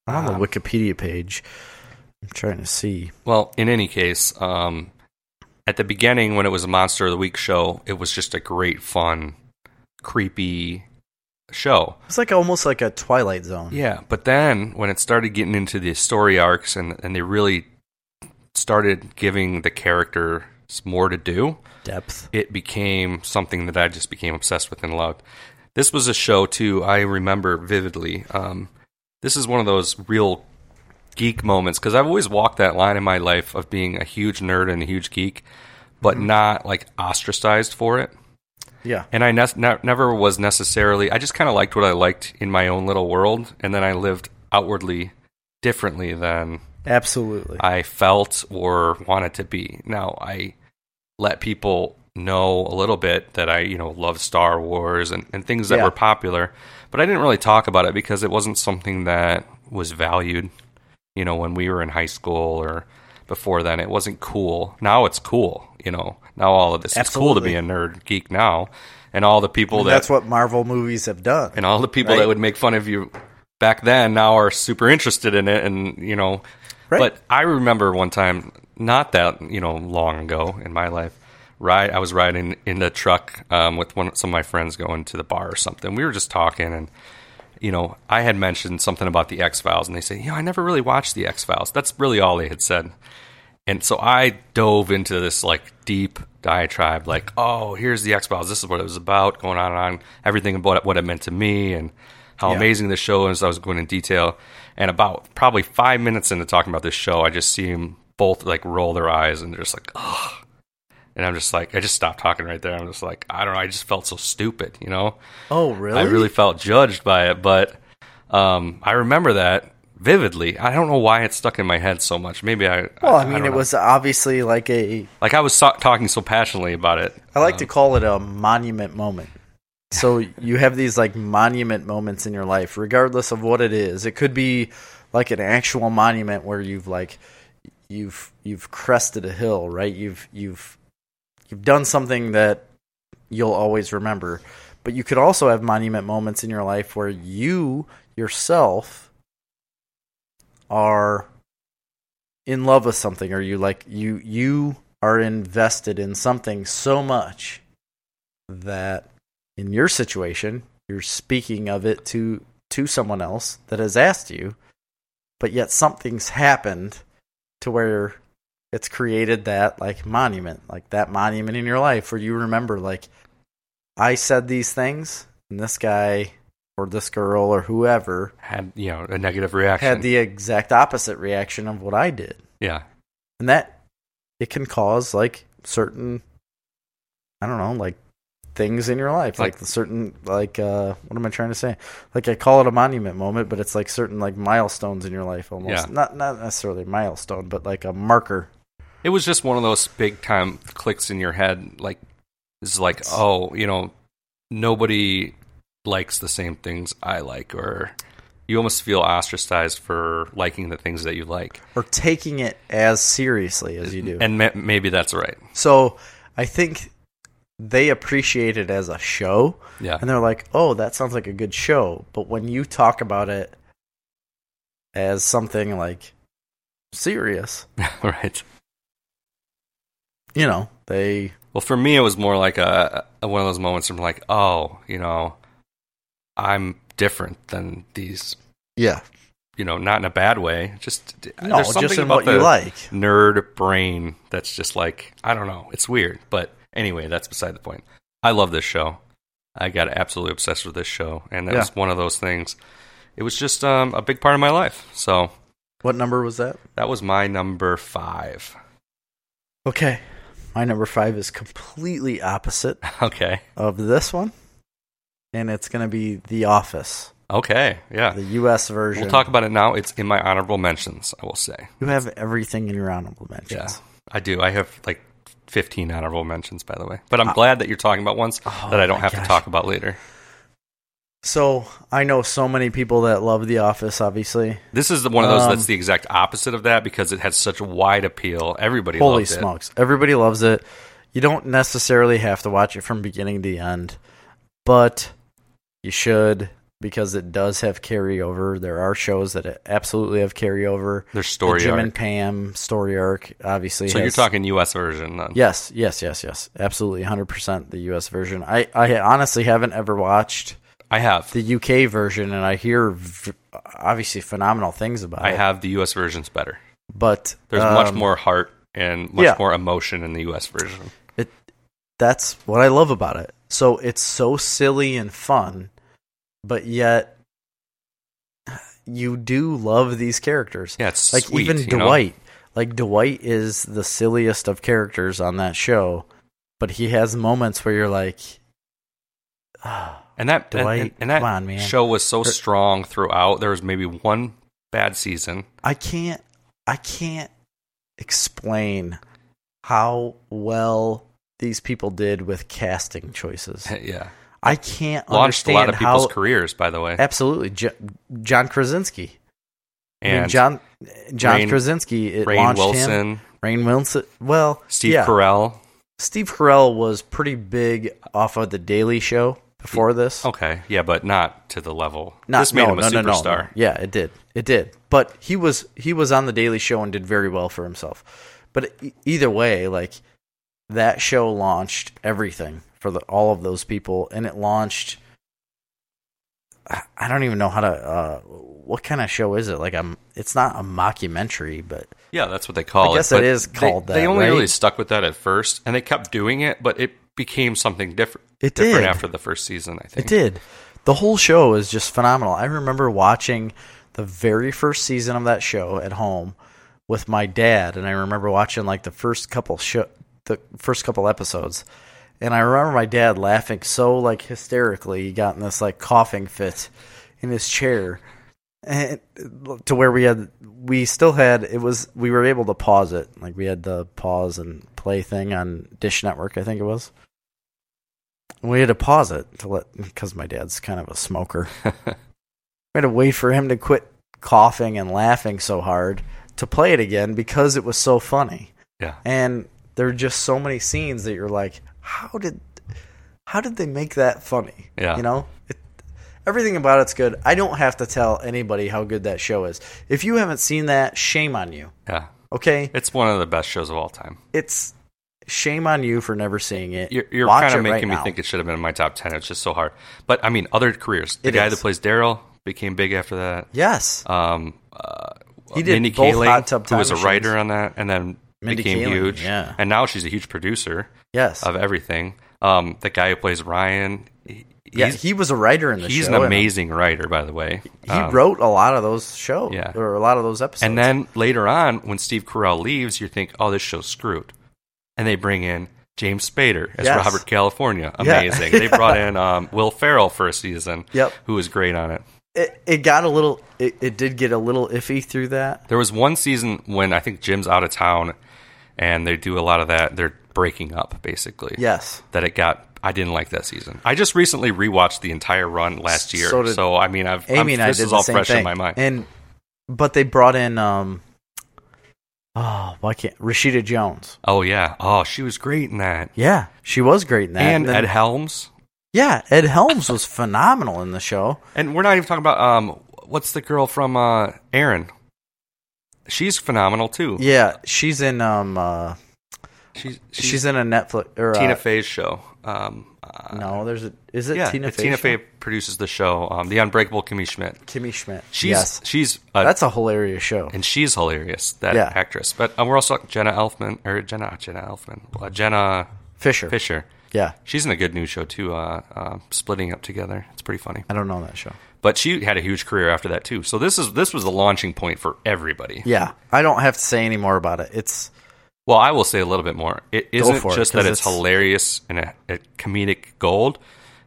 Speaker 2: I'm on
Speaker 1: Um,
Speaker 2: the Wikipedia page. I'm trying to see.
Speaker 1: Well, in any case, um, at the beginning when it was a Monster of the Week show, it was just a great, fun, creepy show.
Speaker 2: It's like almost like a Twilight Zone.
Speaker 1: Yeah, but then when it started getting into the story arcs and and they really started giving the character It's more to do.
Speaker 2: Depth.
Speaker 1: It became something that I just became obsessed with and loved. This was a show too. I remember vividly. Um, this is one of those real geek moments because I've always walked that line in my life of being a huge nerd and a huge geek, but not like ostracized for it
Speaker 2: Yeah.
Speaker 1: and I ne- ne- never was necessarily. I just kind of liked what I liked in my own little world, and then I lived outwardly differently than
Speaker 2: Absolutely.
Speaker 1: I felt or wanted to be. Now I let people know a little bit that I, you know, love Star Wars and, and things that
Speaker 2: Yeah.
Speaker 1: were popular, but I didn't really talk about it because it wasn't something that was valued. You know, when we were in high school or before then, it wasn't cool. Now it's cool. You know, now all of this is cool to
Speaker 2: Absolutely.
Speaker 1: be a nerd geek now, and all the people
Speaker 2: And
Speaker 1: that
Speaker 2: that's what Marvel movies have done.
Speaker 1: and all the people
Speaker 2: Right.
Speaker 1: that would make fun of you back then now are super interested in it and you know
Speaker 2: Right.
Speaker 1: but i remember one time not that you know long ago in my life ride i was riding in the truck um, with one some of my friends going to the bar or something we were just talking and you know i had mentioned something about the x files and they said you know i never really watched the x files that's really all they had said and so I dove into this like deep diatribe, like, oh, here's the X Files. This is what it was about, going on and on, everything about what it meant to me and how
Speaker 2: Yeah.
Speaker 1: amazing the show is. I was going in detail. And about probably five minutes into talking about this show, I just see them both like roll their eyes and they're just like, oh. And I'm just like, I just stopped talking right there. I'm just like, I don't know. I just felt so stupid, you know?
Speaker 2: Oh, really?
Speaker 1: I really felt judged by it, but um, I remember that vividly. I don't know why it stuck in my head so much. Maybe I.
Speaker 2: Well, I mean,
Speaker 1: don't
Speaker 2: it
Speaker 1: know.
Speaker 2: was obviously like a.
Speaker 1: Like I was so- talking so passionately about it. Um,
Speaker 2: I like to call it a monument moment. So you have these like monument moments in your life, regardless of what it is. It could be like an actual monument where you've like you've you've crested a hill, right? You've you've you've done something that you'll always remember. But you could also have monument moments in your life where you yourself are in love with something or you like you you are invested in something so much that in your situation you're speaking of it to to someone else that has asked you but yet something's happened to where it's created that like monument like that monument in your life where you remember like i said these things and this guy or this girl or whoever
Speaker 1: Had you know a negative reaction?
Speaker 2: had the exact opposite reaction of what i did
Speaker 1: yeah,
Speaker 2: and that it can cause like certain i don't know like things in your life like,
Speaker 1: Like-
Speaker 2: the certain like uh what am i trying to say like i call it a monument moment but it's like certain like milestones in your life almost
Speaker 1: Yeah.
Speaker 2: not not necessarily a milestone but like a marker
Speaker 1: it was just one of those big time clicks in your head. Like it's like oh, you know, nobody likes the same things I like, or you almost feel ostracized for liking the things that you like.
Speaker 2: or taking it as seriously as you do
Speaker 1: And ma- maybe that's right.
Speaker 2: so i think they appreciate it as a show
Speaker 1: Yeah,
Speaker 2: and they're like, "Oh, that sounds like a good show." But when you talk about it as something like serious,
Speaker 1: [LAUGHS] right.
Speaker 2: you know, they
Speaker 1: Well, for me, it was more like a, a one of those moments. From like, oh, you know, I'm different than these.
Speaker 2: yeah,
Speaker 1: You know, not in a bad way. Just
Speaker 2: no,
Speaker 1: there's something
Speaker 2: just in
Speaker 1: about
Speaker 2: what you
Speaker 1: the-
Speaker 2: like.
Speaker 1: nerd brain that's just like I don't know. It's weird, but anyway, that's beside the point. I love this show. I got absolutely obsessed with this show, and that
Speaker 2: Yeah.
Speaker 1: was one of those things. It was just um, a big part of my life. So
Speaker 2: What number was that?
Speaker 1: that was my number five. [LAUGHS]
Speaker 2: Okay, my number five is completely opposite
Speaker 1: Okay,
Speaker 2: of this one, and it's gonna be The Office,
Speaker 1: okay, yeah.
Speaker 2: the U.S. version.
Speaker 1: We'll talk about it now. It's in my honorable mentions. I will say,
Speaker 2: You have everything in your honorable
Speaker 1: yeah,
Speaker 2: mentions.
Speaker 1: I do. I have like. 15 honorable mentions, by the way. But I'm glad that you're talking about ones that I don't
Speaker 2: Uh, oh my
Speaker 1: have to
Speaker 2: gosh.
Speaker 1: talk about later.
Speaker 2: So I know so many people that love The Office. Obviously,
Speaker 1: This is the one of those
Speaker 2: Um,
Speaker 1: that's the exact opposite of that because it had such a wide appeal. Everybody
Speaker 2: Holy
Speaker 1: loved it.
Speaker 2: smokes. Everybody loves it. You don't necessarily have to watch it from beginning to end, but you should because it does have carryover. There are shows that absolutely have carryover.
Speaker 1: Their
Speaker 2: The
Speaker 1: story
Speaker 2: Jim
Speaker 1: arc.
Speaker 2: and Pam story arc, obviously.
Speaker 1: so you're
Speaker 2: has-
Speaker 1: talking U.S. version, then.
Speaker 2: Yes, yes, yes, yes. Absolutely 100% the US version. I I honestly haven't ever watched
Speaker 1: I have.
Speaker 2: the UK version and I hear v- obviously phenomenal things about
Speaker 1: I
Speaker 2: it.
Speaker 1: have the U.S. version's better.
Speaker 2: But
Speaker 1: There's
Speaker 2: um,
Speaker 1: much more heart and much
Speaker 2: Yeah.
Speaker 1: more emotion in the U.S. version.
Speaker 2: That's what I love about it. So it's so silly and fun, but yet you do love these characters.
Speaker 1: Yeah, it's
Speaker 2: like
Speaker 1: sweet,
Speaker 2: even
Speaker 1: you know?
Speaker 2: Dwight. Like Dwight is the silliest of characters on that show, but he has moments where you're like, ah,
Speaker 1: And that and-
Speaker 2: Dwight,
Speaker 1: and, and that
Speaker 2: come on, man.
Speaker 1: show was so
Speaker 2: Or-
Speaker 1: strong throughout. There was maybe one bad season. [LAUGHS]
Speaker 2: I can't I can't explain how well these people did with casting choices.
Speaker 1: yeah,
Speaker 2: I can't
Speaker 1: launched a
Speaker 2: understand
Speaker 1: lot of people's
Speaker 2: how
Speaker 1: careers, by the way.
Speaker 2: absolutely Jo- John Krasinski. I mean,
Speaker 1: And
Speaker 2: John John
Speaker 1: Rainn-
Speaker 2: Krasinski it
Speaker 1: Rain
Speaker 2: launched him.
Speaker 1: Wilson,
Speaker 2: Rain Wilson. Well,
Speaker 1: Steve
Speaker 2: yeah.
Speaker 1: Carell.
Speaker 2: Steve Carell was pretty big off of the Daily Show before this.
Speaker 1: Okay, yeah, but not to the level.
Speaker 2: Not-
Speaker 1: this made
Speaker 2: no,
Speaker 1: him a
Speaker 2: no, no, no,
Speaker 1: superstar.
Speaker 2: no. Yeah, it did. It did. But he was he was on the Daily Show and did very well for himself. But e- either way, like that show launched everything for the, all of those people, and it launched. I- I don't even know how to. Uh, what kind of show is it? Like I'm. It's not a mockumentary, but
Speaker 1: Yeah, that's what they call
Speaker 2: I guess
Speaker 1: it. but
Speaker 2: it is
Speaker 1: they-
Speaker 2: called
Speaker 1: they,
Speaker 2: that,
Speaker 1: only
Speaker 2: right?
Speaker 1: really stuck with that at first, and they kept doing it, but it became something different.
Speaker 2: It
Speaker 1: different
Speaker 2: did.
Speaker 1: after the first season, I think.
Speaker 2: It did. The whole show is just phenomenal. I remember watching the very first season of that show at home with my dad, and I remember watching like the first couple show, the first couple episodes, and I remember my dad laughing so like hysterically, he got in this like coughing fit in his chair, and to where we had we still had it was we were able to pause it like we had the pause and play thing on Dish Network, I think it was. We had to pause it to let because my dad's kind of a smoker. we had to wait for him to quit coughing and laughing so hard to play it again because it was so funny.
Speaker 1: [LAUGHS] Yeah.
Speaker 2: And there are just so many scenes that you're like, how did how did they make that funny?
Speaker 1: Yeah.
Speaker 2: You know? It, everything about it's good. I don't have to tell anybody how good that show is. If you haven't seen that, shame on you.
Speaker 1: Yeah,
Speaker 2: Okay?
Speaker 1: it's one of the best shows of all time.
Speaker 2: It's shame on you for never seeing it.
Speaker 1: You're, you're
Speaker 2: Watch
Speaker 1: kind of
Speaker 2: it right
Speaker 1: making me
Speaker 2: now.
Speaker 1: think it should have been in my top ten. It's just so hard. But I mean, other careers. The
Speaker 2: It
Speaker 1: guy
Speaker 2: is.
Speaker 1: that plays Daryl became big after that.
Speaker 2: Yes.
Speaker 1: Um, uh,
Speaker 2: He did
Speaker 1: Mindy
Speaker 2: both
Speaker 1: Kaling,
Speaker 2: Hot Tub
Speaker 1: who
Speaker 2: Time
Speaker 1: was a
Speaker 2: Machines.
Speaker 1: writer on that, and then
Speaker 2: Mindy
Speaker 1: became
Speaker 2: Kaling,
Speaker 1: huge.
Speaker 2: yeah.
Speaker 1: and now she's a huge producer
Speaker 2: Yes.
Speaker 1: of everything. Um, the guy who plays Ryan, he-
Speaker 2: Yeah,
Speaker 1: he's,
Speaker 2: he was a writer in the
Speaker 1: he's
Speaker 2: show.
Speaker 1: an
Speaker 2: and
Speaker 1: amazing writer, by the way.
Speaker 2: He
Speaker 1: Um,
Speaker 2: wrote a lot of those shows,
Speaker 1: Yeah.
Speaker 2: or a lot of those episodes.
Speaker 1: And then later on, when Steve Carell leaves, you think, "Oh, this show's screwed," and they bring in James Spader as
Speaker 2: Yes.
Speaker 1: Robert California.
Speaker 2: Yeah.
Speaker 1: Amazing. They brought
Speaker 2: [LAUGHS]
Speaker 1: in um, Will Ferrell for a season,
Speaker 2: Yep.
Speaker 1: who was great on it.
Speaker 2: it, it got a little, it, it did get a little iffy through that.
Speaker 1: There was one season when I think Jim's out of town, and they do a lot of that. They're breaking up, basically.
Speaker 2: Yes,
Speaker 1: That it got. I didn't like that season. I just recently rewatched the entire run last year,
Speaker 2: So
Speaker 1: so,
Speaker 2: did
Speaker 1: I mean, I've
Speaker 2: Amy
Speaker 1: I'm,
Speaker 2: and I
Speaker 1: this
Speaker 2: did
Speaker 1: is
Speaker 2: the
Speaker 1: all
Speaker 2: same
Speaker 1: fresh
Speaker 2: thing.
Speaker 1: in my mind.
Speaker 2: And but they brought in, um, oh, why can't Rashida Jones?
Speaker 1: oh yeah, oh she was great in that,
Speaker 2: Yeah, she was great in that.
Speaker 1: and
Speaker 2: then-
Speaker 1: Ed Helms.
Speaker 2: yeah, Ed Helms was phenomenal in the show.
Speaker 1: And we're not even talking about um, what's the girl from uh, Aaron? She's phenomenal too.
Speaker 2: Yeah, she's in, um, uh,
Speaker 1: she's she's,
Speaker 2: she's, in a Netflix or
Speaker 1: Tina
Speaker 2: uh,
Speaker 1: Fey's show. Um, uh,
Speaker 2: No, there's a is it
Speaker 1: yeah,
Speaker 2: Tina
Speaker 1: it's
Speaker 2: Fey?
Speaker 1: Tina
Speaker 2: show?
Speaker 1: Fey produces the show, um, The Unbreakable Kimmy Schmidt.
Speaker 2: Kimmy Schmidt.
Speaker 1: She's
Speaker 2: yes,
Speaker 1: she's uh
Speaker 2: that's a hilarious show.
Speaker 1: and she's hilarious that
Speaker 2: Yeah.
Speaker 1: actress. But um, we're also Jenna Elfman or Jenna not Jenna Elfman uh, Jenna
Speaker 2: Fisher.
Speaker 1: Fisher.
Speaker 2: Yeah.
Speaker 1: She's in a good new show too. Uh, uh, splitting up together. It's pretty funny.
Speaker 2: I don't know that show.
Speaker 1: But she had a huge career after that too. So this is this was the launching point for everybody.
Speaker 2: Yeah. I don't have to say any more about it. It's
Speaker 1: Well, I will say a little bit more. It isn't
Speaker 2: for it,
Speaker 1: just that
Speaker 2: 'cause
Speaker 1: it's,
Speaker 2: it's-
Speaker 1: hilarious and a, a comedic gold.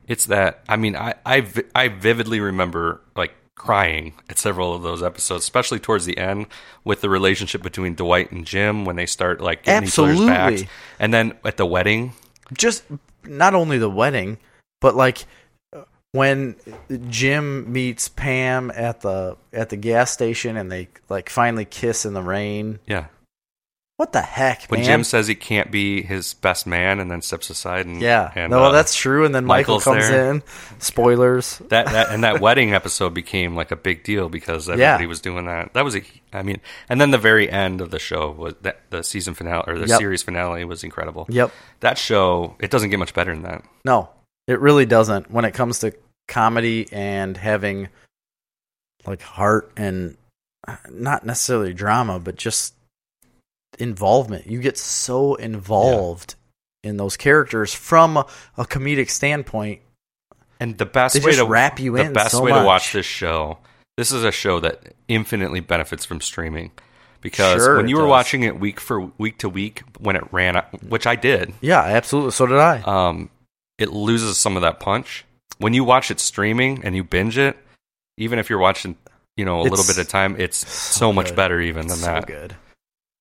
Speaker 1: It's that I mean, I, I vi- I vividly remember like crying at several of those episodes, especially towards the end with the relationship between Dwight and Jim when they start like getting each other's
Speaker 2: Absolutely.
Speaker 1: backs, and then at the wedding.
Speaker 2: just not only the wedding, but like when Jim meets Pam at the at the gas station and they like finally kiss in the rain.
Speaker 1: Yeah,
Speaker 2: What the heck,
Speaker 1: when
Speaker 2: man?
Speaker 1: Jim says he can't be his best man, and then steps aside, and
Speaker 2: yeah.
Speaker 1: and,
Speaker 2: no,
Speaker 1: uh,
Speaker 2: that's true. And then Michael
Speaker 1: Michael's
Speaker 2: comes
Speaker 1: there.
Speaker 2: in. Spoilers.
Speaker 1: that, that and that wedding episode became like a big deal because everybody was doing that. That was a, I mean, and then the very end of the show was that the season finale or the
Speaker 2: Yep.
Speaker 1: series finale was incredible.
Speaker 2: [LAUGHS] Yep.
Speaker 1: That show it doesn't get much better than that.
Speaker 2: No, it really doesn't. When it comes to comedy and having uh, like heart and not necessarily drama, but just involvement. You get so involved in those characters from a comedic standpoint.
Speaker 1: And the best
Speaker 2: They
Speaker 1: way
Speaker 2: just
Speaker 1: to
Speaker 2: wrap you
Speaker 1: the
Speaker 2: in
Speaker 1: best
Speaker 2: so
Speaker 1: way to
Speaker 2: much.
Speaker 1: watch this show. This is a show that infinitely benefits from streaming because
Speaker 2: Sure
Speaker 1: when
Speaker 2: it
Speaker 1: you were
Speaker 2: does.
Speaker 1: watching it week for week to week when it ran, out, which I did,
Speaker 2: Yeah, absolutely. So did I.
Speaker 1: um, it loses some of that punch. When you watch it streaming and you binge it, even if you're watching, you know, a little
Speaker 2: It's
Speaker 1: bit at a time, it's so,
Speaker 2: so
Speaker 1: much
Speaker 2: good.
Speaker 1: better even than
Speaker 2: so
Speaker 1: that.
Speaker 2: good.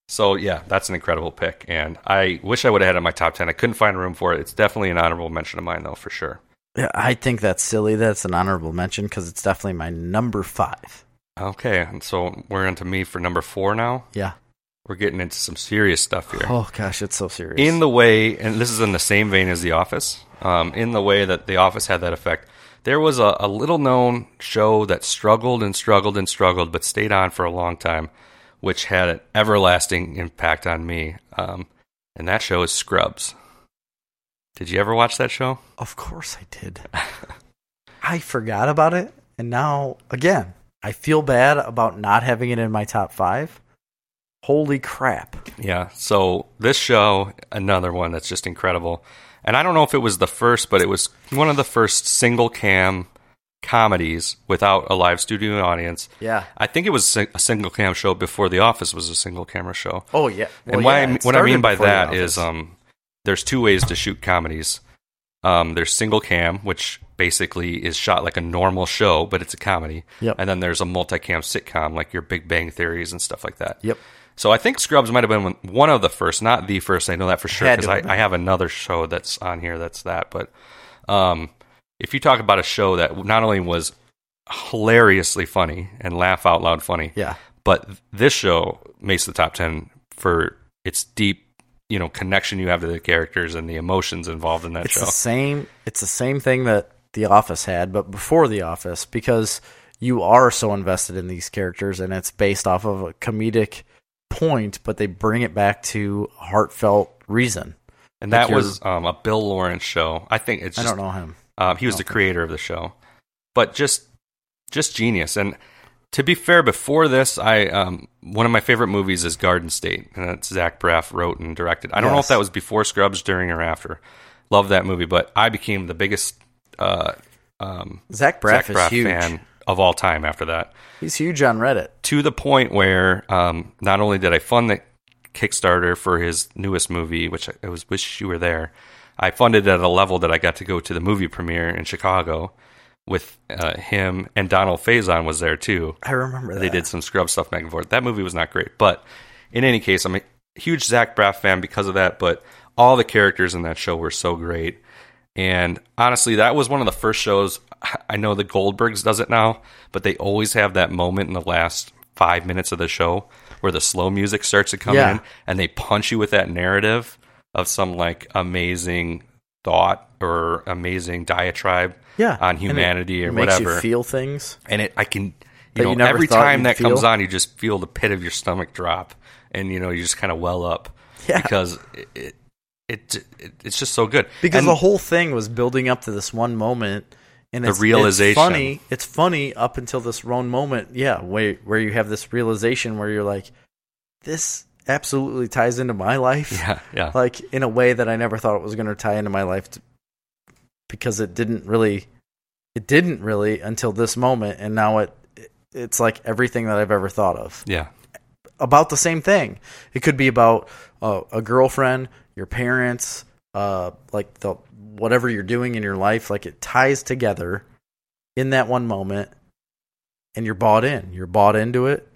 Speaker 1: So yeah, that's an incredible pick, and I wish I would have had it in my top ten. I couldn't find room for it. It's definitely an honorable mention of mine, though, for sure.
Speaker 2: Yeah, I think that's silly. That's an honorable mention because it's definitely my number five.
Speaker 1: Okay, and so we're into me for number four now.
Speaker 2: Yeah.
Speaker 1: We're getting into some serious stuff here.
Speaker 2: Oh gosh, it's so serious.
Speaker 1: In the way, and this is in the same vein as The Office, um, in the way that The Office had that effect, there was a, a little known show that struggled and struggled and struggled, but stayed on for a long time, which had an everlasting impact on me. Um, and that show is Scrubs. Did you ever watch that show?
Speaker 2: of course I did. [LAUGHS] I forgot about it, and now again, I feel bad about not having it in my top five. Holy crap!
Speaker 1: Yeah. So this show, another one that's just incredible. And I don't know if it was the first, but it was one of the first single cam comedies without a live studio audience.
Speaker 2: Yeah.
Speaker 1: I think it was si- a single cam show before The Office was a single camera show.
Speaker 2: Oh yeah.
Speaker 1: and why I m- what I mean by that is um, there's two ways to shoot comedies. Um, there's single cam, which basically is shot like a normal show, but it's a comedy.
Speaker 2: Yep.
Speaker 1: And then there's a multicam sitcom, like your Big Bang Theories and stuff like that.
Speaker 2: Yep.
Speaker 1: So I think Scrubs might have been one- one of the first, not the first. I know that for sure
Speaker 2: Had to
Speaker 1: because I,
Speaker 2: have been.
Speaker 1: I have another show that's on here that's that. But um, if you talk about a show that not only was hilariously funny and laugh out loud funny,
Speaker 2: Yeah.
Speaker 1: but this show makes the top ten for its deep, you know, connection you have to the characters and the emotions involved in that
Speaker 2: It's
Speaker 1: show.
Speaker 2: the same. It's the same thing that The Office had, but before The Office, because you are so invested in these characters, and it's based off of a comedic point, but they bring it back to a heartfelt reason.
Speaker 1: And
Speaker 2: like
Speaker 1: that
Speaker 2: your-
Speaker 1: was um, a Bill Lawrence show. I think it's
Speaker 2: I
Speaker 1: just
Speaker 2: don't know him.
Speaker 1: Um, he was the creator of the show, but just just genius. And to be fair, before this, I um, one of my favorite movies is Garden State, and that's Zach Braff wrote and directed. I don't know if
Speaker 2: Yes.
Speaker 1: that was before Scrubs, during, or after. Love that movie, but I became the biggest uh, um,
Speaker 2: Zach Braff
Speaker 1: Zach
Speaker 2: is
Speaker 1: Braff
Speaker 2: huge.
Speaker 1: fan of all time after that
Speaker 2: He's huge on Reddit.
Speaker 1: to the point where um, not only did I fund the Kickstarter for his newest movie, which I- I was wish you were there, I funded at a level that I got to go to the movie premiere in Chicago with uh, him and Donald Faison was there too.
Speaker 2: I remember that.
Speaker 1: They did some scrub stuff back and forth. That movie was not great, but in any case, I'm a huge Zach Braff fan because of that. But all the characters in that show were so great, and honestly, that was one of the first shows. I know the Goldbergs does it now, but they always have that moment in the last five minutes of the show where the slow music starts to come
Speaker 2: Yeah.
Speaker 1: in, and they punch you with that narrative of some like amazing thought or amazing diatribe
Speaker 2: Yeah.
Speaker 1: on
Speaker 2: And it-
Speaker 1: humanity
Speaker 2: It
Speaker 1: or
Speaker 2: makes
Speaker 1: whatever
Speaker 2: you
Speaker 1: [LAUGHS]
Speaker 2: feel things.
Speaker 1: and it I can you
Speaker 2: That
Speaker 1: know
Speaker 2: you never
Speaker 1: every
Speaker 2: thought
Speaker 1: time
Speaker 2: you'd
Speaker 1: that comes
Speaker 2: feel?
Speaker 1: on you just feel the pit of your stomach drop and you know you just kind of well up
Speaker 2: [LAUGHS] Yeah.
Speaker 1: because it, it, it it's just so good
Speaker 2: Because
Speaker 1: And
Speaker 2: the whole thing was building up to this one moment, and
Speaker 1: The
Speaker 2: it's,
Speaker 1: realization.
Speaker 2: It's funny. It's funny up until this one moment. Yeah, where where you have this realization where you're like, this absolutely ties into my
Speaker 1: [LAUGHS]
Speaker 2: life.
Speaker 1: yeah yeah
Speaker 2: [LAUGHS] Like in a way that I never thought it was going to tie into my life, t because it didn't really, it didn't really until this moment, and now it, it's like everything that I've ever thought of.
Speaker 1: yeah
Speaker 2: about the same thing. It could be about uh, a girlfriend, your parents, uh, like the whatever you're doing in your life. Like it ties together in that one moment, and you're bought in. You're bought into it,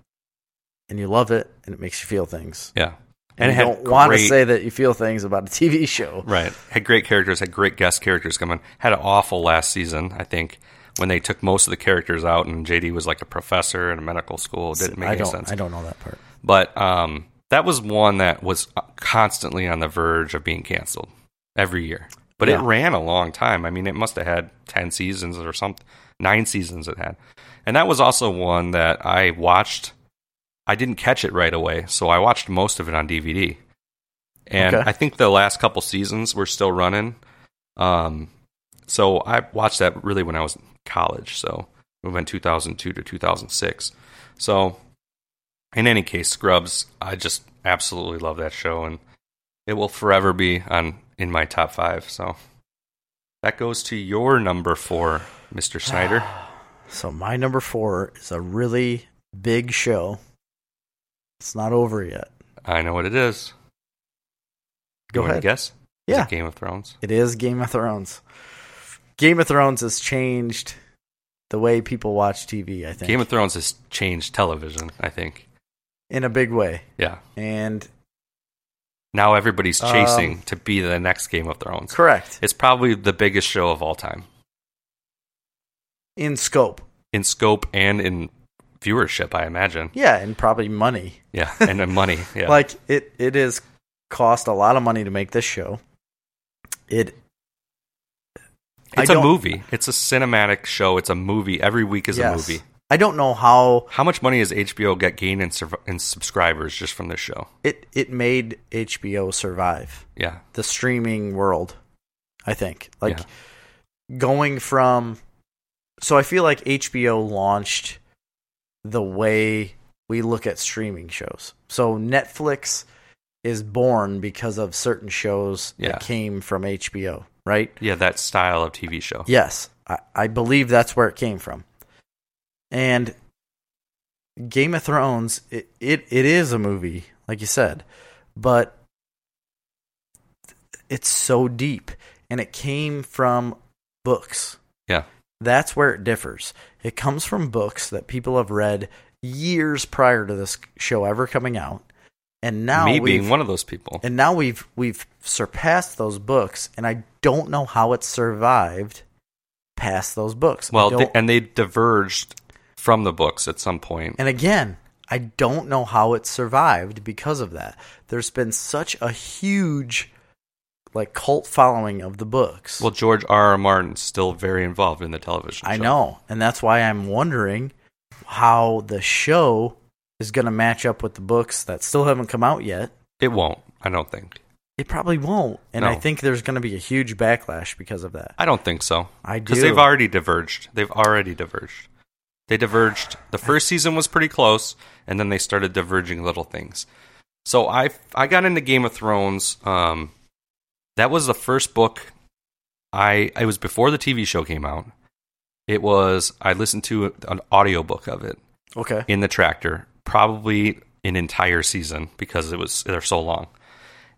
Speaker 2: and you love it, and it makes you feel things.
Speaker 1: yeah
Speaker 2: And,
Speaker 1: it had
Speaker 2: you don't want to
Speaker 1: great-
Speaker 2: say that you feel things about a TV show.
Speaker 1: right had great characters had great guest characters come in had an awful last season I think when they took most of the characters out and JD was like a professor in a medical school it didn't make
Speaker 2: I
Speaker 1: any
Speaker 2: don't.
Speaker 1: sense
Speaker 2: I don't know that part.
Speaker 1: but um that was one that was uh, constantly on the verge of being canceled every year but it
Speaker 2: Yeah.
Speaker 1: ran a long time i mean it must have had 10 seasons or something nine seasons it had and that was also one that i watched i didn't catch it right away so i watched most of it on dvd and
Speaker 2: Okay.
Speaker 1: i think the last couple seasons were still running um so i watched that really when i was in college so it went 2002 to 2006 so in any case, Scrubs, I just absolutely love that show, and it will forever be on in my top five. So that goes to your number four, Mr. Snyder.
Speaker 2: So my number four is a really big show. It's not over yet.
Speaker 1: I know what it is.
Speaker 2: Go
Speaker 1: you wanna
Speaker 2: ahead.
Speaker 1: guess? Is it
Speaker 2: Yeah.
Speaker 1: Game of Thrones.
Speaker 2: It is Game of Thrones. Game of Thrones has changed the way people watch TV, I think.
Speaker 1: Game of Thrones has changed television. I think.
Speaker 2: in a big way.
Speaker 1: Yeah.
Speaker 2: And
Speaker 1: Now everybody's
Speaker 2: Um,
Speaker 1: chasing to be the next Game of Thrones.
Speaker 2: correct.
Speaker 1: It's probably the biggest show of all time
Speaker 2: In scope.
Speaker 1: in scope and in viewership. I imagine.
Speaker 2: Yeah, and probably money. [LAUGHS]
Speaker 1: Yeah, and in money. Yeah.
Speaker 2: Like it it is cost a lot of money to make this show. It I
Speaker 1: It's a
Speaker 2: don't-
Speaker 1: movie. It's a cinematic show. It's a movie. Every week is
Speaker 2: yes.
Speaker 1: a movie.
Speaker 2: I don't know how
Speaker 1: How much money has HBO get gained in, surv- in subscribers just from this show?
Speaker 2: it it made HBO survive.
Speaker 1: Yeah,
Speaker 2: the streaming world. I think like
Speaker 1: Yeah.
Speaker 2: going from so I feel like HBO launched the way we look at streaming shows. So Netflix is born because of certain shows
Speaker 1: Yeah.
Speaker 2: that came from HBO, right?
Speaker 1: yeah, that style of TV show.
Speaker 2: Yes, I, I believe that's where it came from. And Game of Thrones, it, it, it is a movie, like you said, but it's so deep and it came from books.
Speaker 1: Yeah.
Speaker 2: That's where it differs. It comes from books that people have read years prior to this show ever coming out. And now
Speaker 1: Me
Speaker 2: we've-
Speaker 1: being one of those people.
Speaker 2: and now we've we've surpassed those books and i don't know how it survived past those books I
Speaker 1: Well,
Speaker 2: don't-
Speaker 1: they, and they diverged from the books at some point.
Speaker 2: and again i don't know how it survived because of that there's been such a huge like cult following of the books
Speaker 1: Well, George R. R. Martin's still very involved in the television.
Speaker 2: i
Speaker 1: show.
Speaker 2: know and that's why i'm wondering how the show is going to match up with the books that still haven't come out yet
Speaker 1: it won't. I don't think.
Speaker 2: it probably won't and i
Speaker 1: No.
Speaker 2: think there's going to be a huge backlash because of that
Speaker 1: I don't think so.
Speaker 2: I
Speaker 1: because
Speaker 2: do.
Speaker 1: they've already diverged. They've already diverged. They diverged. The first season was pretty close, and then they started diverging little things. So I I got into Game of Thrones. Um, that was the first book. I it was before the TV show came out. It was I listened to an audiobook of it
Speaker 2: okay
Speaker 1: in the tractor, probably an entire season because it was they're so long.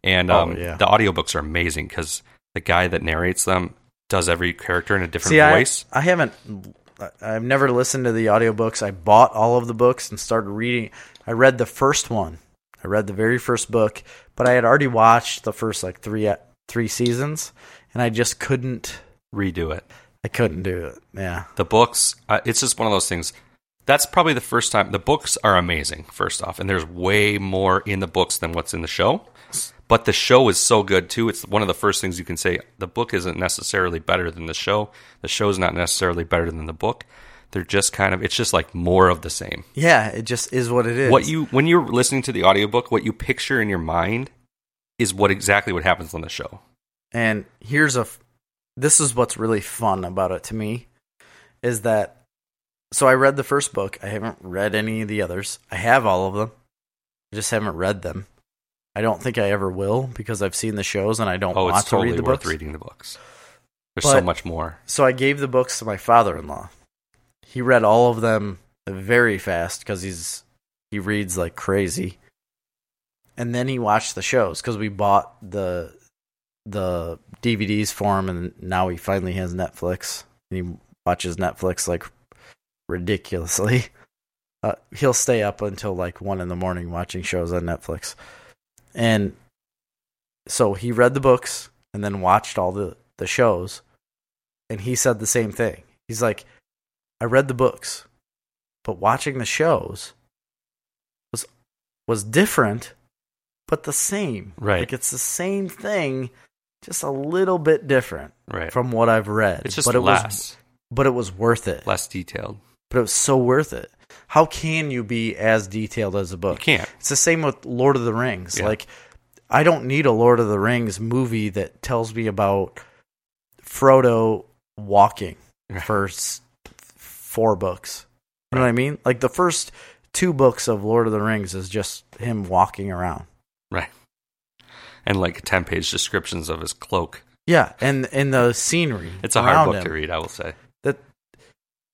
Speaker 1: And
Speaker 2: Oh,
Speaker 1: um,
Speaker 2: yeah.
Speaker 1: the audiobooks are amazing because the guy that narrates them does every character in a different
Speaker 2: See,
Speaker 1: voice.
Speaker 2: I, I haven't. I- I've never listened to the audiobooks. I bought all of the books and started reading. I read the first one. I read the very first book, but I had already watched the first like three three seasons, and I just couldn't.
Speaker 1: Redo it.
Speaker 2: I couldn't do it. Yeah.
Speaker 1: The books, uh, it's just one of those things. That's probably the first time. The books are amazing, first off, and there's way more in the books than what's in the show. But the show is so good too. It's one of the first things you can say. The book isn't necessarily better than the show. The show's not necessarily better than the book. They're just kind of. It's just like more of the same.
Speaker 2: Yeah. It just is what it is.
Speaker 1: what you when you're listening to the audiobook what you picture in your mind is what exactly what happens on the show
Speaker 2: And here's a f- this is what's really fun about it to me is that so I read the first book. I haven't read any of the others. I have all of them. I just haven't read them. I don't think I ever will because I've seen the shows and I don't
Speaker 1: oh
Speaker 2: want
Speaker 1: it's totally
Speaker 2: to read the
Speaker 1: worth
Speaker 2: books.
Speaker 1: reading the books there's so
Speaker 2: But-
Speaker 1: much more
Speaker 2: So I gave the books to my father-in-law. He read all of them very fast cuz he's he reads like crazy. And then he watched the shows cuz we bought the the DVDs for him and now he finally has Netflix. And he watches Netflix like ridiculously. [LAUGHS] Uh, he'll stay up until like 1 in the morning watching shows on Netflix. And so he read the books and then watched all the the shows and he said the same thing. He's like, I read the books, but watching the shows was was different, but the same.
Speaker 1: Right.
Speaker 2: Like it's the same thing, just a little bit different
Speaker 1: right
Speaker 2: from what I've read.
Speaker 1: it's just
Speaker 2: but it
Speaker 1: less
Speaker 2: was but it was worth it.
Speaker 1: less detailed
Speaker 2: But it was so worth it. How can you be as detailed as a
Speaker 1: you
Speaker 2: book?
Speaker 1: can't
Speaker 2: It's the same with Lord of the Rings.
Speaker 1: Yeah.
Speaker 2: Like, I don't need a Lord of the Rings movie that tells me about Frodo walking
Speaker 1: Right.
Speaker 2: for s- four books. You know what I mean? Like the first two books of Lord of the Rings is just him walking around.
Speaker 1: Right. And like 10 page descriptions of his cloak.
Speaker 2: Yeah, and and the scenery.
Speaker 1: It's a hard
Speaker 2: around
Speaker 1: book
Speaker 2: him.
Speaker 1: to read, I will say.
Speaker 2: That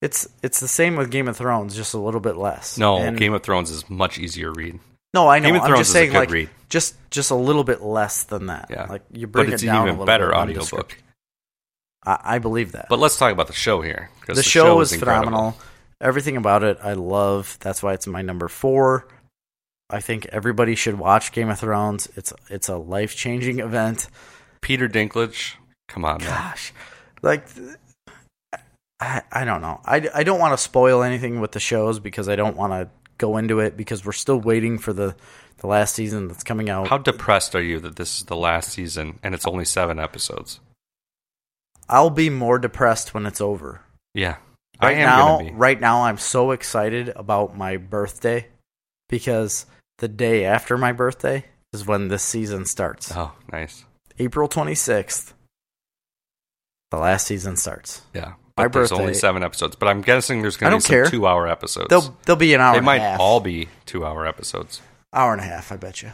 Speaker 2: it's it's the same with Game of Thrones, just a little bit less.
Speaker 1: No,
Speaker 2: And-
Speaker 1: Game of Thrones is much easier to read.
Speaker 2: no, I know.
Speaker 1: Game of
Speaker 2: I'm
Speaker 1: Thrones
Speaker 2: just
Speaker 1: is
Speaker 2: saying,
Speaker 1: a good
Speaker 2: like
Speaker 1: read.
Speaker 2: just just a little bit less than that.
Speaker 1: Yeah.
Speaker 2: like you bring
Speaker 1: But it's
Speaker 2: it
Speaker 1: an
Speaker 2: down a
Speaker 1: even
Speaker 2: little
Speaker 1: better
Speaker 2: bit on
Speaker 1: audiobook.
Speaker 2: description. I, I believe that.
Speaker 1: But let's talk about the show here. 'cause
Speaker 2: the, show was
Speaker 1: is incredible.
Speaker 2: phenomenal. Everything about it, I love. That's why it's my number four. I think everybody should watch Game of Thrones. It's it's a life changing event.
Speaker 1: Peter Dinklage, come on, man.
Speaker 2: Gosh, like th- I I don't know. I I don't want to spoil anything with the shows because I don't want to go into it because we're still waiting for the the last season that's coming out.
Speaker 1: How depressed are you that this is the last season and it's only seven episodes?
Speaker 2: I'll be more depressed when it's over.
Speaker 1: Yeah, I
Speaker 2: Right
Speaker 1: am
Speaker 2: now,
Speaker 1: gonna be.
Speaker 2: right now, I'm so excited about my birthday because the day after my birthday is when this season starts.
Speaker 1: Oh, nice.
Speaker 2: April 26th, the last season starts.
Speaker 1: Yeah, but
Speaker 2: My
Speaker 1: there's only
Speaker 2: birthday-
Speaker 1: seven episodes. But I'm guessing there's
Speaker 2: I
Speaker 1: going to be
Speaker 2: don't
Speaker 1: some
Speaker 2: care.
Speaker 1: two-hour episodes.
Speaker 2: They'll they'll be an hour.
Speaker 1: they
Speaker 2: and
Speaker 1: might
Speaker 2: a half.
Speaker 1: all be two-hour episodes.
Speaker 2: hour and a half. I bet you.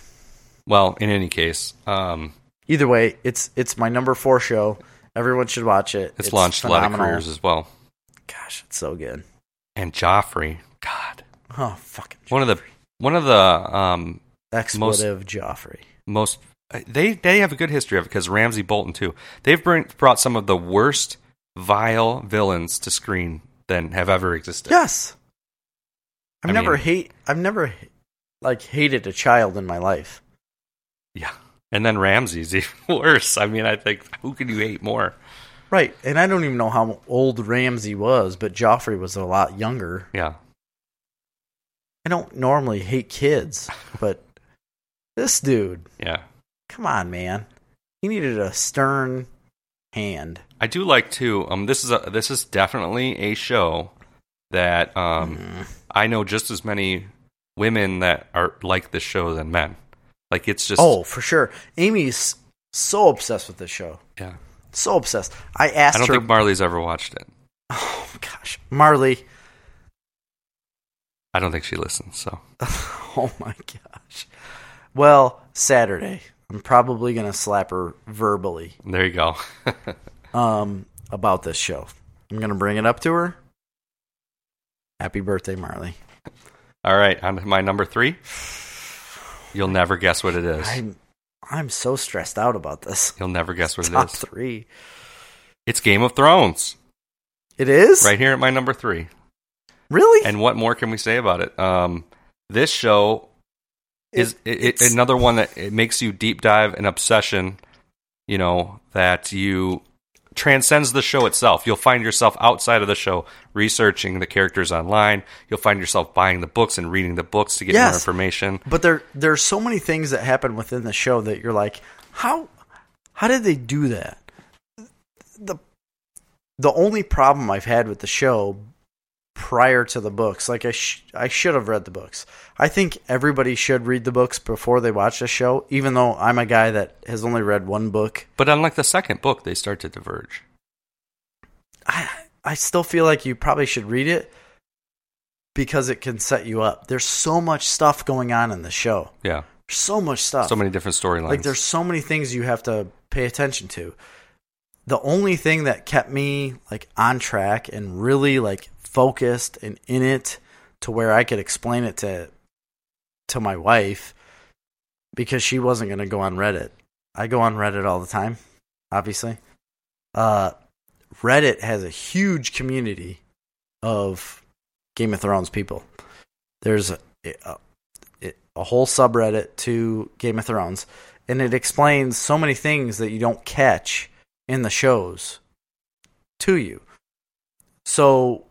Speaker 1: Well, in any case, um,
Speaker 2: Either way, it's it's my number four show. Everyone should watch it.
Speaker 1: it's, launched a lot of
Speaker 2: phenomenal.
Speaker 1: careers as well.
Speaker 2: Gosh, it's so good.
Speaker 1: And Joffrey, God,
Speaker 2: Oh fucking
Speaker 1: one of the one of the um,
Speaker 2: expletive Joffrey.
Speaker 1: most uh, they they have a good history of it because Ramsey Bolton too. They've bring, brought some of the worst vile villains to screen than have ever existed.
Speaker 2: Yes. I've
Speaker 1: I
Speaker 2: never
Speaker 1: mean-
Speaker 2: hate. I've never like hated a child in my life.
Speaker 1: Yeah. And then Ramsey's [LAUGHS] even worse. I mean, I think who could you hate more?
Speaker 2: Right, and I don't even know how old Ramsey was, but Joffrey was a lot younger.
Speaker 1: Yeah.
Speaker 2: I don't normally hate kids,
Speaker 1: [LAUGHS]
Speaker 2: but this dude,
Speaker 1: Yeah.
Speaker 2: come on, man, he needed a stern hand.
Speaker 1: I do like too. Um this is a this is definitely a show that um
Speaker 2: Mm.
Speaker 1: I know just as many women that are like this show than men. Like it's just
Speaker 2: Oh, for sure. Amy's so obsessed with this show,
Speaker 1: yeah.
Speaker 2: so obsessed. I asked
Speaker 1: I don't
Speaker 2: her.
Speaker 1: think Marley's ever watched it.
Speaker 2: [SIGHS] oh gosh, Marley.
Speaker 1: I don't think she listens, so
Speaker 2: [LAUGHS] Oh my gosh. Well, Saturday, I'm probably gonna slap her verbally.
Speaker 1: there you go. [LAUGHS]
Speaker 2: um, about this show. I'm going to bring it up to her. Happy birthday, Marley.
Speaker 1: All right, on to my number three. You'll never guess what it is.
Speaker 2: I'm I'm so stressed out about this.
Speaker 1: You'll never guess what
Speaker 2: Top
Speaker 1: it is.
Speaker 2: three.
Speaker 1: It's Game of Thrones,
Speaker 2: It is
Speaker 1: right here at my number three.
Speaker 2: Really?
Speaker 1: And what more can we say about it? Um, this show is it, it, another one that it makes you deep dive an obsession. You know that you transcends the show itself. You'll find yourself outside of the show researching the characters online. You'll find yourself buying the books and reading the books to get more
Speaker 2: Yes.
Speaker 1: information.
Speaker 2: but there there's so many things that happen within the show that you're like, how how did they do that? The the only problem I've had with the show prior to the books, like I sh- I should have read the books. I think everybody should read the books before they watch the show, even though I'm a guy that has only read one book.
Speaker 1: But unlike the second book, they start to diverge.
Speaker 2: I I still feel like you probably should read it because it can set you up. There's so much stuff going on in the show.
Speaker 1: Yeah,
Speaker 2: There's so much stuff.
Speaker 1: so many different storylines.
Speaker 2: Like there's so many things you have to pay attention to. The only thing that kept me like on track and really like focused and in it to where I could explain it to to my wife because she wasn't going to go on Reddit. I go on Reddit all the time, obviously. Uh Reddit has a huge community of Game of Thrones people. There's a, a, a whole subreddit to Game of Thrones, and it explains so many things that you don't catch in the shows to you. So,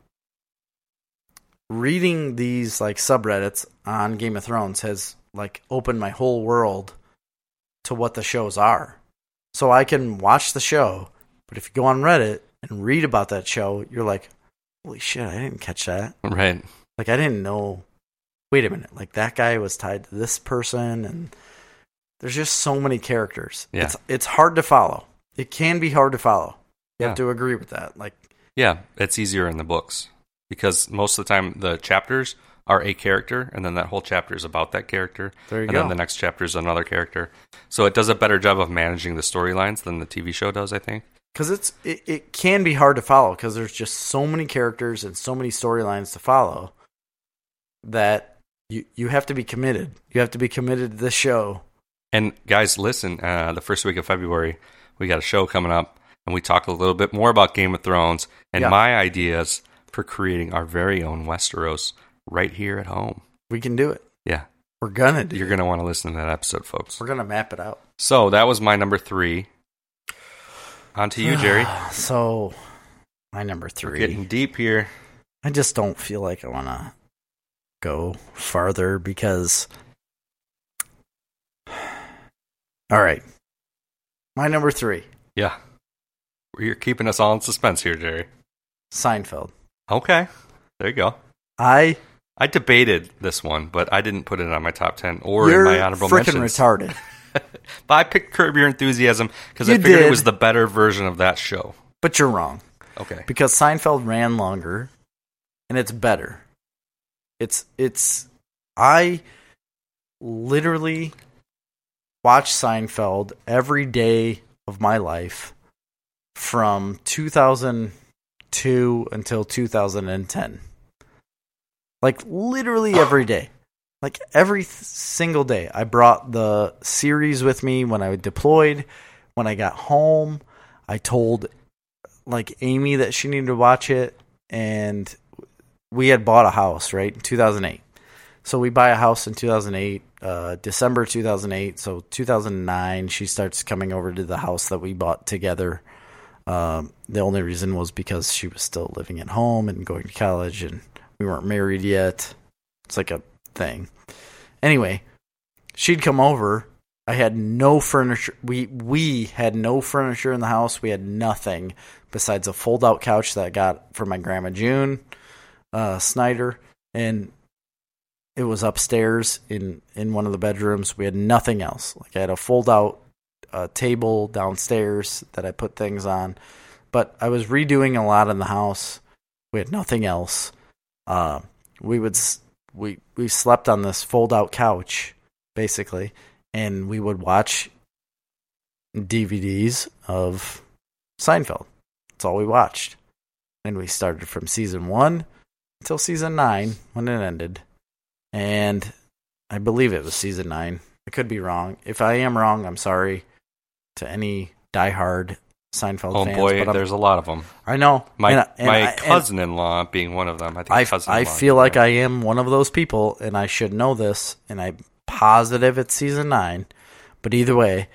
Speaker 2: reading these like subreddits on Game of Thrones has like opened my whole world to what the shows are. So I can watch the show, but if you go on Reddit and read about that show, you're like, "Holy shit, I didn't catch that."
Speaker 1: [LAUGHS] right.
Speaker 2: like I didn't know. Wait a minute, like that guy was tied to this person, and there's just so many characters.
Speaker 1: Yeah.
Speaker 2: It's it's hard to follow. It can be hard to follow. You
Speaker 1: Yeah.
Speaker 2: have to agree with that. Like
Speaker 1: Yeah, it's easier in the books because most of the time the chapters are a character, and then that whole chapter is about that character.
Speaker 2: There you
Speaker 1: and
Speaker 2: go.
Speaker 1: then the next chapter is another character. So it does a better job of managing the storylines than the TV show does, I think.
Speaker 2: because it's it, it can be hard to follow because there's just so many characters and so many storylines to follow that you you have to be committed. You have to be committed to the show.
Speaker 1: And guys, listen, uh, the first week of February, we got a show coming up, and we talk a little bit more about Game of Thrones and
Speaker 2: Yeah.
Speaker 1: my ideas for creating our very own Westeros right here at home.
Speaker 2: We can do it.
Speaker 1: Yeah,
Speaker 2: We're gonna do.
Speaker 1: you're going to want to listen to that episode, folks.
Speaker 2: We're gonna map it out.
Speaker 1: So that was my number three. On to you, Jerry.
Speaker 2: [SIGHS]
Speaker 1: [LAUGHS]
Speaker 2: so my number
Speaker 1: We're
Speaker 2: 3
Speaker 1: getting deep here.
Speaker 2: I just don't feel like I want to go farther because. [SIGHS] All right. My number three
Speaker 1: Yeah. You're keeping us all in suspense here, Jerry.
Speaker 2: Seinfeld.
Speaker 1: Okay. There you go.
Speaker 2: I.
Speaker 1: I debated this one, but I didn't put it on my top 10 or
Speaker 2: you're
Speaker 1: in my honorable
Speaker 2: freaking
Speaker 1: mentions.
Speaker 2: retarded.
Speaker 1: [LAUGHS] But I picked Curb Your Enthusiasm because I
Speaker 2: You
Speaker 1: figured it
Speaker 2: did.
Speaker 1: was the better version of that show.
Speaker 2: But you're wrong
Speaker 1: Okay.
Speaker 2: because Seinfeld ran longer and it's better. It's. It's. I literally watch Seinfeld every day of my life from 2002 until 2010. Like literally every day. Like every th- single day. I brought the series with me when I deployed, when I got home. I told like Amy that she needed to watch it and we had bought a house, right? In 2008. So we buy a house in 2008, uh, December 2008. So 2009, she starts coming over to the house that we bought together. Um, the only reason was because she was still living at home and going to college, and we weren't married yet. It's like a thing. Anyway, she'd come over. I had no furniture. We we had no furniture in the house. We had nothing besides a fold out couch that I got from my grandma June uh, Snyder, and it was upstairs in in one of the bedrooms. We had nothing else. Like I had a fold out uh, table downstairs that I put things on, but I was redoing a lot in the house. We had nothing else. Uh, we would s- we we slept on this fold out couch basically, and we would watch DVDs of Seinfeld. That's all we watched, and we started from season one until season nine when it ended. And I believe it was season nine. I could be wrong. If I am wrong, I'm sorry to any diehard Seinfeld
Speaker 1: Oh
Speaker 2: fans.
Speaker 1: boy,
Speaker 2: but I'm-
Speaker 1: there's a lot of them.
Speaker 2: I know
Speaker 1: My
Speaker 2: And I- and I-
Speaker 1: my
Speaker 2: and
Speaker 1: cousin-in-law being one of them. I think
Speaker 2: I, I
Speaker 1: cousin-in-law.
Speaker 2: feel like I am one of those people, and I should know this, and I'm positive it's season nine. But either way,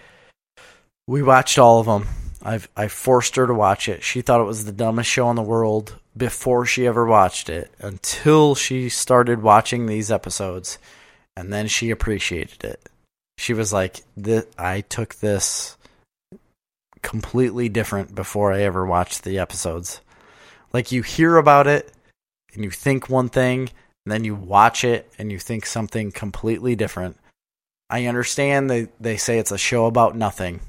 Speaker 2: we watched all of them. I've I forced her to watch it. She thought it was the dumbest show in the world before she ever watched it, until she started watching these episodes, and then she appreciated it. She was like, "Th- "I took this completely different before I ever watched the episodes." Like you hear about it, and you think one thing and then you watch it and you think something completely different. I understand they, they say it's a show about nothing.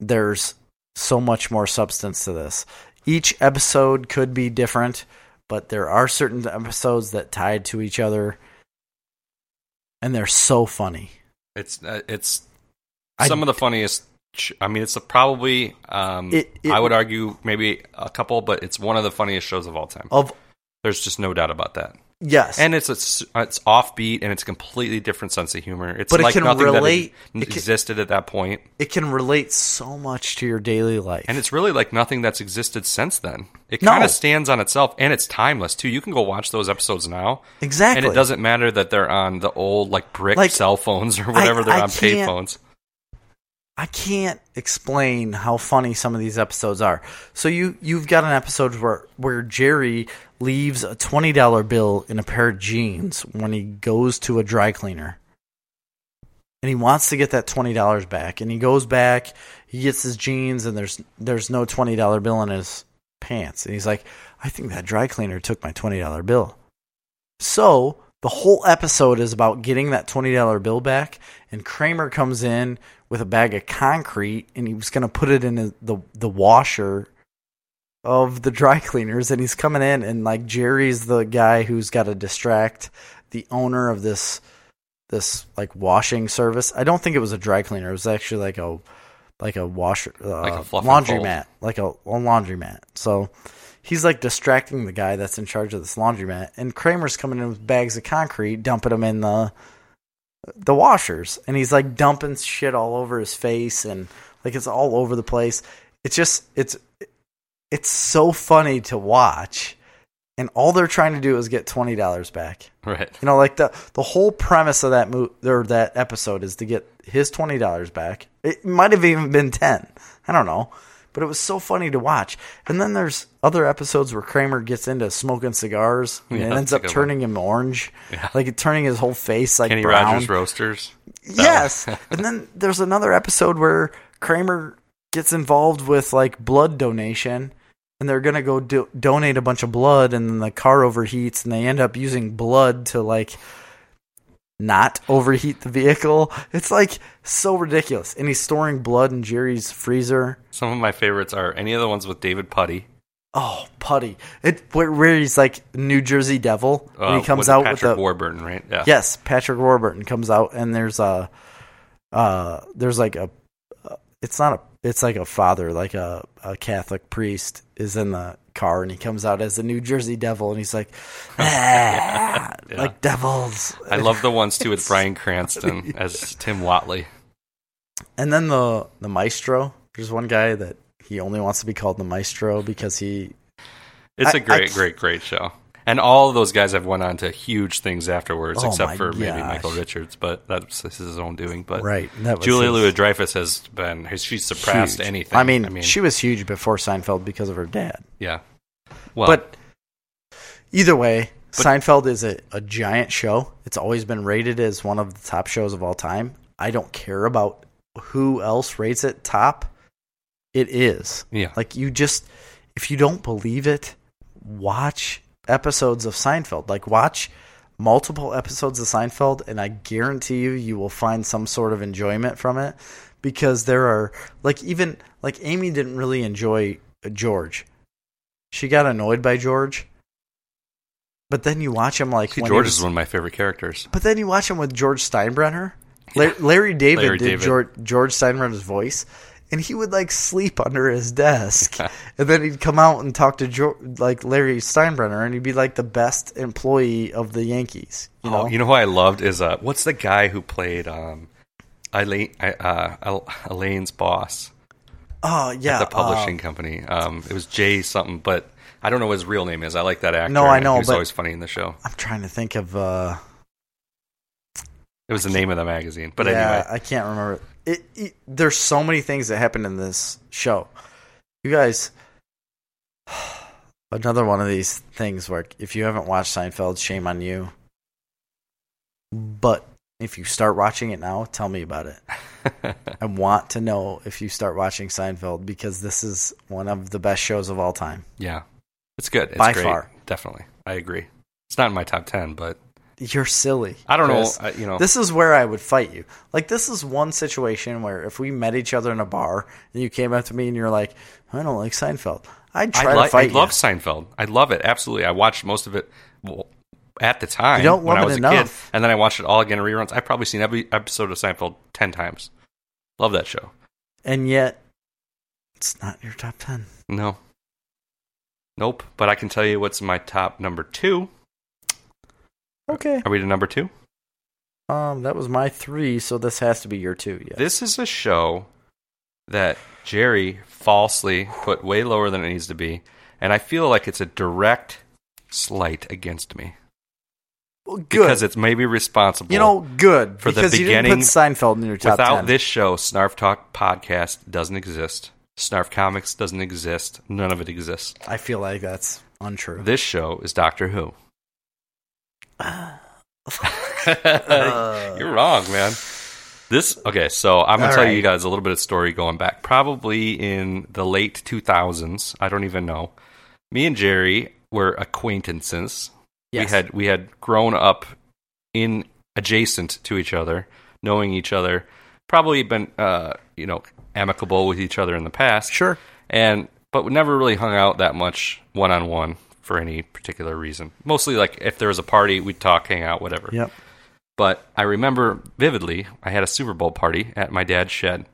Speaker 2: There's so much more substance to this. Each episode could be different, but there are certain episodes that tied to each other and they're so funny.
Speaker 1: it's uh, it's
Speaker 2: I-
Speaker 1: some of the funniest. sh- I mean, it's a, probably um,
Speaker 2: It- it-
Speaker 1: I would argue maybe a couple, but it's one of the funniest shows of all time.
Speaker 2: Of
Speaker 1: There's just no doubt about that.
Speaker 2: yes.
Speaker 1: And it's it's, it's offbeat and it's a completely different sense of humor. It's
Speaker 2: But it
Speaker 1: like
Speaker 2: can
Speaker 1: nothing
Speaker 2: relate-
Speaker 1: that e-,
Speaker 2: it can-
Speaker 1: existed at that point,
Speaker 2: it can relate so much to your daily life.
Speaker 1: and it's really like nothing that's existed since then. It
Speaker 2: No.
Speaker 1: kind of stands on itself, and it's timeless too. You can go watch those episodes now,
Speaker 2: exactly
Speaker 1: and it doesn't matter that they're on the old like brick
Speaker 2: Like,
Speaker 1: cell phones or whatever they're
Speaker 2: I
Speaker 1: on pay
Speaker 2: can't-
Speaker 1: phones.
Speaker 2: I can't explain how funny some of these episodes are. So you you've got an episode where where Jerry leaves a twenty dollar bill in a pair of jeans when he goes to a dry cleaner, and he wants to get that twenty dollars back. And he goes back, he gets his jeans, and there's there's no twenty dollar bill in his pants. And he's like, I think that dry cleaner took my twenty dollar bill. So the whole episode is about getting that $20 bill back, and Kramer comes in with a bag of concrete and he was going to put it in the, the washer of the dry [LAUGHS] cleaners and he's coming in and like Jerry's the guy who's got to distract the owner of this this like washing service. I don't think it was a dry cleaner. It was actually like a like a washer uh,
Speaker 1: Like a fluff and
Speaker 2: laundromat, like a, a laundromat. So he's like distracting the guy that's in charge of this laundromat and Kramer's coming in with bags of concrete dumping them in the the washers and he's like dumping shit all over his face and like it's all over the place it's just it's it's so funny to watch and all they're trying to do is get $20 back
Speaker 1: Right.
Speaker 2: you know like the the whole premise of that mo- or that episode is to get his $20 back it might have even been 10 i don't know but it was so funny to watch and then there's other episodes where kramer gets into smoking cigars and
Speaker 1: Yeah,
Speaker 2: it
Speaker 1: that's
Speaker 2: ends
Speaker 1: a
Speaker 2: up
Speaker 1: good one.
Speaker 2: turning him orange
Speaker 1: Yeah.
Speaker 2: like it turning his whole face like
Speaker 1: Kenny
Speaker 2: brown
Speaker 1: Rogers Roasters. That
Speaker 2: Yes.
Speaker 1: one.
Speaker 2: and then there's another episode where Kramer gets involved with like blood donation and they're going to go do- donate a bunch of blood and then the car overheats and they end up using blood to like not overheat the vehicle. It's like so ridiculous. And he's storing blood in Jerry's freezer.
Speaker 1: Some of my favorites are any of the ones with David Putty.
Speaker 2: Oh, putty. It where, where he's like New Jersey Devil and
Speaker 1: uh,
Speaker 2: he comes
Speaker 1: with
Speaker 2: out
Speaker 1: Patrick
Speaker 2: with a
Speaker 1: Warburton, right? Yeah.
Speaker 2: Yes, Patrick Warburton comes out and there's a uh there's like a it's not a it's like a father, like a, a Catholic priest is in the car and he comes out as the New Jersey devil
Speaker 1: [LAUGHS]
Speaker 2: and he's like "Ah, like devils.
Speaker 1: I love the ones too
Speaker 2: [LAUGHS]
Speaker 1: with Brian Cranston as Tim Watley.
Speaker 2: And then the the maestro, there's one guy that he only wants to be called the maestro because he
Speaker 1: It's a
Speaker 2: I- I
Speaker 1: great,
Speaker 2: c-
Speaker 1: great, great show. And all of those guys have went on to huge things afterwards,
Speaker 2: Oh
Speaker 1: except
Speaker 2: my
Speaker 1: for maybe
Speaker 2: gosh.
Speaker 1: Michael Richards, but that's this is his own doing. But
Speaker 2: right. That was
Speaker 1: Julia
Speaker 2: his
Speaker 1: Louis Dreyfus has been she's surpassed
Speaker 2: huge.
Speaker 1: anything.
Speaker 2: I mean, she was huge before Seinfeld because of her dad.
Speaker 1: yeah. Well,
Speaker 2: but either way, Seinfeld is a, a giant show. It's always been rated as one of the top shows of all time. I don't care about who else rates it top. It is.
Speaker 1: yeah,
Speaker 2: Like you just if you don't believe it, watch episodes of Seinfeld. Like watch multiple episodes of Seinfeld and I guarantee you you will find some sort of enjoyment from it because there are like even like Amy didn't really enjoy George. She got annoyed by George. But then you watch him like
Speaker 1: See,
Speaker 2: when he
Speaker 1: George
Speaker 2: was-
Speaker 1: is one of my favorite characters.
Speaker 2: but then you watch him with George Steinbrenner. La- Larry David
Speaker 1: Larry
Speaker 2: did
Speaker 1: David.
Speaker 2: George, George Steinbrenner's voice, and he would like sleep under his
Speaker 1: [LAUGHS]
Speaker 2: desk, and then he'd come out and talk to George, like Larry Steinbrenner, and he'd be like the best employee of the Yankees. You know,
Speaker 1: Oh, you know who I loved is uh, what's the guy who played um, Elaine, I- uh, El- Elaine's boss,
Speaker 2: oh yeah,
Speaker 1: the
Speaker 2: uh,
Speaker 1: publishing company. Um, it was Jay something, but I don't know what his real name is. I like that actor.
Speaker 2: No, I
Speaker 1: and
Speaker 2: know,
Speaker 1: He was
Speaker 2: but-
Speaker 1: always funny in the show.
Speaker 2: I'm trying to think of. uh
Speaker 1: It was the name of the magazine. But
Speaker 2: yeah,
Speaker 1: anyway,
Speaker 2: I can't remember. It, it there's so many things that happened in this show. You guys, [SIGHS] another one of these things where if you haven't watched Seinfeld, shame on you. But if you start watching it now, tell me about it. I want to know if you start watching Seinfeld because this is one of the best shows of all time.
Speaker 1: [LAUGHS] yeah, it's good. It's
Speaker 2: By
Speaker 1: great.
Speaker 2: far.
Speaker 1: definitely, I agree. It's not in my top ten, but
Speaker 2: You're silly.
Speaker 1: I don't
Speaker 2: Chris.
Speaker 1: know. I, you know,
Speaker 2: This is where I would fight you. Like this is one situation where if we met each other in a bar and you came up to me and you're like, I don't like Seinfeld, I'd
Speaker 1: I,
Speaker 2: try
Speaker 1: li-
Speaker 2: to fight
Speaker 1: I
Speaker 2: you.
Speaker 1: love Seinfeld. I love it absolutely. I watched most of it well, at the time
Speaker 2: You don't
Speaker 1: when I
Speaker 2: love it
Speaker 1: was a
Speaker 2: enough.
Speaker 1: kid, and then I watched it all again in reruns. I've probably seen every episode of Seinfeld ten times. Love that show.
Speaker 2: and yet it's not your top ten.
Speaker 1: No, nope. But I can tell you what's my top number two.
Speaker 2: Okay.
Speaker 1: Are we to number two?
Speaker 2: Um, that was my three, so this has to be your two. Yeah.
Speaker 1: This is a show that Jerry falsely put way lower than it needs to be, and I feel like it's a direct slight against me
Speaker 2: Well, good.
Speaker 1: because it's maybe responsible.
Speaker 2: you know, good
Speaker 1: For the
Speaker 2: because you didn't put
Speaker 1: beginning,
Speaker 2: Seinfeld in your top
Speaker 1: Without
Speaker 2: ten.
Speaker 1: this show, Snarf Talk podcast doesn't exist. Snarf Comics doesn't exist. None of it exists.
Speaker 2: I feel like that's untrue.
Speaker 1: This show is Doctor Who. [LAUGHS]
Speaker 2: [SIGHS] Uh,
Speaker 1: You're wrong, man. This okay, so I'm gonna
Speaker 2: All
Speaker 1: tell
Speaker 2: right.
Speaker 1: you guys a little bit of story going back. Probably in the late 2000s. I don't even know. Me and Jerry were acquaintances.
Speaker 2: Yes.
Speaker 1: We had we had grown up in adjacent to each other, knowing each other, probably been uh, you know amicable with each other in the past.
Speaker 2: Sure.
Speaker 1: And but we never really hung out that much one on one for any particular reason. Mostly like if there was a party, we'd talk, hang out, whatever.
Speaker 2: Yep.
Speaker 1: But I remember vividly, I had a Super Bowl party at my dad's shed.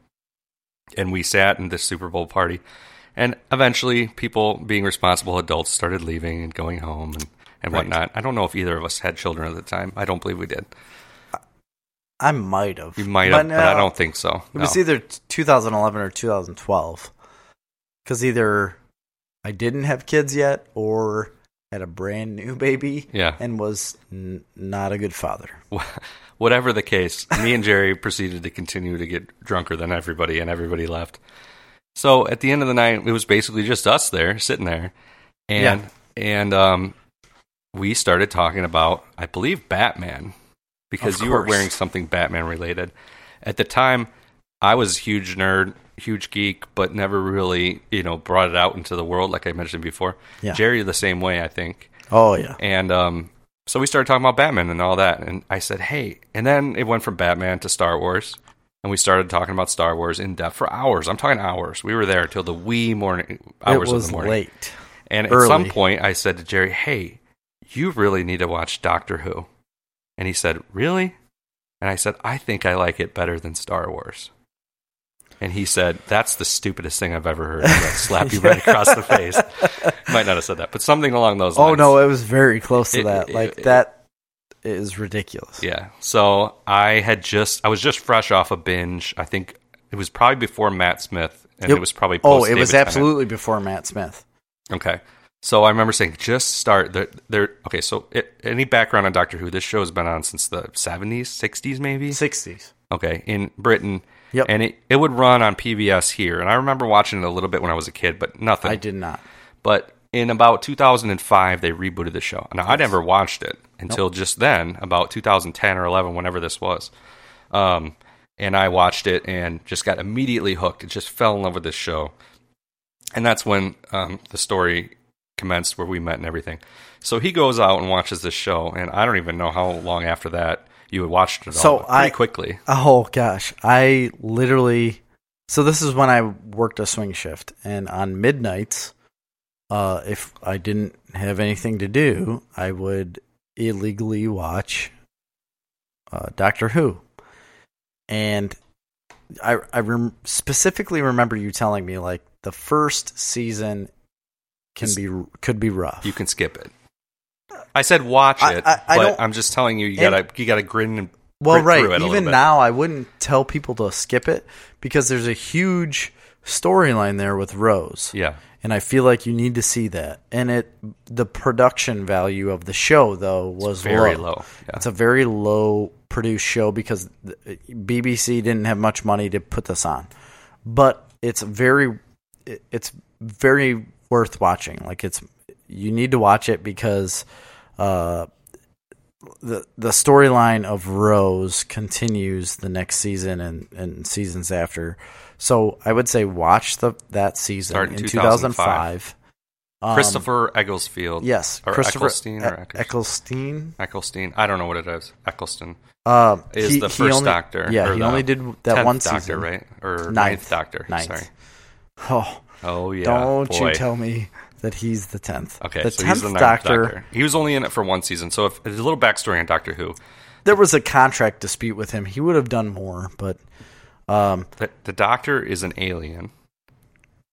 Speaker 1: And we sat in this Super Bowl party. And eventually, people being responsible adults started leaving and going home and, and
Speaker 2: Right.
Speaker 1: whatnot. I don't know if either of us had children at the time. I don't believe we did.
Speaker 2: I might have.
Speaker 1: You might have, but, I
Speaker 2: no,
Speaker 1: don't think so.
Speaker 2: It
Speaker 1: No.
Speaker 2: was either t- 2011 or 2012. Because either I didn't have kids yet or had a brand new baby
Speaker 1: Yeah.
Speaker 2: and was n- not a good father.
Speaker 1: [LAUGHS] Whatever the case, me and Jerry [LAUGHS] proceeded to continue to get drunker than everybody, and everybody left. So at the end of the night, it was basically just us there, sitting there, and and um, we started talking about, I believe, Batman, because
Speaker 2: Of
Speaker 1: you were
Speaker 2: course.
Speaker 1: wearing something Batman related. At the time, I was a huge nerd, huge geek, but never really, you know, brought it out into the world like I mentioned before.
Speaker 2: Yeah.
Speaker 1: Jerry the same way, I think.
Speaker 2: Oh, yeah.
Speaker 1: And um, so we started talking about Batman and all that. And I said, hey. And then it went from Batman to Star Wars. And we started talking about Star Wars in depth for hours. I'm talking hours. We were there till the wee morning hours
Speaker 2: it
Speaker 1: of
Speaker 2: was
Speaker 1: the morning.
Speaker 2: late.
Speaker 1: And at
Speaker 2: early.
Speaker 1: some point, I said to Jerry, hey, you really need to watch Doctor Who. And he said, really? And I said, I think I like it better than Star Wars. And he said, that's the stupidest thing I've ever heard. And I slapped
Speaker 2: [LAUGHS]
Speaker 1: you right across the face. Might not have said that, but something along those
Speaker 2: Oh,
Speaker 1: lines.
Speaker 2: no, it was very close to
Speaker 1: It-
Speaker 2: that.
Speaker 1: it-
Speaker 2: like,
Speaker 1: it-
Speaker 2: that is ridiculous.
Speaker 1: Yeah. So I had just I was just fresh off a binge. I think it was probably before Matt Smith, and it, was probably
Speaker 2: Oh,
Speaker 1: post
Speaker 2: it was
Speaker 1: David Tennant.
Speaker 2: absolutely before Matt Smith.
Speaker 1: okay. So I remember saying, just start there. there okay. So it, any background on Doctor Who? This show has been on since the seventies, sixties, maybe.
Speaker 2: 60s.
Speaker 1: Okay, in Britain.
Speaker 2: Yep.
Speaker 1: And it, it would run on PBS here, and I remember watching it a little bit when I was a kid, but nothing.
Speaker 2: I did not.
Speaker 1: But in about 2005, they rebooted the show. Now, I never watched it until just then, about 2010 or 11, whenever this was. Um, and I watched it and just got immediately hooked. It just fell in love with this show. And that's when um, the story commenced where we met and everything. So he goes out and watches this show, and I don't even know how long after that you had watched it
Speaker 2: So
Speaker 1: all, pretty
Speaker 2: I-
Speaker 1: quickly.
Speaker 2: Oh gosh, I literally. So this is when I worked a swing shift, and on midnights, uh, if I didn't have anything to do, I would illegally watch uh, Doctor Who, and I I rem- specifically remember you telling me like the first season can
Speaker 1: It's-
Speaker 2: be could be rough.
Speaker 1: You can skip it. I said watch
Speaker 2: I-
Speaker 1: it,
Speaker 2: I- I
Speaker 1: but
Speaker 2: don't-
Speaker 1: I'm just telling you, you
Speaker 2: And-
Speaker 1: gotta you gotta grin and
Speaker 2: well
Speaker 1: grit
Speaker 2: right
Speaker 1: through it a little
Speaker 2: even
Speaker 1: bit.
Speaker 2: now i wouldn't tell people to skip it because there's a huge storyline there with rose
Speaker 1: yeah.
Speaker 2: and i feel like you need to see that and it the production value of the show though was
Speaker 1: very low, yeah.
Speaker 2: it's a very low produced show because the- bbc didn't have much money to put this on but it's very it- it's very worth watching like it's you need to watch it because uh the the storyline of Rose continues the next season and, and seasons after. So I would say watch the that season
Speaker 1: Start in
Speaker 2: in
Speaker 1: 2005.
Speaker 2: 2005. Um,
Speaker 1: Christopher Egglesfield.
Speaker 2: yes,
Speaker 1: or
Speaker 2: Christopher
Speaker 1: Eccleston or
Speaker 2: E- Eccleston.
Speaker 1: Eccleston. I don't know what it is. Eccleston
Speaker 2: Um,
Speaker 1: is the first
Speaker 2: only,
Speaker 1: Doctor.
Speaker 2: Yeah,
Speaker 1: or
Speaker 2: he
Speaker 1: the
Speaker 2: only did that
Speaker 1: tenth
Speaker 2: one
Speaker 1: Doctor,
Speaker 2: season.
Speaker 1: right? Or ninth, Doctor.
Speaker 2: Ninth.
Speaker 1: Sorry.
Speaker 2: Oh,
Speaker 1: Oh yeah.
Speaker 2: don't
Speaker 1: boy.
Speaker 2: you tell me that he's the tenth.
Speaker 1: Okay,
Speaker 2: the
Speaker 1: so
Speaker 2: tenth
Speaker 1: he's the ninth
Speaker 2: doctor,
Speaker 1: doctor. He was only in it for one season. So if there's a little backstory on Doctor Who,
Speaker 2: There was a contract dispute with him. He would have done more, but um,
Speaker 1: the, the Doctor is an alien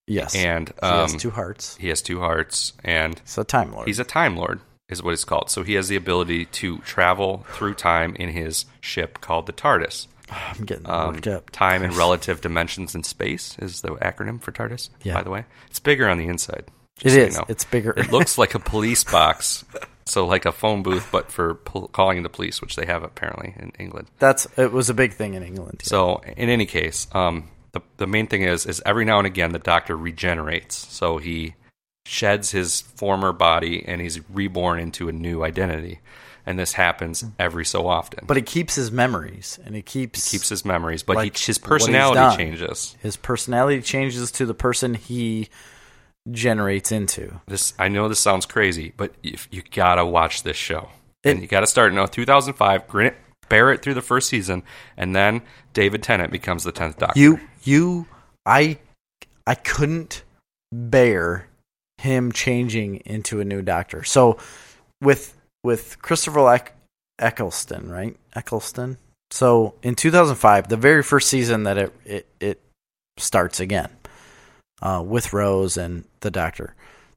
Speaker 2: yes,
Speaker 1: and
Speaker 2: he
Speaker 1: um,
Speaker 2: has two hearts.
Speaker 1: he has two hearts and
Speaker 2: He's a time lord.
Speaker 1: he's a time lord is what it's called. So he has the ability to travel through time in his ship called the TARDIS.
Speaker 2: I'm getting
Speaker 1: um,
Speaker 2: worked up.
Speaker 1: time and relative dimensions in space is the acronym for TARDIS.
Speaker 2: Yeah.
Speaker 1: By the way, it's bigger on the inside.
Speaker 2: It
Speaker 1: just so you
Speaker 2: is.
Speaker 1: know.
Speaker 2: It's bigger.
Speaker 1: It looks like a
Speaker 2: [LAUGHS]
Speaker 1: police box, so like a phone booth, but for pol- calling the police, which they have apparently in England.
Speaker 2: That's. It was a big thing in England. yeah.
Speaker 1: So in any case, um, the the main thing is is every now and again the Doctor regenerates, so he sheds his former body and he's reborn into a new identity, and this happens every so often.
Speaker 2: Hmm. but it keeps his memories and it keeps,
Speaker 1: keeps his memories, but
Speaker 2: like
Speaker 1: he, his
Speaker 2: what he's
Speaker 1: personality
Speaker 2: done.
Speaker 1: changes.
Speaker 2: his personality changes to the person he generates into.
Speaker 1: this I know this sounds crazy, but if you gotta watch this show, and
Speaker 2: It-
Speaker 1: you gotta start in 2005, grin it, bear it through the first season, and then David Tennant becomes the tenth Doctor.
Speaker 2: You. You. I. I couldn't bear him changing into a new doctor. So with with Christopher Eck- Eccleston, right? Eccleston. So in 2005, the very first season that it it, it starts again uh, with Rose and the Doctor.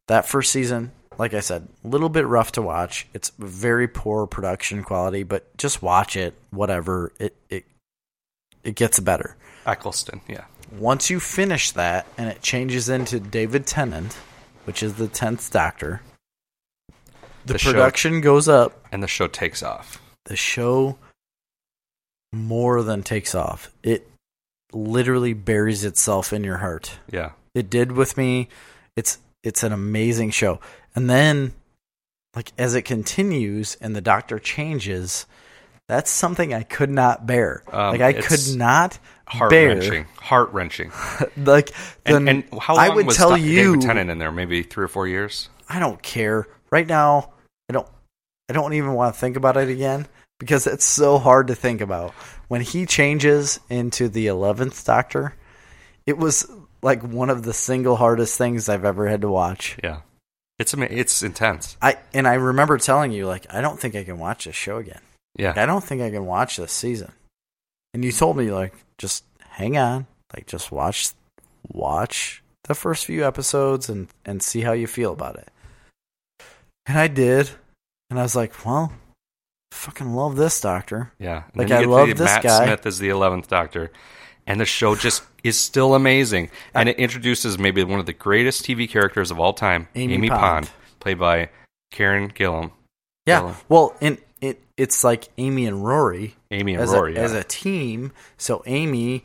Speaker 2: That first season, like I said, a little bit rough to watch. It's very poor production quality, but just watch it. Whatever it it it gets better.
Speaker 1: Eccleston, yeah.
Speaker 2: Once you finish that, and it changes into David Tennant, which is the tenth Doctor. The,
Speaker 1: The show-
Speaker 2: production goes up.
Speaker 1: And the show takes off.
Speaker 2: The show more than takes off. It literally buries itself in your heart
Speaker 1: Yeah.
Speaker 2: it did with me. It's it's an amazing show. And then like as it continues and the doctor changes, that's something I could not bear.
Speaker 1: Um,
Speaker 2: like I
Speaker 1: it's
Speaker 2: could not
Speaker 1: Heart
Speaker 2: bear
Speaker 1: wrenching. Heart wrenching.
Speaker 2: like the,
Speaker 1: And, and how long
Speaker 2: I would
Speaker 1: was
Speaker 2: tell
Speaker 1: Doc-
Speaker 2: you
Speaker 1: David Tennant in there? Maybe three or four years?
Speaker 2: I don't care. Right now, I don't I don't even want to think about it again because it's so hard to think about. When he changes into the 11th doctor, it was like one of the single hardest things I've ever had to watch.
Speaker 1: Yeah. It's ama- it's intense.
Speaker 2: I and I remember telling you like I don't think I can watch this show again.
Speaker 1: Yeah.
Speaker 2: Like, I don't think I can watch this season. And you told me like just hang on, like just watch watch the first few episodes and and see how you feel about it. And I did, and I was like, well, fucking love this doctor.
Speaker 1: Yeah. And then
Speaker 2: Like,
Speaker 1: you
Speaker 2: I
Speaker 1: get to
Speaker 2: love
Speaker 1: the-
Speaker 2: this
Speaker 1: Matt
Speaker 2: guy.
Speaker 1: Smith is the 11th Doctor. And the show just is still amazing. And it introduces maybe one of the greatest TV characters of all time,
Speaker 2: Amy
Speaker 1: Amy,
Speaker 2: Pond.
Speaker 1: Pond. played by Karen Gillum.
Speaker 2: Yeah.
Speaker 1: Really?
Speaker 2: Well, and it it's like Amy and Rory
Speaker 1: Amy and
Speaker 2: as
Speaker 1: Rory.
Speaker 2: a,
Speaker 1: yeah.
Speaker 2: as a team. So Amy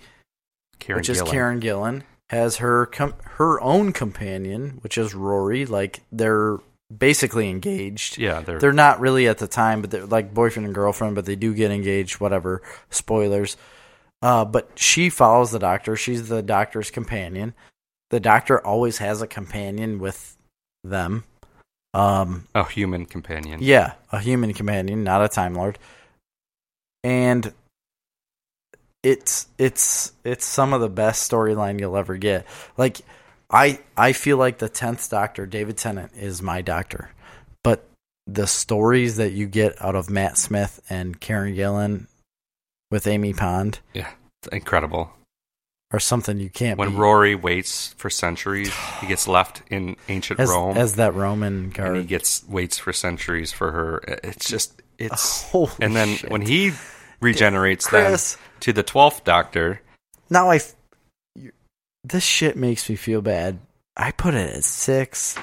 Speaker 1: Karen
Speaker 2: which is
Speaker 1: Gillan.
Speaker 2: Karen Gillan, has her com- her own companion, which is Rory. Like they're basically engaged.
Speaker 1: Yeah, they're,
Speaker 2: They're not really at the time, but they're like boyfriend and girlfriend, but they do get engaged. Whatever. Spoilers. Uh, but she follows the doctor. She's the doctor's companion. The doctor always has a companion with them. Um,
Speaker 1: a human companion.
Speaker 2: yeah, a human companion, not a Time Lord. And it's it's it's some of the best storyline you'll ever get. Like I I feel like the tenth Doctor, David Tennant, is my Doctor, but the stories that you get out of Matt Smith and Karen Gillan with Amy Pond
Speaker 1: It's incredible.
Speaker 2: are something you can't
Speaker 1: When
Speaker 2: beat.
Speaker 1: Rory waits for centuries, he gets left in ancient
Speaker 2: as,
Speaker 1: Rome,
Speaker 2: as that Roman
Speaker 1: and he
Speaker 2: guard.
Speaker 1: gets waits for centuries for her. It's just it's.
Speaker 2: Holy
Speaker 1: and then
Speaker 2: shit.
Speaker 1: when he regenerates them
Speaker 2: Chris,
Speaker 1: to the twelfth Doctor,
Speaker 2: now I, f- you- this shit makes me feel bad. I put it at six.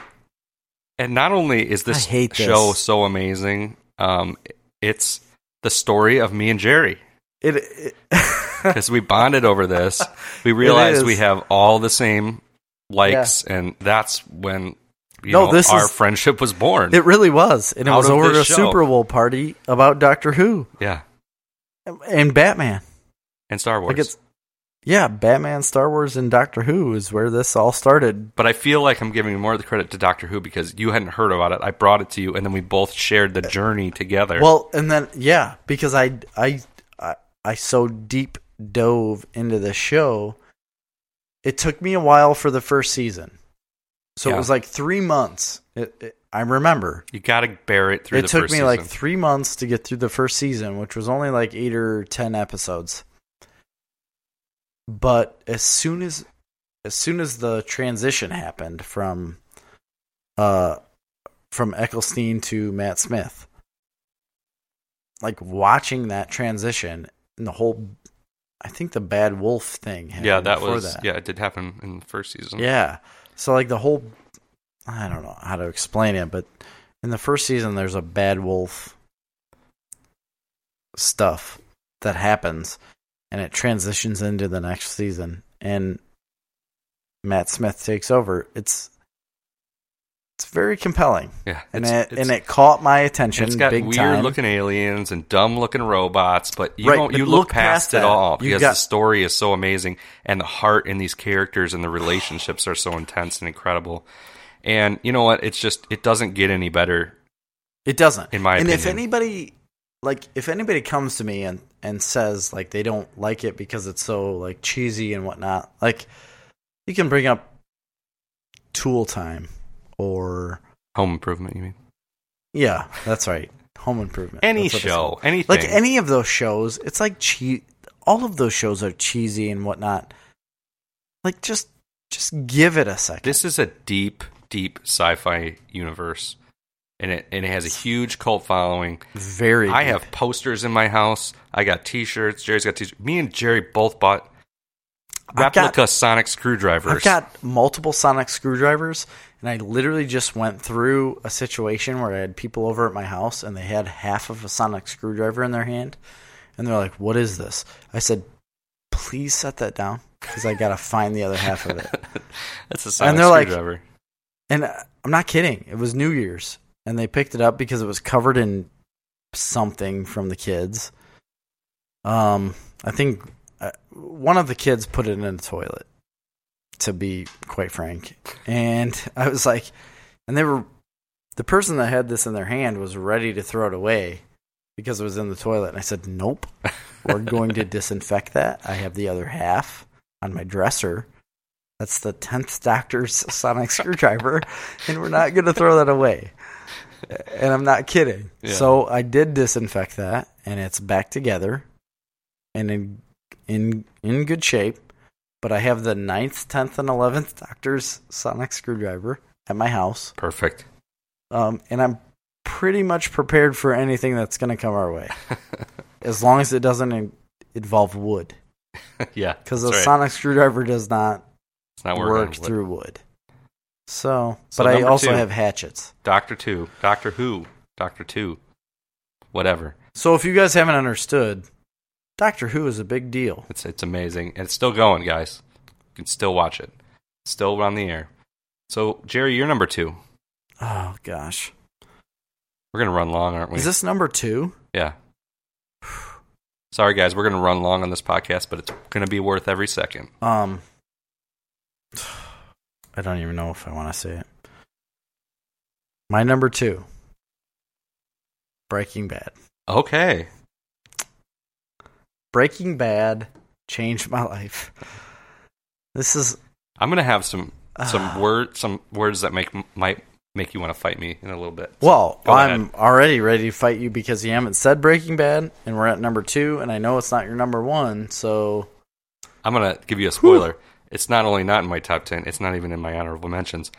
Speaker 1: and not only is this
Speaker 2: I hate
Speaker 1: show
Speaker 2: this.
Speaker 1: so amazing, um, it's the story of me and Jerry
Speaker 2: It, it [LAUGHS]
Speaker 1: because we bonded over this. We
Speaker 2: is.
Speaker 1: realized we have all the same likes, and that's when you
Speaker 2: No,
Speaker 1: know
Speaker 2: this
Speaker 1: our
Speaker 2: is-
Speaker 1: friendship was born.
Speaker 2: it really was, and it
Speaker 1: Out
Speaker 2: was
Speaker 1: of
Speaker 2: over at a
Speaker 1: this show.
Speaker 2: Super Bowl party about Doctor Who
Speaker 1: yeah,
Speaker 2: and Batman.
Speaker 1: and Star Wars.
Speaker 2: Like it's yeah, Batman, Star Wars, and Doctor Who is where this all started.
Speaker 1: But I feel like I'm giving more of the credit to Doctor Who because you hadn't heard about it. I brought it to you, and then we both shared the journey together.
Speaker 2: Uh, Well, and then yeah, because I I I, I so deep dove into the show. It took me a while for the first season, so it
Speaker 1: Yeah.
Speaker 2: was like three months. It, it, I remember
Speaker 1: you got to bear it through.
Speaker 2: it
Speaker 1: the
Speaker 2: took me
Speaker 1: first
Speaker 2: like
Speaker 1: season.
Speaker 2: three months to get through the first season, which was only like eight or ten episodes. But as soon as as soon as the transition happened from uh from Ecclestein to Matt Smith, like watching that transition and the whole I think the bad wolf thing happened
Speaker 1: yeah, that
Speaker 2: before
Speaker 1: was
Speaker 2: that.
Speaker 1: yeah, it did happen in the first season.
Speaker 2: Yeah. So like the whole I don't know how to explain it, but in the first season there's a bad wolf stuff that happens and it transitions into the next season and Matt Smith takes over. It's it's very compelling.
Speaker 1: yeah.
Speaker 2: And
Speaker 1: it's-
Speaker 2: it
Speaker 1: it's-
Speaker 2: and it caught my
Speaker 1: and
Speaker 2: attention
Speaker 1: it's got
Speaker 2: big
Speaker 1: weird
Speaker 2: time.
Speaker 1: looking aliens and dumb looking robots, but you
Speaker 2: Right,
Speaker 1: don't
Speaker 2: but
Speaker 1: you
Speaker 2: look
Speaker 1: look past,
Speaker 2: past
Speaker 1: it
Speaker 2: that.
Speaker 1: all
Speaker 2: You
Speaker 1: because
Speaker 2: got-
Speaker 1: the story is so amazing and the heart in these characters and the relationships are so intense and incredible. And you know what? It's just it doesn't get any better.
Speaker 2: It doesn't.
Speaker 1: in my
Speaker 2: and if
Speaker 1: opinion.
Speaker 2: anybody like if anybody comes to me and and says like they don't like it because it's so like cheesy and whatnot, like you can bring up Tool Time or
Speaker 1: Home Improvement, you mean?
Speaker 2: yeah, that's right, Home Improvement.
Speaker 1: Any
Speaker 2: That's what it's
Speaker 1: show,
Speaker 2: called.
Speaker 1: anything.
Speaker 2: like any of those shows. It's like che- all of those shows are cheesy and whatnot. Like just just give it a second.
Speaker 1: this is a deep, deep sci-fi universe, and it and it has a huge cult following.
Speaker 2: Very.
Speaker 1: I
Speaker 2: good.
Speaker 1: have posters in my house. I got T-shirts. Jerry's got T-shirts. Me and Jerry both bought
Speaker 2: I've got-
Speaker 1: replica sonic screwdrivers.
Speaker 2: I've got multiple sonic screwdrivers, and I literally just went through a situation where I had people over at my house, and they had half of a sonic screwdriver in their hand, and they're like, "What is this?" I said, "Please set that down, because I gotta find the other half of it."
Speaker 1: That's a sonic
Speaker 2: they're like-
Speaker 1: screwdriver.
Speaker 2: And uh, I'm not kidding; it was New Year's, and they picked it up because it was covered in something from the kids. Um, I think uh, one of the kids put it in the toilet. To be quite frank, and [LAUGHS] I was like, and they were the person that had this in their hand was ready to throw it away because it was in the toilet, and I said, "Nope, we're going to disinfect that. I have the other half on my dresser." That's the tenth Doctor's sonic screwdriver, and we're not going to throw that away. And I'm not kidding.
Speaker 1: Yeah.
Speaker 2: So I did disinfect that, and it's back together, and in in in good shape. But I have the ninth, tenth, and eleventh Doctor's sonic screwdriver at my house,
Speaker 1: Perfect. [LAUGHS]
Speaker 2: um, and I'm pretty much prepared for anything that's going to come
Speaker 1: [LAUGHS]
Speaker 2: our way, as long as it doesn't in- involve wood,
Speaker 1: yeah,
Speaker 2: because
Speaker 1: that's
Speaker 2: a
Speaker 1: right.
Speaker 2: sonic screwdriver does not
Speaker 1: It's not working.
Speaker 2: work through wood. So,
Speaker 1: So
Speaker 2: but I
Speaker 1: number
Speaker 2: also
Speaker 1: two.
Speaker 2: have hatchets.
Speaker 1: Doctor Two, Doctor Who, Doctor Two, whatever.
Speaker 2: So if you guys haven't understood, Doctor Who is a big deal.
Speaker 1: It's it's amazing, and it's still going, guys. You can still watch it. It's still on the air. So Jerry, you're number two.
Speaker 2: Oh gosh,
Speaker 1: We're gonna run long, aren't we?
Speaker 2: is this number two?
Speaker 1: yeah. Sorry, guys, we're gonna run long on this podcast, but it's gonna be worth every second.
Speaker 2: Um, [SIGHS] I don't even know if I want to say it. My number two, Breaking Bad.
Speaker 1: Okay.
Speaker 2: Breaking Bad changed [LAUGHS] my life. This is
Speaker 1: I'm gonna have some
Speaker 2: Ah.
Speaker 1: some word some words that make might make you want to fight me in a little bit.
Speaker 2: Well,
Speaker 1: Go ahead.
Speaker 2: I'm already ready to fight you because you haven't said Breaking Bad, and we're at number two, and I know it's not your number one, so
Speaker 1: I'm gonna give you a spoiler. It's not only not in my top ten; it's not even in my honorable mentions.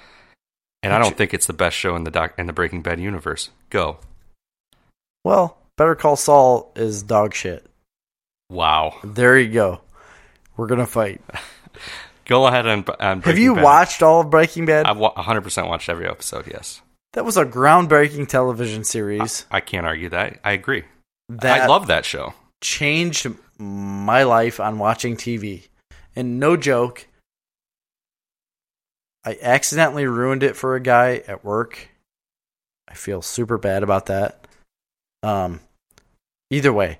Speaker 1: And I
Speaker 2: But
Speaker 1: don't
Speaker 2: you-
Speaker 1: think it's the best show in the doc in the Breaking Bad universe. Go!
Speaker 2: well, Better Call Saul is dog shit.
Speaker 1: Wow!
Speaker 2: There you go. We're
Speaker 1: [LAUGHS]
Speaker 2: gonna fight.
Speaker 1: Go ahead and, and
Speaker 2: Have you watched all of Breaking Bad?
Speaker 1: I've 100 percent watched every episode. Yes,
Speaker 2: that was a groundbreaking television series
Speaker 1: I can't argue that. I agree.
Speaker 2: that
Speaker 1: I love that show.
Speaker 2: changed my life on watching TV. And no joke, I accidentally ruined it for a guy at work. I feel super bad about that. Um, either way,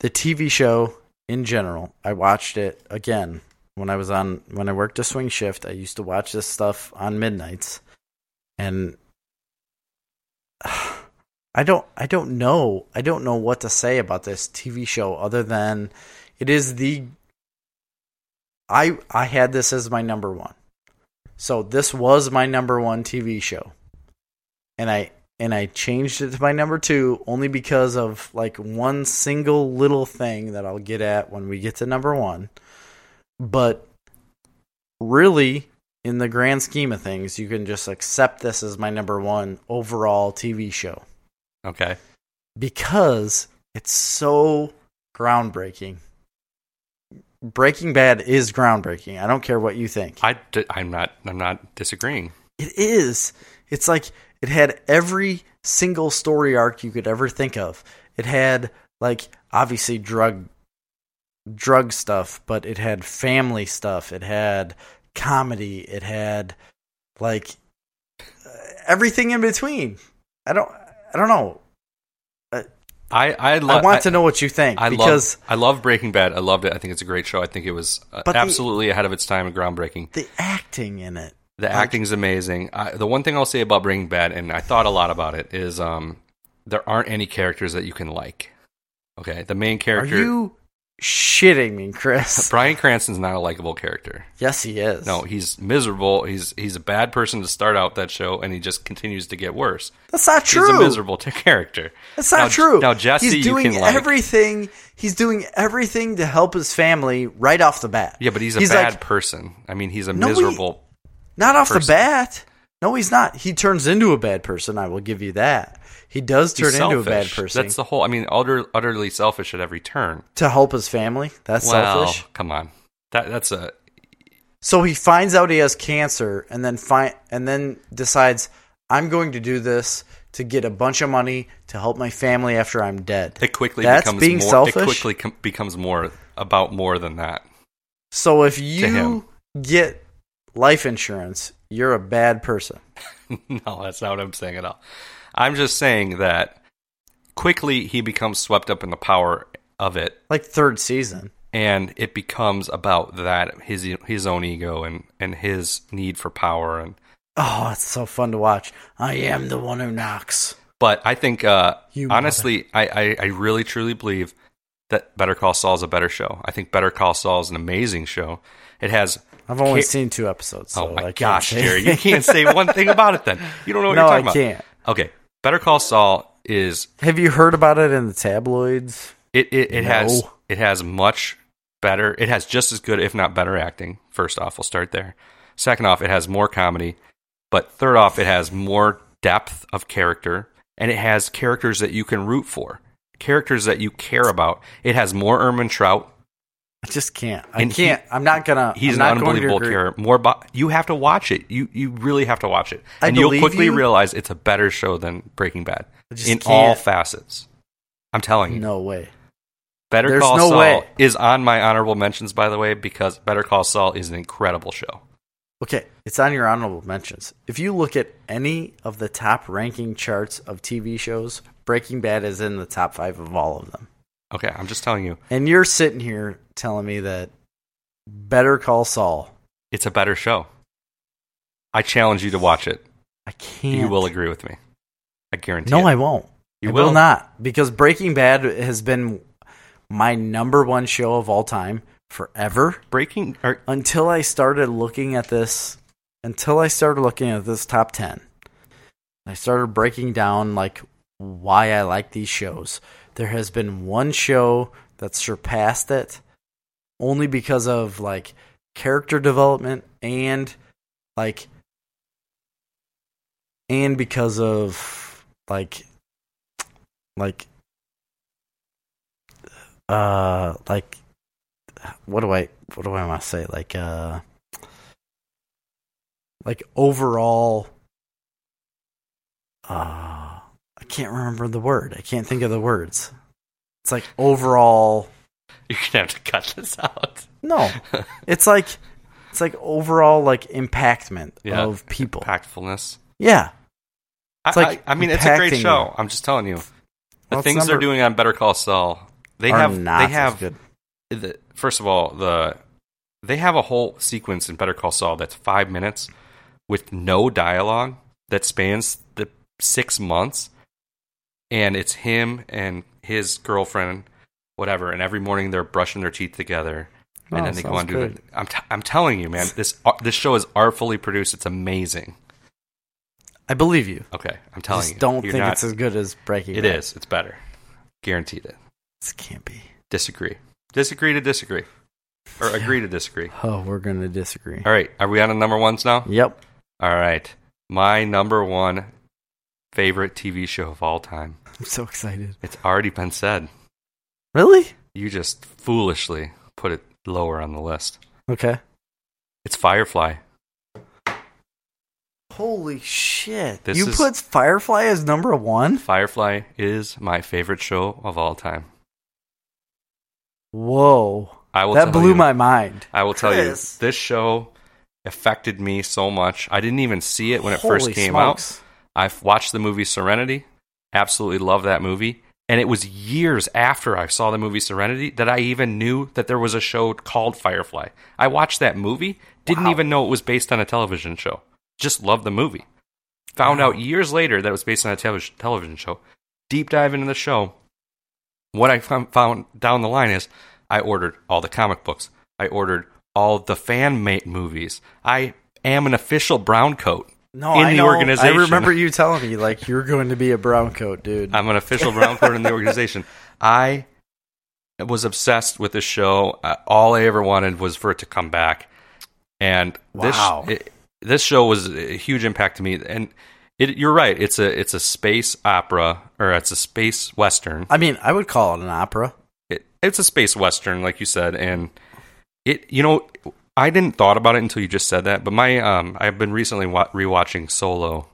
Speaker 2: the TV show in general, I watched it again when I was on when I worked a swing shift. I used to watch this stuff on midnights, and I don't I don't know I don't know what to say about this TV show other than it is the I I had this as my number one. So this was my number one TV show. And I and I changed it to my number 2 only because of like one single little thing that I'll get at when we get to number 1. But really in the grand scheme of things, you can just accept this as my number 1 overall TV show
Speaker 1: Okay.
Speaker 2: because it's so groundbreaking. Breaking Bad is groundbreaking. I don't care what you think.
Speaker 1: I d- I'm not I'm not disagreeing.
Speaker 2: It is. It's like it had every single story arc you could ever think of. It had like obviously drug drug stuff, but it had family stuff. It had comedy. It had like uh, everything in between. I don't. I don't know.
Speaker 1: I I, lo-
Speaker 2: I want to know what you think
Speaker 1: I
Speaker 2: because
Speaker 1: love I love Breaking Bad. I loved it. I think it's a great show. I think it was uh,
Speaker 2: But the-
Speaker 1: absolutely ahead of its time and groundbreaking.
Speaker 2: the acting in it.
Speaker 1: The
Speaker 2: Like-
Speaker 1: acting's amazing. I, the one thing I'll say about Breaking Bad, and I thought a lot about it, is um, there aren't any characters that you can like. Okay, the main [LAUGHS]
Speaker 2: Are
Speaker 1: character.
Speaker 2: you shitting
Speaker 1: [LAUGHS]
Speaker 2: me, Chris.
Speaker 1: Brian Cranston's not a likable character.
Speaker 2: Yes, he is.
Speaker 1: No, he's miserable. He's he's a bad person to start out that show, and he just continues to get worse.
Speaker 2: that's not true.
Speaker 1: He's a miserable [LAUGHS] t- character.
Speaker 2: That's not
Speaker 1: Now-
Speaker 2: true.
Speaker 1: Now Jesse,
Speaker 2: he's doing
Speaker 1: you can like.
Speaker 2: everything. He's doing everything to help his family right off the bat.
Speaker 1: yeah, but he's a
Speaker 2: like,
Speaker 1: bad person. I mean, he's a
Speaker 2: No, he-
Speaker 1: miserable.
Speaker 2: Not off the
Speaker 1: person.
Speaker 2: bat. No, he's not. He turns into a bad person. I will give you that. He does turn
Speaker 1: he's
Speaker 2: into a bad
Speaker 1: selfish.
Speaker 2: person
Speaker 1: That's the whole. I mean, utter, utterly selfish at every turn.
Speaker 2: to help his family. That's
Speaker 1: Well,
Speaker 2: selfish.
Speaker 1: come on. That that's a
Speaker 2: So he finds out he has cancer, and then find and then decides I'm going to do this to get a bunch of money to help my family after I'm dead.
Speaker 1: it quickly
Speaker 2: That's
Speaker 1: becomes
Speaker 2: being
Speaker 1: more.
Speaker 2: selfish?
Speaker 1: It quickly com- becomes more about more than that. [LAUGHS]
Speaker 2: So if
Speaker 1: him.
Speaker 2: you get life insurance, you're a bad person.
Speaker 1: no, that's not what I'm saying at all. I'm just saying that quickly he becomes swept up in the power of it,
Speaker 2: Like third season.
Speaker 1: and it becomes about that his his own ego and and his need for power and.
Speaker 2: Oh, it's so fun to watch. I am the one who knocks.
Speaker 1: But I think uh,
Speaker 2: You
Speaker 1: honestly, I, I I really truly believe that Better Call Saul is a better show. I think Better Call Saul is an amazing show. It has.
Speaker 2: I've only
Speaker 1: Ca-
Speaker 2: seen two episodes.
Speaker 1: Oh
Speaker 2: so I
Speaker 1: my
Speaker 2: can't
Speaker 1: gosh,
Speaker 2: say-
Speaker 1: Jerry, you can't say one thing about it. Then you don't know what
Speaker 2: [LAUGHS] no,
Speaker 1: you're
Speaker 2: I
Speaker 1: talking about.
Speaker 2: can't.
Speaker 1: Okay, Better Call Saul is
Speaker 2: Have you heard about it in the tabloids?
Speaker 1: It it, it has
Speaker 2: No.
Speaker 1: it has much better. It has just as good, if not better, acting. First off, we'll start there. Second off, it has more comedy. But third off, it has more depth of character, and it has characters that you can root for, characters that you care about. It has more Erman Trout.
Speaker 2: I just can't. I
Speaker 1: And he-
Speaker 2: can't. I'm not gonna.
Speaker 1: He's
Speaker 2: I'm
Speaker 1: an
Speaker 2: not going to
Speaker 1: unbelievable
Speaker 2: agree.
Speaker 1: character. More, bo- you have to watch it. You you really have to watch it,
Speaker 2: I
Speaker 1: and you'll
Speaker 2: believe
Speaker 1: quickly
Speaker 2: you.
Speaker 1: realize it's a better show than Breaking Bad
Speaker 2: I just
Speaker 1: in all
Speaker 2: can't.
Speaker 1: facets. I'm telling you.
Speaker 2: No way.
Speaker 1: Better
Speaker 2: There's
Speaker 1: Call
Speaker 2: no
Speaker 1: Saul
Speaker 2: way.
Speaker 1: is on my honorable mentions, by the way, because Better Call Saul is an incredible show.
Speaker 2: Okay, it's on your honorable mentions. If you look at any of the top ranking charts of TV shows, Breaking Bad is in the top five of all of them.
Speaker 1: Okay, I'm just telling you,
Speaker 2: And you're sitting here telling me that Better Call Saul.
Speaker 1: it's a better show. I challenge you to watch it.
Speaker 2: I can't.
Speaker 1: You will agree with me. I guarantee.
Speaker 2: No,
Speaker 1: it.
Speaker 2: I won't.
Speaker 1: You
Speaker 2: I will.
Speaker 1: will.
Speaker 2: not because Breaking Bad has been my number one show of all time forever
Speaker 1: Breaking. Or, [LAUGHS]
Speaker 2: until I started looking at this. Until I started looking at this top ten, I started breaking down like why I like these shows. There has been one show that surpassed it, only because of like character development and like and because of like like uh like what do i what do i want to say like uh like overall uh i can't remember the word i can't think of the words it's like overall
Speaker 1: you're gonna have to cut this out. [LAUGHS]
Speaker 2: no it's like it's like overall like impactment
Speaker 1: Yeah.
Speaker 2: of people
Speaker 1: Impactfulness.
Speaker 2: yeah
Speaker 1: It's
Speaker 2: It's
Speaker 1: I,
Speaker 2: like
Speaker 1: I, I mean, it's a great
Speaker 2: impacting
Speaker 1: show. I'm just telling you, the
Speaker 2: Well, it's
Speaker 1: things they're
Speaker 2: number-
Speaker 1: doing on Better Call Saul, they
Speaker 2: are
Speaker 1: have
Speaker 2: not
Speaker 1: they
Speaker 2: as
Speaker 1: have
Speaker 2: good.
Speaker 1: the, first of all, the they have a whole sequence in Better Call Saul that's five minutes with no dialogue that spans the six months, and it's him and his girlfriend, whatever. And every morning they're brushing their teeth together,
Speaker 2: Oh,
Speaker 1: and then they go
Speaker 2: sounds
Speaker 1: on to
Speaker 2: good.
Speaker 1: it. I'm t- I'm telling you, man, this ar- this show is artfully produced. It's amazing.
Speaker 2: I believe you.
Speaker 1: Okay, I'm
Speaker 2: I
Speaker 1: telling
Speaker 2: just
Speaker 1: you,
Speaker 2: don't
Speaker 1: You're
Speaker 2: think
Speaker 1: not-
Speaker 2: it's as good as Breaking
Speaker 1: it
Speaker 2: Bad.
Speaker 1: is. It's better, guaranteed. It.
Speaker 2: This can't be.
Speaker 1: Disagree. Disagree to disagree, or agree to disagree.
Speaker 2: Oh, we're going to disagree.
Speaker 1: All right, are we on to number ones now?
Speaker 2: Yep.
Speaker 1: All right. My number one favorite TV show of all time.
Speaker 2: I'm so excited.
Speaker 1: It's already been said.
Speaker 2: Really?
Speaker 1: You just foolishly put it lower on the list.
Speaker 2: Okay.
Speaker 1: It's Firefly.
Speaker 2: Holy shit.
Speaker 1: This
Speaker 2: you
Speaker 1: is-
Speaker 2: put Firefly as number one?
Speaker 1: Firefly is my favorite show of all time.
Speaker 2: Whoa.
Speaker 1: I will
Speaker 2: That
Speaker 1: tell
Speaker 2: blew
Speaker 1: you-
Speaker 2: my mind.
Speaker 1: I will tell you,
Speaker 2: Chris.
Speaker 1: this show affected me so much. I didn't even see it when it
Speaker 2: Holy
Speaker 1: first came out.
Speaker 2: smokes.
Speaker 1: I've watched the movie Serenity. Absolutely love that movie. And it was years after I saw the movie Serenity that I even knew that there was a show called Firefly. I watched that movie, didn't
Speaker 2: Wow.
Speaker 1: even know it was based on a television show. Just loved the movie. Found out years later that it was based on a tele- television show. Deep dive into the show. What I found, found down the line is I ordered all the comic books. I ordered all the fan mate movies. I am an official brown coat.
Speaker 2: No,
Speaker 1: in
Speaker 2: I
Speaker 1: the
Speaker 2: know.
Speaker 1: organization.
Speaker 2: I remember
Speaker 1: [LAUGHS]
Speaker 2: you telling me like you're going to be a brown coat, dude.
Speaker 1: I'm an official brown coat in the organization. I was obsessed with this show. Uh, all I ever wanted was for it to come back. And
Speaker 2: Wow.
Speaker 1: this it, this show was a huge impact to me. And it, you're right. It's a it's a space opera or it's a space western.
Speaker 2: I mean, I would call it an opera.
Speaker 1: It, it's a space western, like you said. And it you know I didn't thought about it until you just said that. But my um I've been recently wa- rewatching Solo,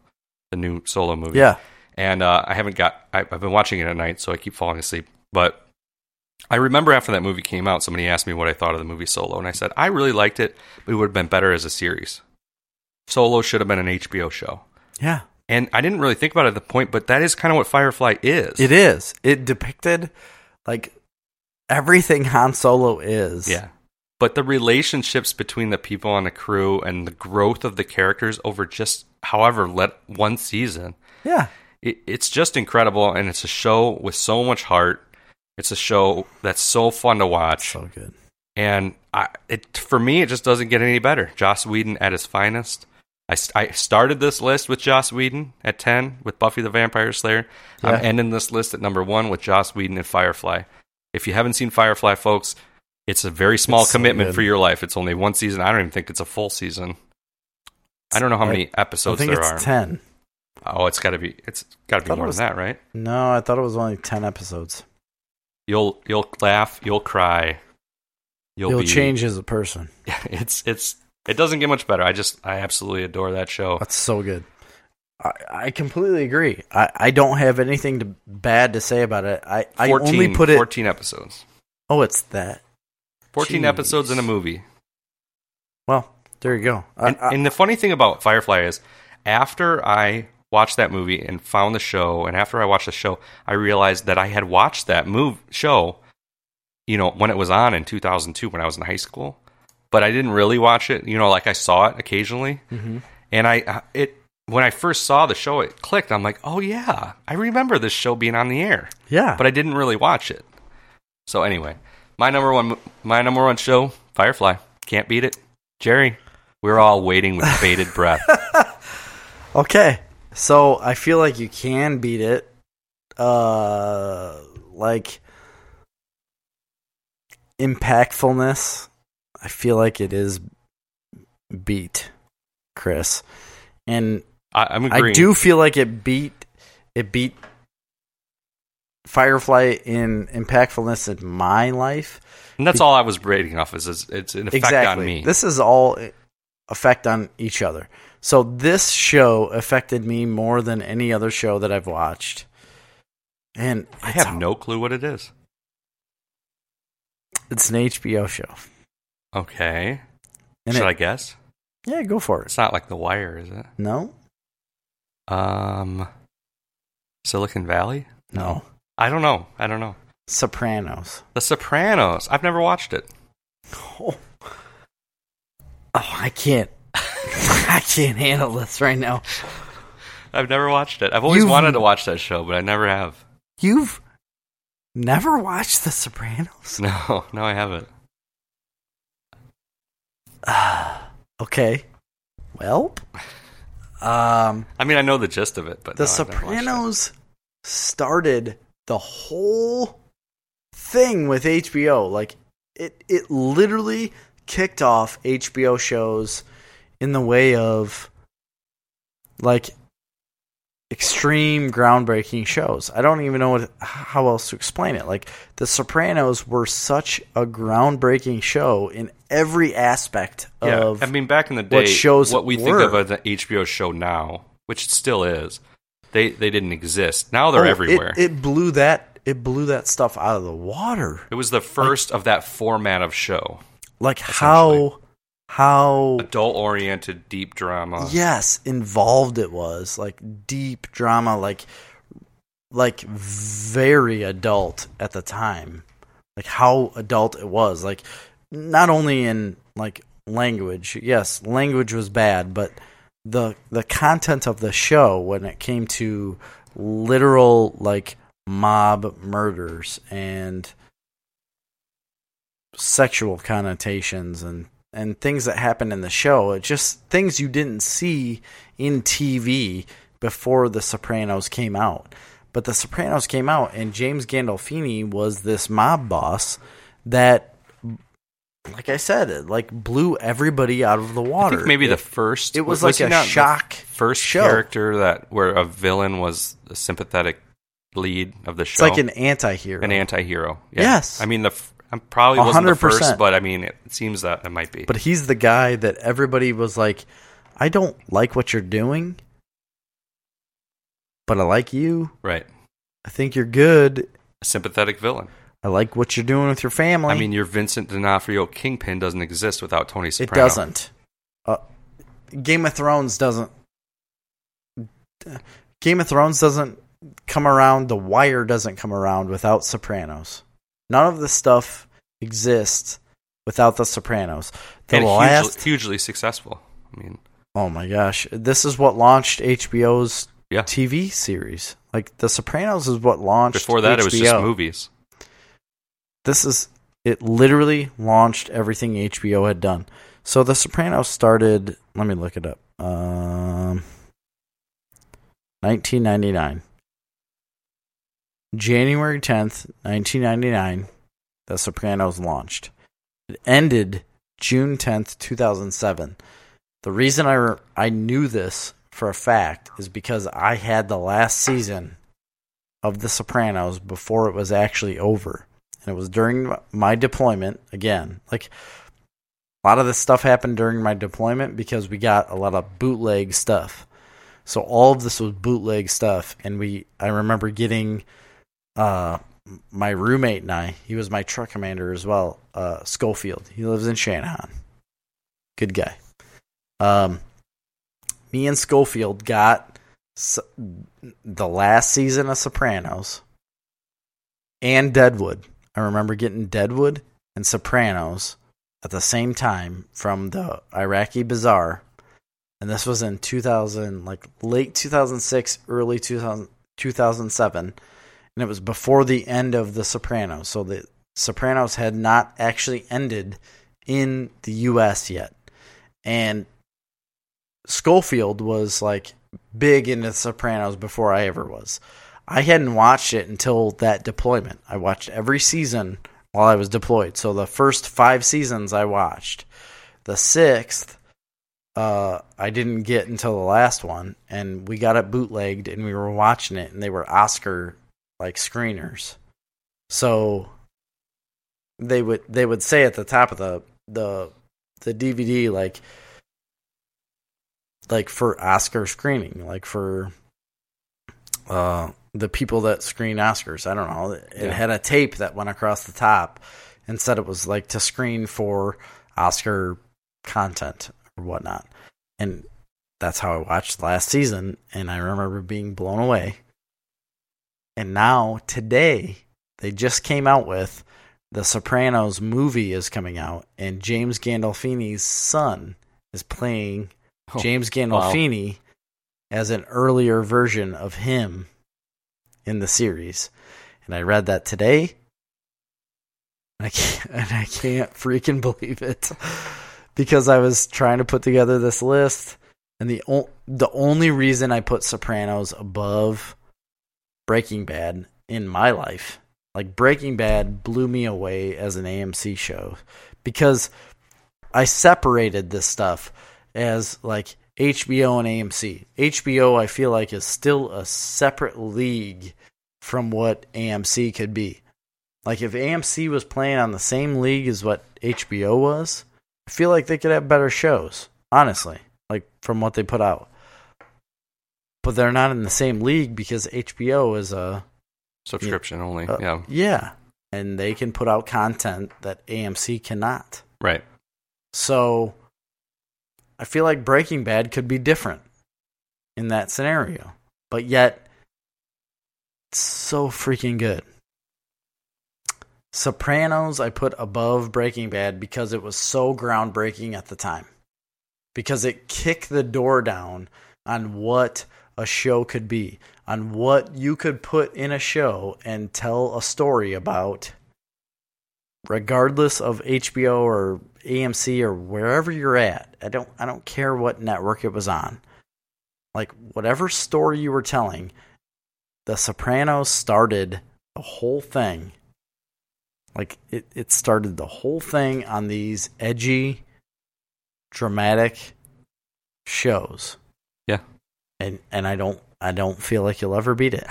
Speaker 1: the new Solo movie
Speaker 2: Yeah.
Speaker 1: and uh, I haven't got. I, I've been watching it at night, so I keep falling asleep. But I remember after that movie came out, somebody asked me what I thought of the movie Solo, and I said I really liked it, but it would have been better as a series. Solo should have been an HBO show,
Speaker 2: Yeah.
Speaker 1: and I didn't really think about it at the point, but that is kind of what Firefly is.
Speaker 2: It is. It depicted like everything Han Solo is.
Speaker 1: yeah. But the relationships between the people on the crew and the growth of the characters over just however let one season
Speaker 2: Yeah.
Speaker 1: it, it's just incredible and it's a show with so much heart it's a show that's so fun to watch
Speaker 2: So good.
Speaker 1: and I, it for me it just doesn't get any better joss whedon at his finest I, s- I started this list with joss whedon at 10 with buffy the vampire slayer i'm
Speaker 2: Yeah.
Speaker 1: ending this list at number one with joss whedon and firefly if you haven't seen firefly folks it's a very small
Speaker 2: It's so
Speaker 1: commitment
Speaker 2: good.
Speaker 1: for your life it's only one season i don't even think it's a full season i don't know how
Speaker 2: I-
Speaker 1: many
Speaker 2: I
Speaker 1: episodes
Speaker 2: think
Speaker 1: there
Speaker 2: it's
Speaker 1: are
Speaker 2: ten.
Speaker 1: oh it's got to be it's got to be
Speaker 2: thought it
Speaker 1: more
Speaker 2: was-
Speaker 1: than that right
Speaker 2: No, I thought it was only ten episodes.
Speaker 1: you'll you'll laugh, you'll cry,
Speaker 2: You'll,
Speaker 1: be-
Speaker 2: change as a person.
Speaker 1: [LAUGHS] It's it's it doesn't get much better. I just I absolutely adore that show.
Speaker 2: That's so good. I, I completely agree. I, I don't have anything to, bad to say about it. I, I
Speaker 1: 14,
Speaker 2: only put it.
Speaker 1: 14 episodes,
Speaker 2: Oh, it's that.
Speaker 1: fourteen
Speaker 2: Jeez.
Speaker 1: episodes in a movie.
Speaker 2: Well, there you go. I,
Speaker 1: and,
Speaker 2: I-
Speaker 1: and the funny thing about Firefly is, after I watched that movie and found the show, and after I watched the show, I realized that I had watched that move show, you know, when it was on in 2002 when I was in high school, but I didn't really watch it. You know, like I saw it occasionally,
Speaker 2: Mm-hmm.
Speaker 1: and I- I it when I first saw the show, it clicked. I'm like, oh yeah, I remember this show being on the air,
Speaker 2: yeah,
Speaker 1: but I didn't really watch it. So anyway, my number one, my number one show, Firefly, can't beat it. Jerry, we're all waiting with
Speaker 2: [LAUGHS]
Speaker 1: bated breath.
Speaker 2: Okay. So I feel like you can beat it. Uh like impactfulness. I feel like it is beat Chris. And
Speaker 1: I, I'm agreeing.
Speaker 2: I do feel like it beat it beat Firefly in impactfulness in my life.
Speaker 1: and that's all I was rating off. Is, is it's an effect
Speaker 2: exactly.
Speaker 1: on me.
Speaker 2: This is all effect on each other. So this show affected me more than any other show that I've watched. And
Speaker 1: I
Speaker 2: it's-
Speaker 1: have no clue what it is.
Speaker 2: It's an HBO show.
Speaker 1: Okay,
Speaker 2: And
Speaker 1: should
Speaker 2: it-
Speaker 1: I guess?
Speaker 2: yeah, go for it.
Speaker 1: It's not like The Wire, is it?
Speaker 2: No,
Speaker 1: Um, Silicon Valley.
Speaker 2: no.
Speaker 1: I don't know. I don't know.
Speaker 2: Sopranos.
Speaker 1: The Sopranos. I've never watched it.
Speaker 2: Oh, oh I can't. [LAUGHS] I can't handle this right now.
Speaker 1: I've never watched it. I've always
Speaker 2: You've-
Speaker 1: wanted to watch that show, but I never have. [LAUGHS]
Speaker 2: You've never watched The Sopranos?
Speaker 1: No, no, I haven't.
Speaker 2: [SIGHS] Okay. Well, um,
Speaker 1: I mean, I know the gist of it, but
Speaker 2: The
Speaker 1: no, I've never watched it.
Speaker 2: Sopranos started the whole thing with HBO. Like it it literally kicked off HBO shows in the way of like extreme groundbreaking shows. I don't even know what, how else to explain it. Like The Sopranos were such a groundbreaking show in every aspect
Speaker 1: Yeah,
Speaker 2: of
Speaker 1: I mean, back in the day,
Speaker 2: shows
Speaker 1: what we
Speaker 2: were.
Speaker 1: think of as an HBO show now, which it still is, they they didn't exist. Now they're
Speaker 2: Oh, it-
Speaker 1: everywhere. It,
Speaker 2: It, blew that it blew that stuff out of the water.
Speaker 1: was the first of that format of show,
Speaker 2: like how how
Speaker 1: adult oriented deep drama.
Speaker 2: yes involved it was like deep drama like like very adult at the time like how adult it was like not only in like language yes language was bad but the the content of the show when it came to literal like mob murders and sexual connotations and and things that happened in the show. It just things you didn't see in TV before The Sopranos came out. But The Sopranos came out, and James Gandolfini was this mob boss that, like I said, it like blew everybody out of the
Speaker 1: I
Speaker 2: water.
Speaker 1: think maybe
Speaker 2: It-
Speaker 1: the first.
Speaker 2: it was
Speaker 1: he
Speaker 2: like a
Speaker 1: not the
Speaker 2: shock
Speaker 1: First
Speaker 2: show.
Speaker 1: character that where a villain was a sympathetic lead of the
Speaker 2: It's
Speaker 1: show.
Speaker 2: like an anti-hero.
Speaker 1: an anti-hero. Yeah.
Speaker 2: Yes.
Speaker 1: I mean the. F- I probably wasn't the first,
Speaker 2: 100%.
Speaker 1: but I mean it seems that it might be.
Speaker 2: but he's the guy that everybody was like, I don't like what you're doing, but I like you.
Speaker 1: right,
Speaker 2: I think you're good.
Speaker 1: a sympathetic villain.
Speaker 2: I like what you're doing with your family.
Speaker 1: I mean, your Vincent D'Onofrio kingpin doesn't exist without Tony
Speaker 2: it
Speaker 1: Soprano.
Speaker 2: doesn't. Uh, Game of Thrones doesn't. Game of Thrones doesn't come around. The Wire doesn't come around without Sopranos. None of this stuff exists without the Sopranos. The
Speaker 1: and
Speaker 2: last,
Speaker 1: hugely, hugely successful. I mean,
Speaker 2: oh my gosh, this is what launched HBO's
Speaker 1: yeah.
Speaker 2: TV series. Like The Sopranos is what launched.
Speaker 1: Before that, it was just
Speaker 2: HBO.
Speaker 1: movies.
Speaker 2: This is it. Literally launched everything HBO had done. So The Sopranos started. Let me look it up. Um, 1999, January 10th, 1999. The Sopranos launched. It ended June 10th, 2007. The reason I re- I knew this for a fact is because I had the last season of The Sopranos before it was actually over. And it was during my deployment again. Like a lot of this stuff happened during my deployment because we got a lot of bootleg stuff. So all of this was bootleg stuff and we I remember getting uh my roommate and I, he was my truck commander as well, uh Schofield. He lives in Shanahan. Good guy. Um me and Schofield got s- the last season of Sopranos and Deadwood. I remember getting Deadwood and Sopranos at the same time from the Iraqi Bazaar. And this was in 2000, like late 2006, early 2000, 2007. And it was before the end of The Sopranos. So the Sopranos had not actually ended in the US yet. And Schofield was like big into The Sopranos before I ever was. I hadn't watched it until that deployment. I watched every season while I was deployed. So the first five seasons I watched. The sixth, uh, I didn't get until the last one, and we got it bootlegged, and we were watching it, and they were Oscar like screeners. So they would they would say at the top of the the the DVD like like for Oscar screening, like for uh, the people that screen Oscars. I don't know. It
Speaker 1: Yeah.
Speaker 2: had a tape that went across the top and said it was like to screen for Oscar content or whatnot. And that's how I watched last season. And I remember being blown away. And now, today, they just came out with The Sopranos movie is coming out, and James Gandolfini's son is playing
Speaker 1: Oh,
Speaker 2: James Gandolfini as an earlier version of him in the series. And I read that today. And I can't, [LAUGHS] and I can't freaking believe it because I was trying to put together this list, and the o- the only reason I put Sopranos above Breaking Bad in my life, like Breaking Bad, blew me away as an AMC show because I separated this stuff as like HBO and AMC. HBO, I feel like, is still a separate league from what AMC could be. Like, if AMC was playing on the same league as what HBO was, I feel like they could have better shows, honestly, like from what they put out. But they're not in the same league because HBO is a.
Speaker 1: Subscription only.
Speaker 2: a-
Speaker 1: yeah.
Speaker 2: Yeah. And they can put out content that AMC cannot.
Speaker 1: Right.
Speaker 2: So I feel like Breaking Bad could be different in that scenario, but yet it's so freaking good. Sopranos I put above Breaking Bad because it was so groundbreaking at the time. Because it kicked the door down on what a show could be, on what you could put in a show and tell a story about regardless of HBO or AMC or wherever you're at. I don't I don't care what network it was on. Like whatever story you were telling, The Sopranos started the whole thing. Like it, it started the whole thing on these edgy, dramatic shows.
Speaker 1: Yeah.
Speaker 2: And and I don't I don't feel like you'll ever beat it.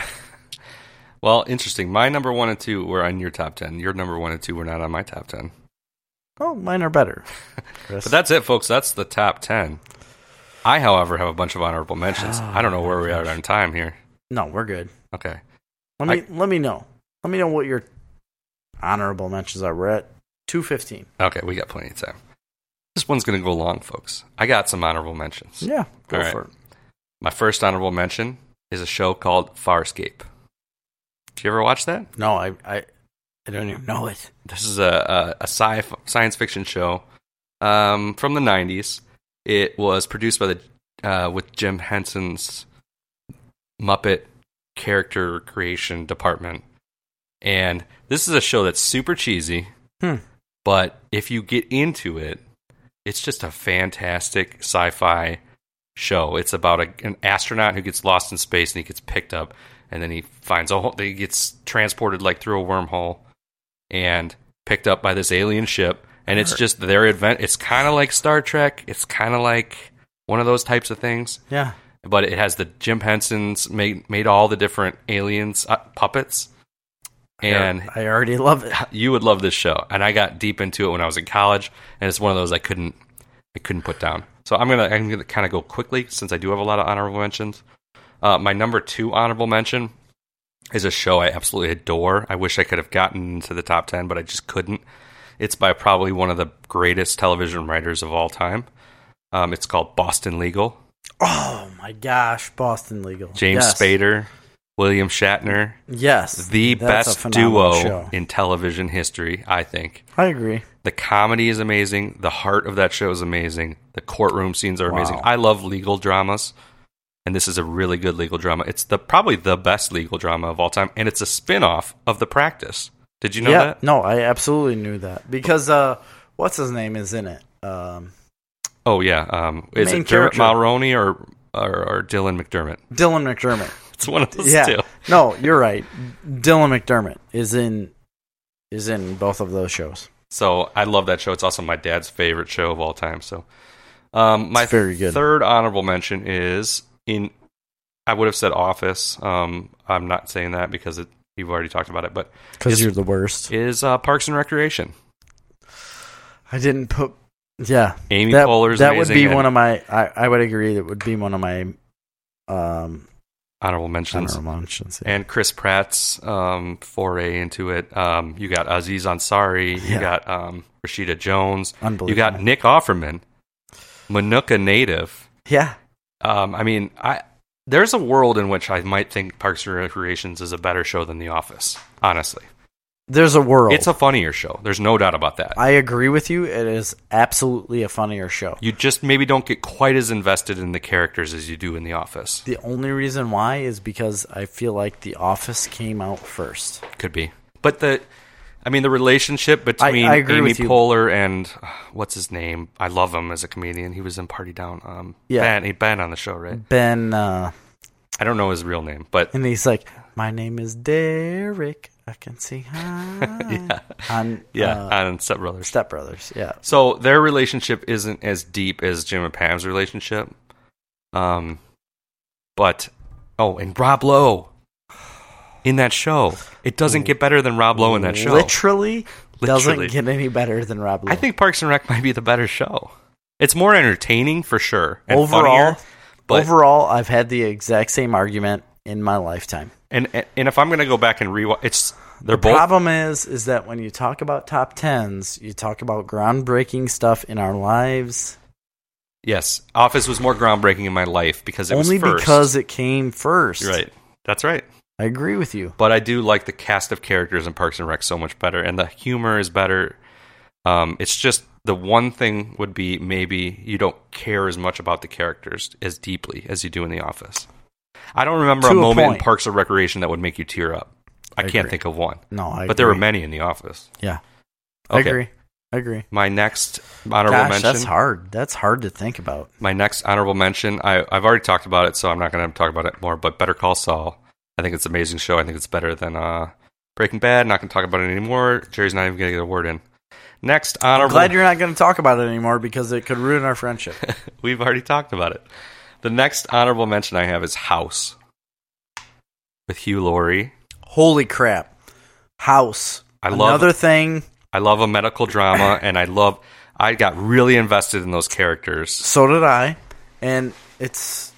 Speaker 1: Well, interesting. My number one and two were on your top ten. Your number one and two were not on my top ten.
Speaker 2: Oh, mine are better. Chris.
Speaker 1: [LAUGHS] But that's it, folks. That's the top ten. I, however, have a bunch of honorable
Speaker 2: Oh,
Speaker 1: mentions. I don't know where we are on time here.
Speaker 2: no, we're good.
Speaker 1: Okay.
Speaker 2: Let me let me know. Let me know what your honorable mentions are. We're at two fifteen.
Speaker 1: Okay, we got plenty of time. This one's going to go long, folks. I got some honorable mentions.
Speaker 2: Yeah, go
Speaker 1: All right.
Speaker 2: for it.
Speaker 1: My first honorable mention is a show called Farscape. Did you ever watch that?
Speaker 2: No, I I, I don't even know it.
Speaker 1: This is a, a, a sci- science fiction show um, from the 90s. It was produced by the uh, with Jim Henson's Muppet character creation department. And this is a show that's super cheesy,
Speaker 2: Hmm.
Speaker 1: but if you get into it, it's just a fantastic sci-fi show. It's about a, an astronaut who gets lost in space and he gets picked up, and then he finds a whole, he gets transported like through a wormhole and picked up by this alien ship. And it's just their event. It's kind of like Star Trek. It's kind of like one of those types of things
Speaker 2: Yeah,
Speaker 1: but it has the Jim Henson's made made all the different aliens uh, puppets, and
Speaker 2: I already love it.
Speaker 1: you would love this show. And I got deep into it when I was in college, and it's one of those I couldn't I couldn't put down. So I'm gonna I'm gonna kind of go quickly since I do have a lot of honorable mentions. Uh, my number two honorable mention is a show I absolutely adore. I wish I could have gotten into the top ten, but I just couldn't. It's by probably one of the greatest television writers of all time. Um, it's called Boston Legal.
Speaker 2: Oh my gosh, Boston Legal.
Speaker 1: James
Speaker 2: Yes.
Speaker 1: Spader, William Shatner,
Speaker 2: Yes,
Speaker 1: the
Speaker 2: That's a
Speaker 1: best duo
Speaker 2: phenomenal show.
Speaker 1: in television history, I think.
Speaker 2: I agree.
Speaker 1: The comedy is amazing. The heart of that show is amazing. The courtroom scenes are amazing.
Speaker 2: Wow.
Speaker 1: I love legal dramas, and this is a really good legal drama. It's the probably the best legal drama of all time, and it's a spin-off of The Practice. Did you know
Speaker 2: yeah,
Speaker 1: that?
Speaker 2: no, I absolutely knew that because uh, what's his name is in it. Um,
Speaker 1: Oh yeah. Um, is
Speaker 2: Main
Speaker 1: it Dermot
Speaker 2: character.
Speaker 1: Mulroney or, or or Dylan McDermott? [LAUGHS]
Speaker 2: Dylan McDermott.
Speaker 1: It's one of those
Speaker 2: yeah,
Speaker 1: two.
Speaker 2: no, you're right. Dylan McDermott is in is in both of those shows.
Speaker 1: So I love that show. It's also my dad's favorite show of all time. So um, my
Speaker 2: It's very good.
Speaker 1: third honorable mention is in. I would have said Office. Um, I'm not saying that because it, you've already talked about it, but
Speaker 2: Because
Speaker 1: Is-
Speaker 2: you're the worst.
Speaker 1: is uh, Parks and Recreation.
Speaker 2: I didn't put. Yeah,
Speaker 1: Amy
Speaker 2: that,
Speaker 1: Poehler's
Speaker 2: that would
Speaker 1: amazing.
Speaker 2: be
Speaker 1: and
Speaker 2: one of my. I, I would agree that would be one of my um
Speaker 1: honorable mentions.
Speaker 2: honorable mentions.
Speaker 1: And Chris Pratt's um, foray into it. Um, you got Aziz Ansari. You
Speaker 2: Yeah.
Speaker 1: got um, Rashida Jones.
Speaker 2: Unbelievable.
Speaker 1: You got Nick Offerman, Manuka native.
Speaker 2: yeah,
Speaker 1: Um, I mean, I there's a world in which I might think Parks and Recreations is a better show than The Office. Honestly,
Speaker 2: there's a world.
Speaker 1: it's a funnier show. There's no doubt about that.
Speaker 2: I agree with you. It is absolutely a funnier show.
Speaker 1: you just maybe don't get quite as invested in the characters as you do in The Office.
Speaker 2: The only reason why is because I feel like The Office came out first.
Speaker 1: Could be, but the. I mean the relationship between
Speaker 2: I agree
Speaker 1: Amy
Speaker 2: with you.
Speaker 1: Poehler and uh, what's his name? I love him as a comedian. He was in Party Down. Um,
Speaker 2: Yeah.
Speaker 1: Ben, he- Ben on the show, right?
Speaker 2: Ben, uh,
Speaker 1: I don't know his real name,
Speaker 2: [LAUGHS]
Speaker 1: but
Speaker 2: and he's like, "My name is Derek. I
Speaker 1: [LAUGHS]
Speaker 2: can say hi."
Speaker 1: yeah,
Speaker 2: On
Speaker 1: [LAUGHS] yeah,
Speaker 2: uh,
Speaker 1: on Step Brothers.
Speaker 2: Step Brothers. Yeah,
Speaker 1: So their relationship isn't as deep as Jim and Pam's relationship. Um, but oh, and Rob Lowe in that show, it doesn't get better than Rob Lowe in that show.
Speaker 2: literally,
Speaker 1: Literally.
Speaker 2: doesn't get any better than Rob. Lowe.
Speaker 1: I think Parks and Rec might be the better show. It's more entertaining for sure. And
Speaker 2: overall,
Speaker 1: funnier, but
Speaker 2: overall, I've had the exact same argument in my lifetime.
Speaker 1: and and- and if I'm gonna go back and rewatch, it's they're both
Speaker 2: Problem is, is that when you talk about top tens, you talk about groundbreaking stuff in our lives.
Speaker 1: yes. Office was more groundbreaking in my life because it
Speaker 2: Only
Speaker 1: was first.
Speaker 2: because it came first.
Speaker 1: right, that's right.
Speaker 2: I agree with you.
Speaker 1: but I do like the cast of characters in Parks and Rec so much better, and the humor is better. Um, it's just the one thing would be maybe you don't care as much about the characters as deeply as you do in The Office. I don't remember
Speaker 2: To
Speaker 1: a
Speaker 2: a
Speaker 1: moment in
Speaker 2: point.
Speaker 1: Parks and Recreation that would make you tear up. I,
Speaker 2: I
Speaker 1: can't
Speaker 2: agree.
Speaker 1: think of one,
Speaker 2: No, I
Speaker 1: but there were
Speaker 2: agree.
Speaker 1: many in The Office.
Speaker 2: Yeah. I
Speaker 1: Okay.
Speaker 2: agree. I agree.
Speaker 1: My next honorable
Speaker 2: Gosh,
Speaker 1: mention.
Speaker 2: that's hard. That's hard to think about.
Speaker 1: My next honorable mention. I, I've already talked about it, so I'm not going to talk about it more. But Better Call Saul. I think it's an amazing show. I think it's better than uh, Breaking Bad. Not going to talk about it anymore. Jerry's not even going to get a word in. Next
Speaker 2: I'm
Speaker 1: honorable.
Speaker 2: glad you're not going to talk about it anymore because it could ruin our
Speaker 1: [LAUGHS]
Speaker 2: friendship.
Speaker 1: We've already talked about it. The next honorable mention I have is House with Hugh Laurie.
Speaker 2: Holy crap. House.
Speaker 1: I love-
Speaker 2: Another thing
Speaker 1: I love a medical
Speaker 2: [COUGHS]
Speaker 1: drama, and I love. I got really invested in those characters.
Speaker 2: So did I. And it's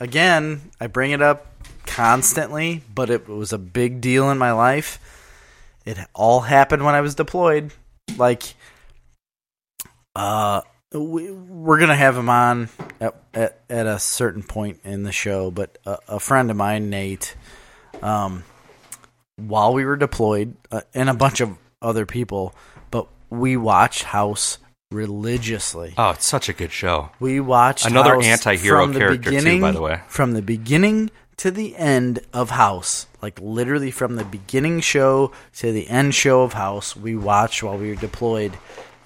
Speaker 2: again, I bring it up constantly, but it was a big deal in my life. It all happened when I was deployed. Like uh we, we're going to have him on at, at at a certain point in the show, but a, a friend of mine, Nate, um while we were deployed uh, and a bunch of other people, but we watched House religiously.
Speaker 1: Oh, it's such a good show.
Speaker 2: We watched
Speaker 1: Another
Speaker 2: House
Speaker 1: anti-hero
Speaker 2: from the
Speaker 1: character, too, by
Speaker 2: beginning-
Speaker 1: the way.
Speaker 2: From the beginning to the end of House, like literally from the beginning show to the end show of House, we watched while we were deployed,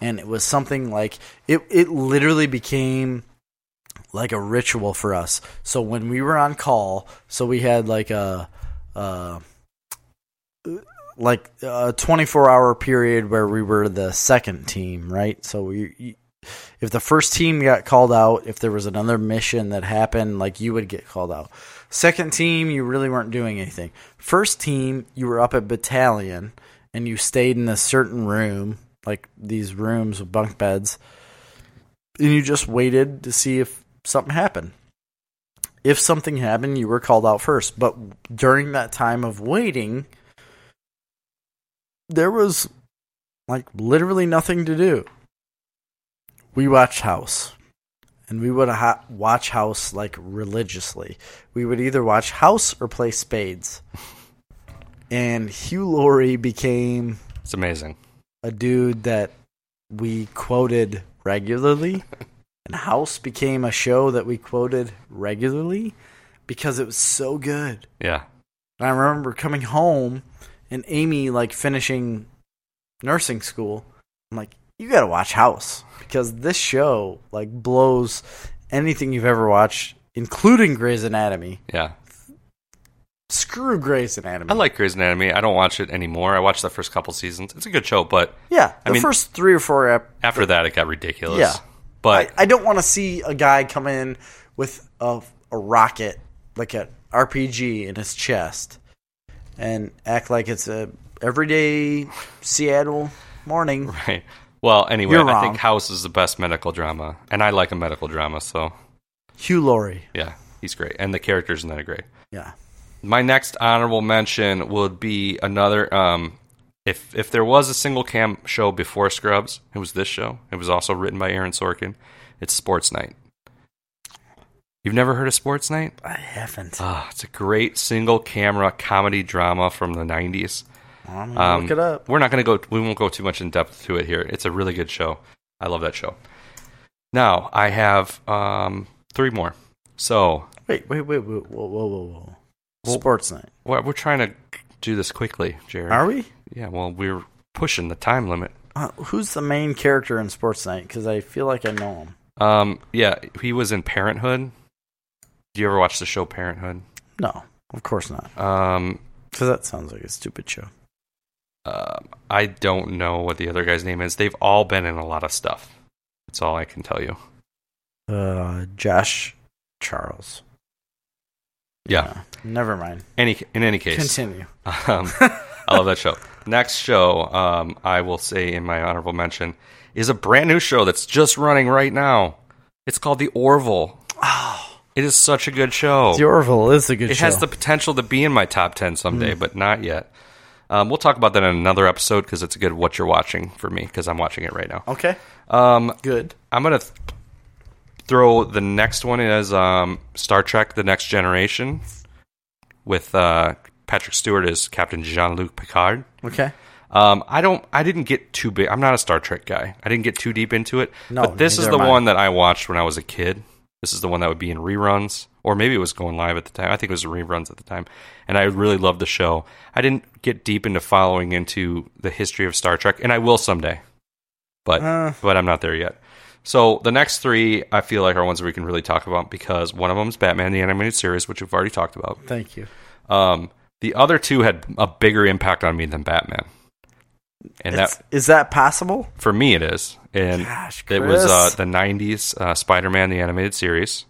Speaker 2: and it was something like it. It literally became like a ritual for us. So when we were on call, so we had like a. Uh, like a 24 hour period where we were the second team, right? So we, you- if the first team got called out, if there was another mission that happened, like you would get called out. Second team, you really weren't doing anything. First team, you were up at battalion and you stayed in a certain room, like these rooms with bunk beds, and you just waited to see if something happened. If something happened, you were called out first. But during that time of waiting, there was like literally nothing to do. We watched House, and we would ha- watch House like religiously. We would either watch House or play Spades. And Hugh Laurie became
Speaker 1: It's amazing.
Speaker 2: a dude that we quoted regularly, and House became a show that we quoted regularly because it was so good.
Speaker 1: Yeah.
Speaker 2: And I remember coming home and Amy like finishing nursing school. I'm like, you gotta watch House because this show like blows anything you've ever watched, including Grey's Anatomy.
Speaker 1: Yeah.
Speaker 2: Screw Grey's Anatomy.
Speaker 1: I like Grey's Anatomy. I don't watch it anymore. I watched the first couple seasons. It's a good show, but
Speaker 2: yeah,
Speaker 1: I
Speaker 2: the
Speaker 1: mean-
Speaker 2: first three or four. Ep-
Speaker 1: after that, it got ridiculous.
Speaker 2: Yeah.
Speaker 1: But
Speaker 2: I, I don't want to see a guy come in with a, a rocket like an RPG in his chest and act like it's a everyday Seattle morning.
Speaker 1: [LAUGHS] right. Well, anyway,
Speaker 2: You're
Speaker 1: I
Speaker 2: wrong.
Speaker 1: think House is the best medical drama, and I like a medical drama. So
Speaker 2: Hugh Laurie.
Speaker 1: yeah, he's great, and the characters in that are great.
Speaker 2: Yeah.
Speaker 1: My next honorable mention would be another. Um, if if there was a single cam show before Scrubs, it was this show. It was also written by Aaron Sorkin. It's Sports Night. You've never heard of Sports Night?
Speaker 2: I haven't.
Speaker 1: Ah, it's a great single camera comedy drama from the '90s.
Speaker 2: I'm gonna
Speaker 1: Um,
Speaker 2: look it up.
Speaker 1: We're not going to go. We won't go too much in depth to it here. It's a really good show. I love that show. Now I have um, three more. So
Speaker 2: Wait, wait, wait, wait. Whoa, whoa, whoa, whoa.
Speaker 1: Well-
Speaker 2: Sports night.
Speaker 1: we're, we're trying to do this quickly, Jared.
Speaker 2: Are we?
Speaker 1: Yeah. Well, we're pushing the time limit.
Speaker 2: Uh, who's the main character in Sports Night? Because I feel like I know him.
Speaker 1: Um, yeah, he was in Parenthood. Do you ever watch the show Parenthood?
Speaker 2: No, of course not.
Speaker 1: Um,
Speaker 2: Because that sounds like a stupid show.
Speaker 1: uh, I don't know what the other guy's name is. They've all been in a lot of stuff. That's all I can tell you.
Speaker 2: Uh, Josh Charles.
Speaker 1: Yeah.
Speaker 2: Never mind.
Speaker 1: Any in any case,
Speaker 2: Continue.
Speaker 1: [LAUGHS] Um, I love that show. Next show, um, I will say in my honorable mention, is a brand new show that's just running right now. It's called The Orville.
Speaker 2: Oh,
Speaker 1: It is such a good show.
Speaker 2: the Orville is a good
Speaker 1: Oh. It
Speaker 2: show. Mm.
Speaker 1: has the potential to be in my top 10 someday, but not yet. Um, we'll talk about that in another episode because it's a good what you're watching for me because I'm watching it right now.
Speaker 2: okay.
Speaker 1: Um,
Speaker 2: Good.
Speaker 1: I'm going to th- throw the next one as um, Star Trek The Next Generation with uh, Patrick Stewart as Captain Jean Luc Picard.
Speaker 2: Okay.
Speaker 1: Um, I don't. I didn't get too big. I'm not a Star Trek guy. I didn't get too deep into it.
Speaker 2: No,
Speaker 1: but this is
Speaker 2: neither
Speaker 1: the
Speaker 2: am I.
Speaker 1: one that I watched when I was a kid. This is the one that would be in reruns or maybe it was going live at the time. I think it was reruns at the time, and I really loved the show. I didn't get deep into following into the history of Star Trek, and I will someday, but
Speaker 2: Uh.
Speaker 1: but I'm not there yet. So the next three, I feel like are ones we can really talk about because one of them is Batman the Animated Series, which we've already talked about.
Speaker 2: Thank you.
Speaker 1: Um, the other two had a bigger impact on me than Batman, and
Speaker 2: Is
Speaker 1: that
Speaker 2: is that possible?
Speaker 1: for me it is. And
Speaker 2: Gosh,
Speaker 1: it was uh,
Speaker 2: Chris.
Speaker 1: the '90s uh, Spider-Man the Animated Series.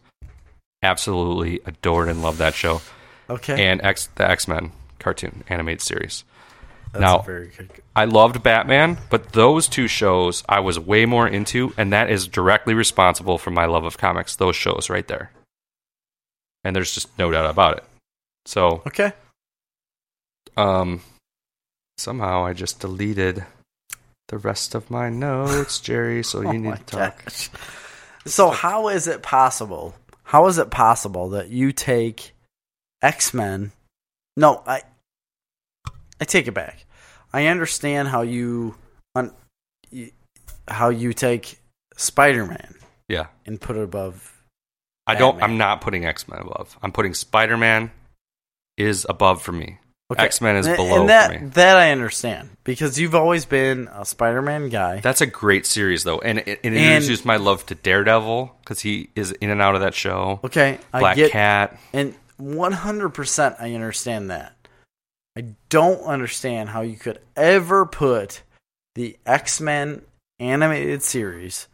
Speaker 1: Absolutely adored and loved that show,
Speaker 2: Okay.
Speaker 1: and X the X-Men cartoon animated series.
Speaker 2: That's
Speaker 1: now-
Speaker 2: very good.
Speaker 1: I loved Batman, but those two shows I was way more into, and that is directly responsible for my love of comics. Those shows right there, and there's just no doubt about it. So
Speaker 2: Okay.
Speaker 1: um, somehow I just deleted the rest of my notes, Jerry. So you
Speaker 2: [LAUGHS] Oh
Speaker 1: need
Speaker 2: my
Speaker 1: to talk.
Speaker 2: gosh. So how is it possible? How is it possible that you take X Men? No, I I take it back. I understand how you un, you- how you take Spider Man
Speaker 1: Yeah,
Speaker 2: and put it above.
Speaker 1: I don't.
Speaker 2: Batman.
Speaker 1: I'm not putting X Men above. I'm putting Spider Man is above for me. X Men is
Speaker 2: And-
Speaker 1: below
Speaker 2: and that
Speaker 1: for me.
Speaker 2: that I understand because you've always been a Spider Man guy.
Speaker 1: That's a great series though, and it, it
Speaker 2: And-
Speaker 1: introduced my love to Daredevil because he is in and out of that show.
Speaker 2: okay, I
Speaker 1: Black
Speaker 2: get
Speaker 1: Cat.
Speaker 2: And 100% I understand that. I don't understand how you could ever put the X Men animated series,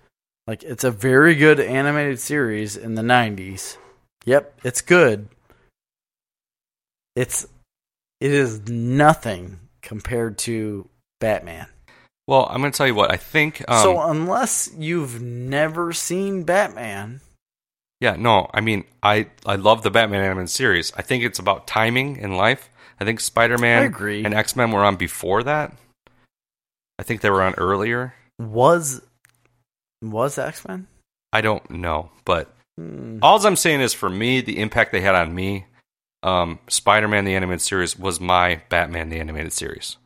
Speaker 2: like, it's a very good animated series in the 90s. Yep, it's good. It's, it is nothing compared to Batman.
Speaker 1: Well, I'm going to tell you what I think. Um,
Speaker 2: so, unless you've never seen Batman,
Speaker 1: Yeah, no, I mean, I I love the Batman animated series. I think it's about timing in life. I think Spider
Speaker 2: I
Speaker 1: Man
Speaker 2: agree.
Speaker 1: and X Men were on before that. I think they were on earlier.
Speaker 2: was, was Hmm, X Men?
Speaker 1: I don't know, but
Speaker 2: Mm-hmm.
Speaker 1: all I'm saying is for me, the impact they had on me, um, Spider Man the animated series was my Batman the animated series.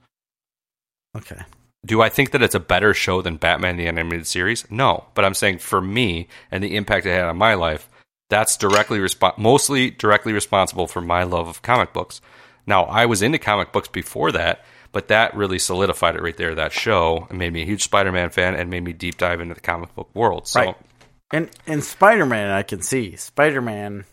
Speaker 2: Okay.
Speaker 1: Do I think that it's a better show than Batman the animated series? No, but I'm saying for me and the impact it had on my life, that's directly respo- mostly directly responsible for my love of comic books. Now, I was into comic books before that, but that really solidified it right there. That show and made me a huge Spider-Man fan and made me deep dive into the comic book world. So
Speaker 2: Right. And and Spider Man, I can see Spider Man.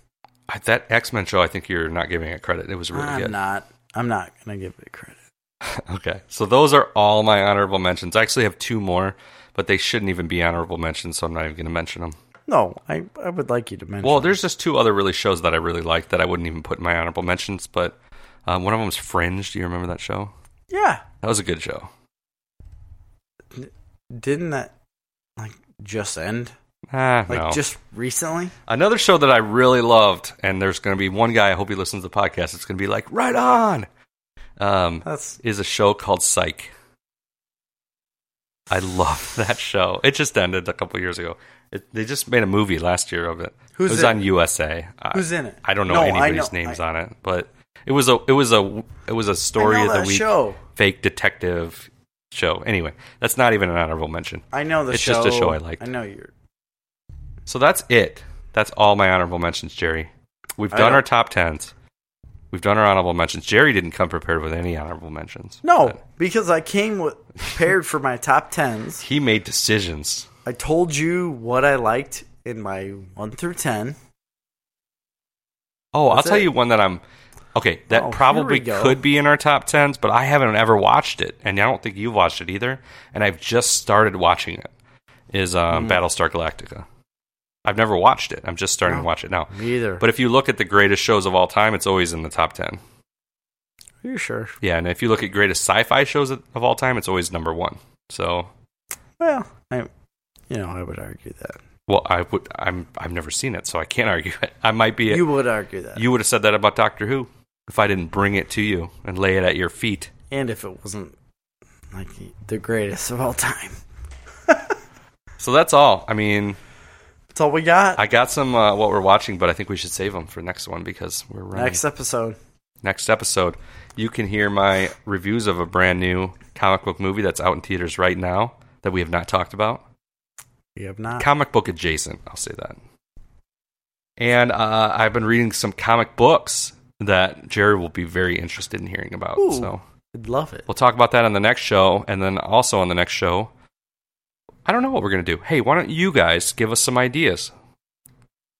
Speaker 1: I, that X-Men show, I think you're not giving it credit. It was really
Speaker 2: I'm
Speaker 1: good.
Speaker 2: not. I'm not gonna give it credit.
Speaker 1: [LAUGHS] Okay. So those are all my honorable mentions. I actually have two more, but they shouldn't even be honorable mentions, so I'm not even going to mention them.
Speaker 2: No, I I would like you to mention.
Speaker 1: Well, there's just two other really shows that I really like that I wouldn't even put in my honorable mentions, but um, one of them was Fringe. Do you remember that show?
Speaker 2: yeah.
Speaker 1: That was a good show.
Speaker 2: Didn't that like just end?
Speaker 1: Ah,
Speaker 2: Like
Speaker 1: no.
Speaker 2: just recently?
Speaker 1: Another show that I really loved, and there's going to be one guy. I hope he listens to the podcast. It's going to be like right on. Um,
Speaker 2: That's
Speaker 1: is a show called Psych. I love [LAUGHS] that show. It just ended a couple years ago. It, they just made a movie last year of it.
Speaker 2: Who's
Speaker 1: it was
Speaker 2: in
Speaker 1: on USA. I-
Speaker 2: who's in it.
Speaker 1: I don't know
Speaker 2: No, I
Speaker 1: anybody's
Speaker 2: know-
Speaker 1: names
Speaker 2: I-
Speaker 1: on it, but it was a it was a it was a story
Speaker 2: I know
Speaker 1: of the
Speaker 2: that
Speaker 1: week
Speaker 2: show.
Speaker 1: fake detective show. Anyway, that's not even an honorable mention.
Speaker 2: I know the
Speaker 1: It's
Speaker 2: show.
Speaker 1: just a show I liked.
Speaker 2: I know you're.
Speaker 1: So that's it. That's all my honorable mentions, Jerry. We've
Speaker 2: I
Speaker 1: done
Speaker 2: don't-
Speaker 1: our top tens. We've done our honorable mentions. Jerry didn't come prepared with any honorable mentions.
Speaker 2: No,
Speaker 1: But
Speaker 2: because I came with prepared for my top tens.
Speaker 1: he made decisions.
Speaker 2: I told you what I liked in my one through ten.
Speaker 1: Oh,
Speaker 2: That's
Speaker 1: I'll tell
Speaker 2: it.
Speaker 1: you one that I'm. Okay, that
Speaker 2: Oh, here
Speaker 1: probably
Speaker 2: we go.
Speaker 1: could be in our top tens, but I haven't ever watched it, and I don't think you've watched it either. And I've just started watching it. Is
Speaker 2: Mm-hmm.
Speaker 1: um, Battlestar Galactica? I've never watched it. I'm just starting to
Speaker 2: No.
Speaker 1: watch it now.
Speaker 2: Me either.
Speaker 1: But if you look at the greatest shows of all time, it's always in the top ten.
Speaker 2: are you sure?
Speaker 1: Yeah, and if you look at greatest sci-fi shows of of all time, it's always number one. So,
Speaker 2: Well, I, you know, I would argue that.
Speaker 1: well, I would. I'm. I've never seen it, so I can't argue it. I might be.
Speaker 2: You would argue that.
Speaker 1: you would have said that about Doctor Who if I didn't bring it to you and lay it at your feet.
Speaker 2: and if it wasn't like the greatest of all time.
Speaker 1: So that's all. I mean,
Speaker 2: That's all we got.
Speaker 1: I got some uh, what we're watching, but I think we should save them for next one because we're running.
Speaker 2: Next
Speaker 1: Next,
Speaker 2: episode.
Speaker 1: episode, you can hear my reviews of a brand new comic book movie that's out in theaters right now that we have not talked about.
Speaker 2: We have not.
Speaker 1: Comic book adjacent, I'll say that. And uh, I've been reading some comic books that Jerry will be very interested in hearing about.
Speaker 2: Ooh.
Speaker 1: So
Speaker 2: I'd love it.
Speaker 1: we'll talk about that on the next show. And then also on the next show, I don't know what we're going to do. Hey, why don't you guys give us some ideas?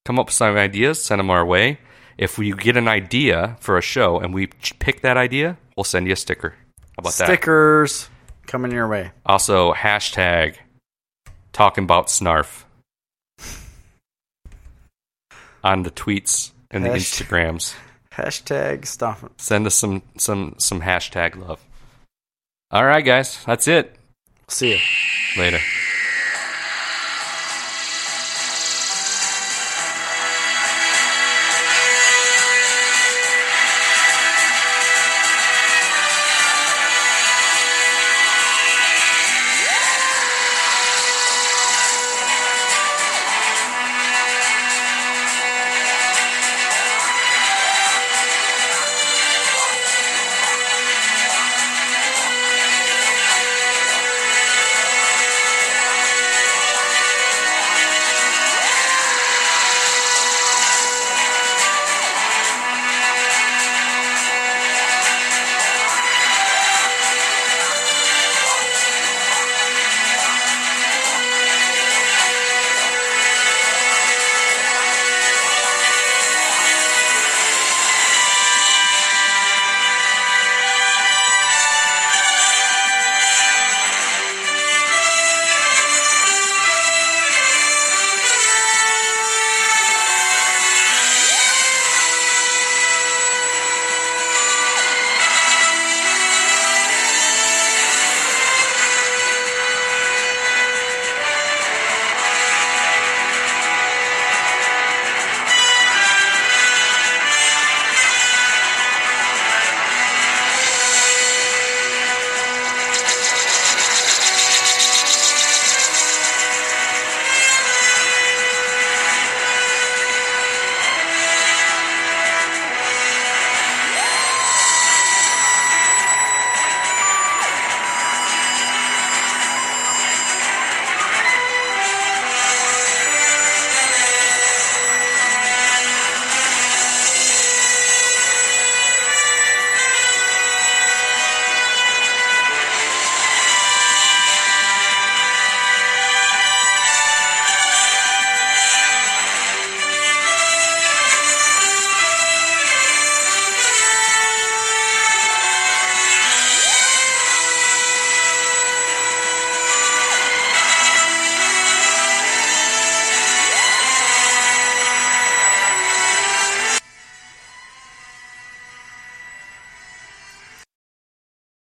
Speaker 1: Come up with some ideas, send them our way. If we get an idea for a show and we ch- pick that idea, we'll send you a sticker. How about that?
Speaker 2: Stickers coming your way.
Speaker 1: Also, hashtag talking about snarf [LAUGHS] on the tweets and the
Speaker 2: Hashtag-
Speaker 1: Instagrams.
Speaker 2: Hashtag stop.
Speaker 1: Send us some some some hashtag love. All right, guys, that's it.
Speaker 2: See ya.
Speaker 1: Later.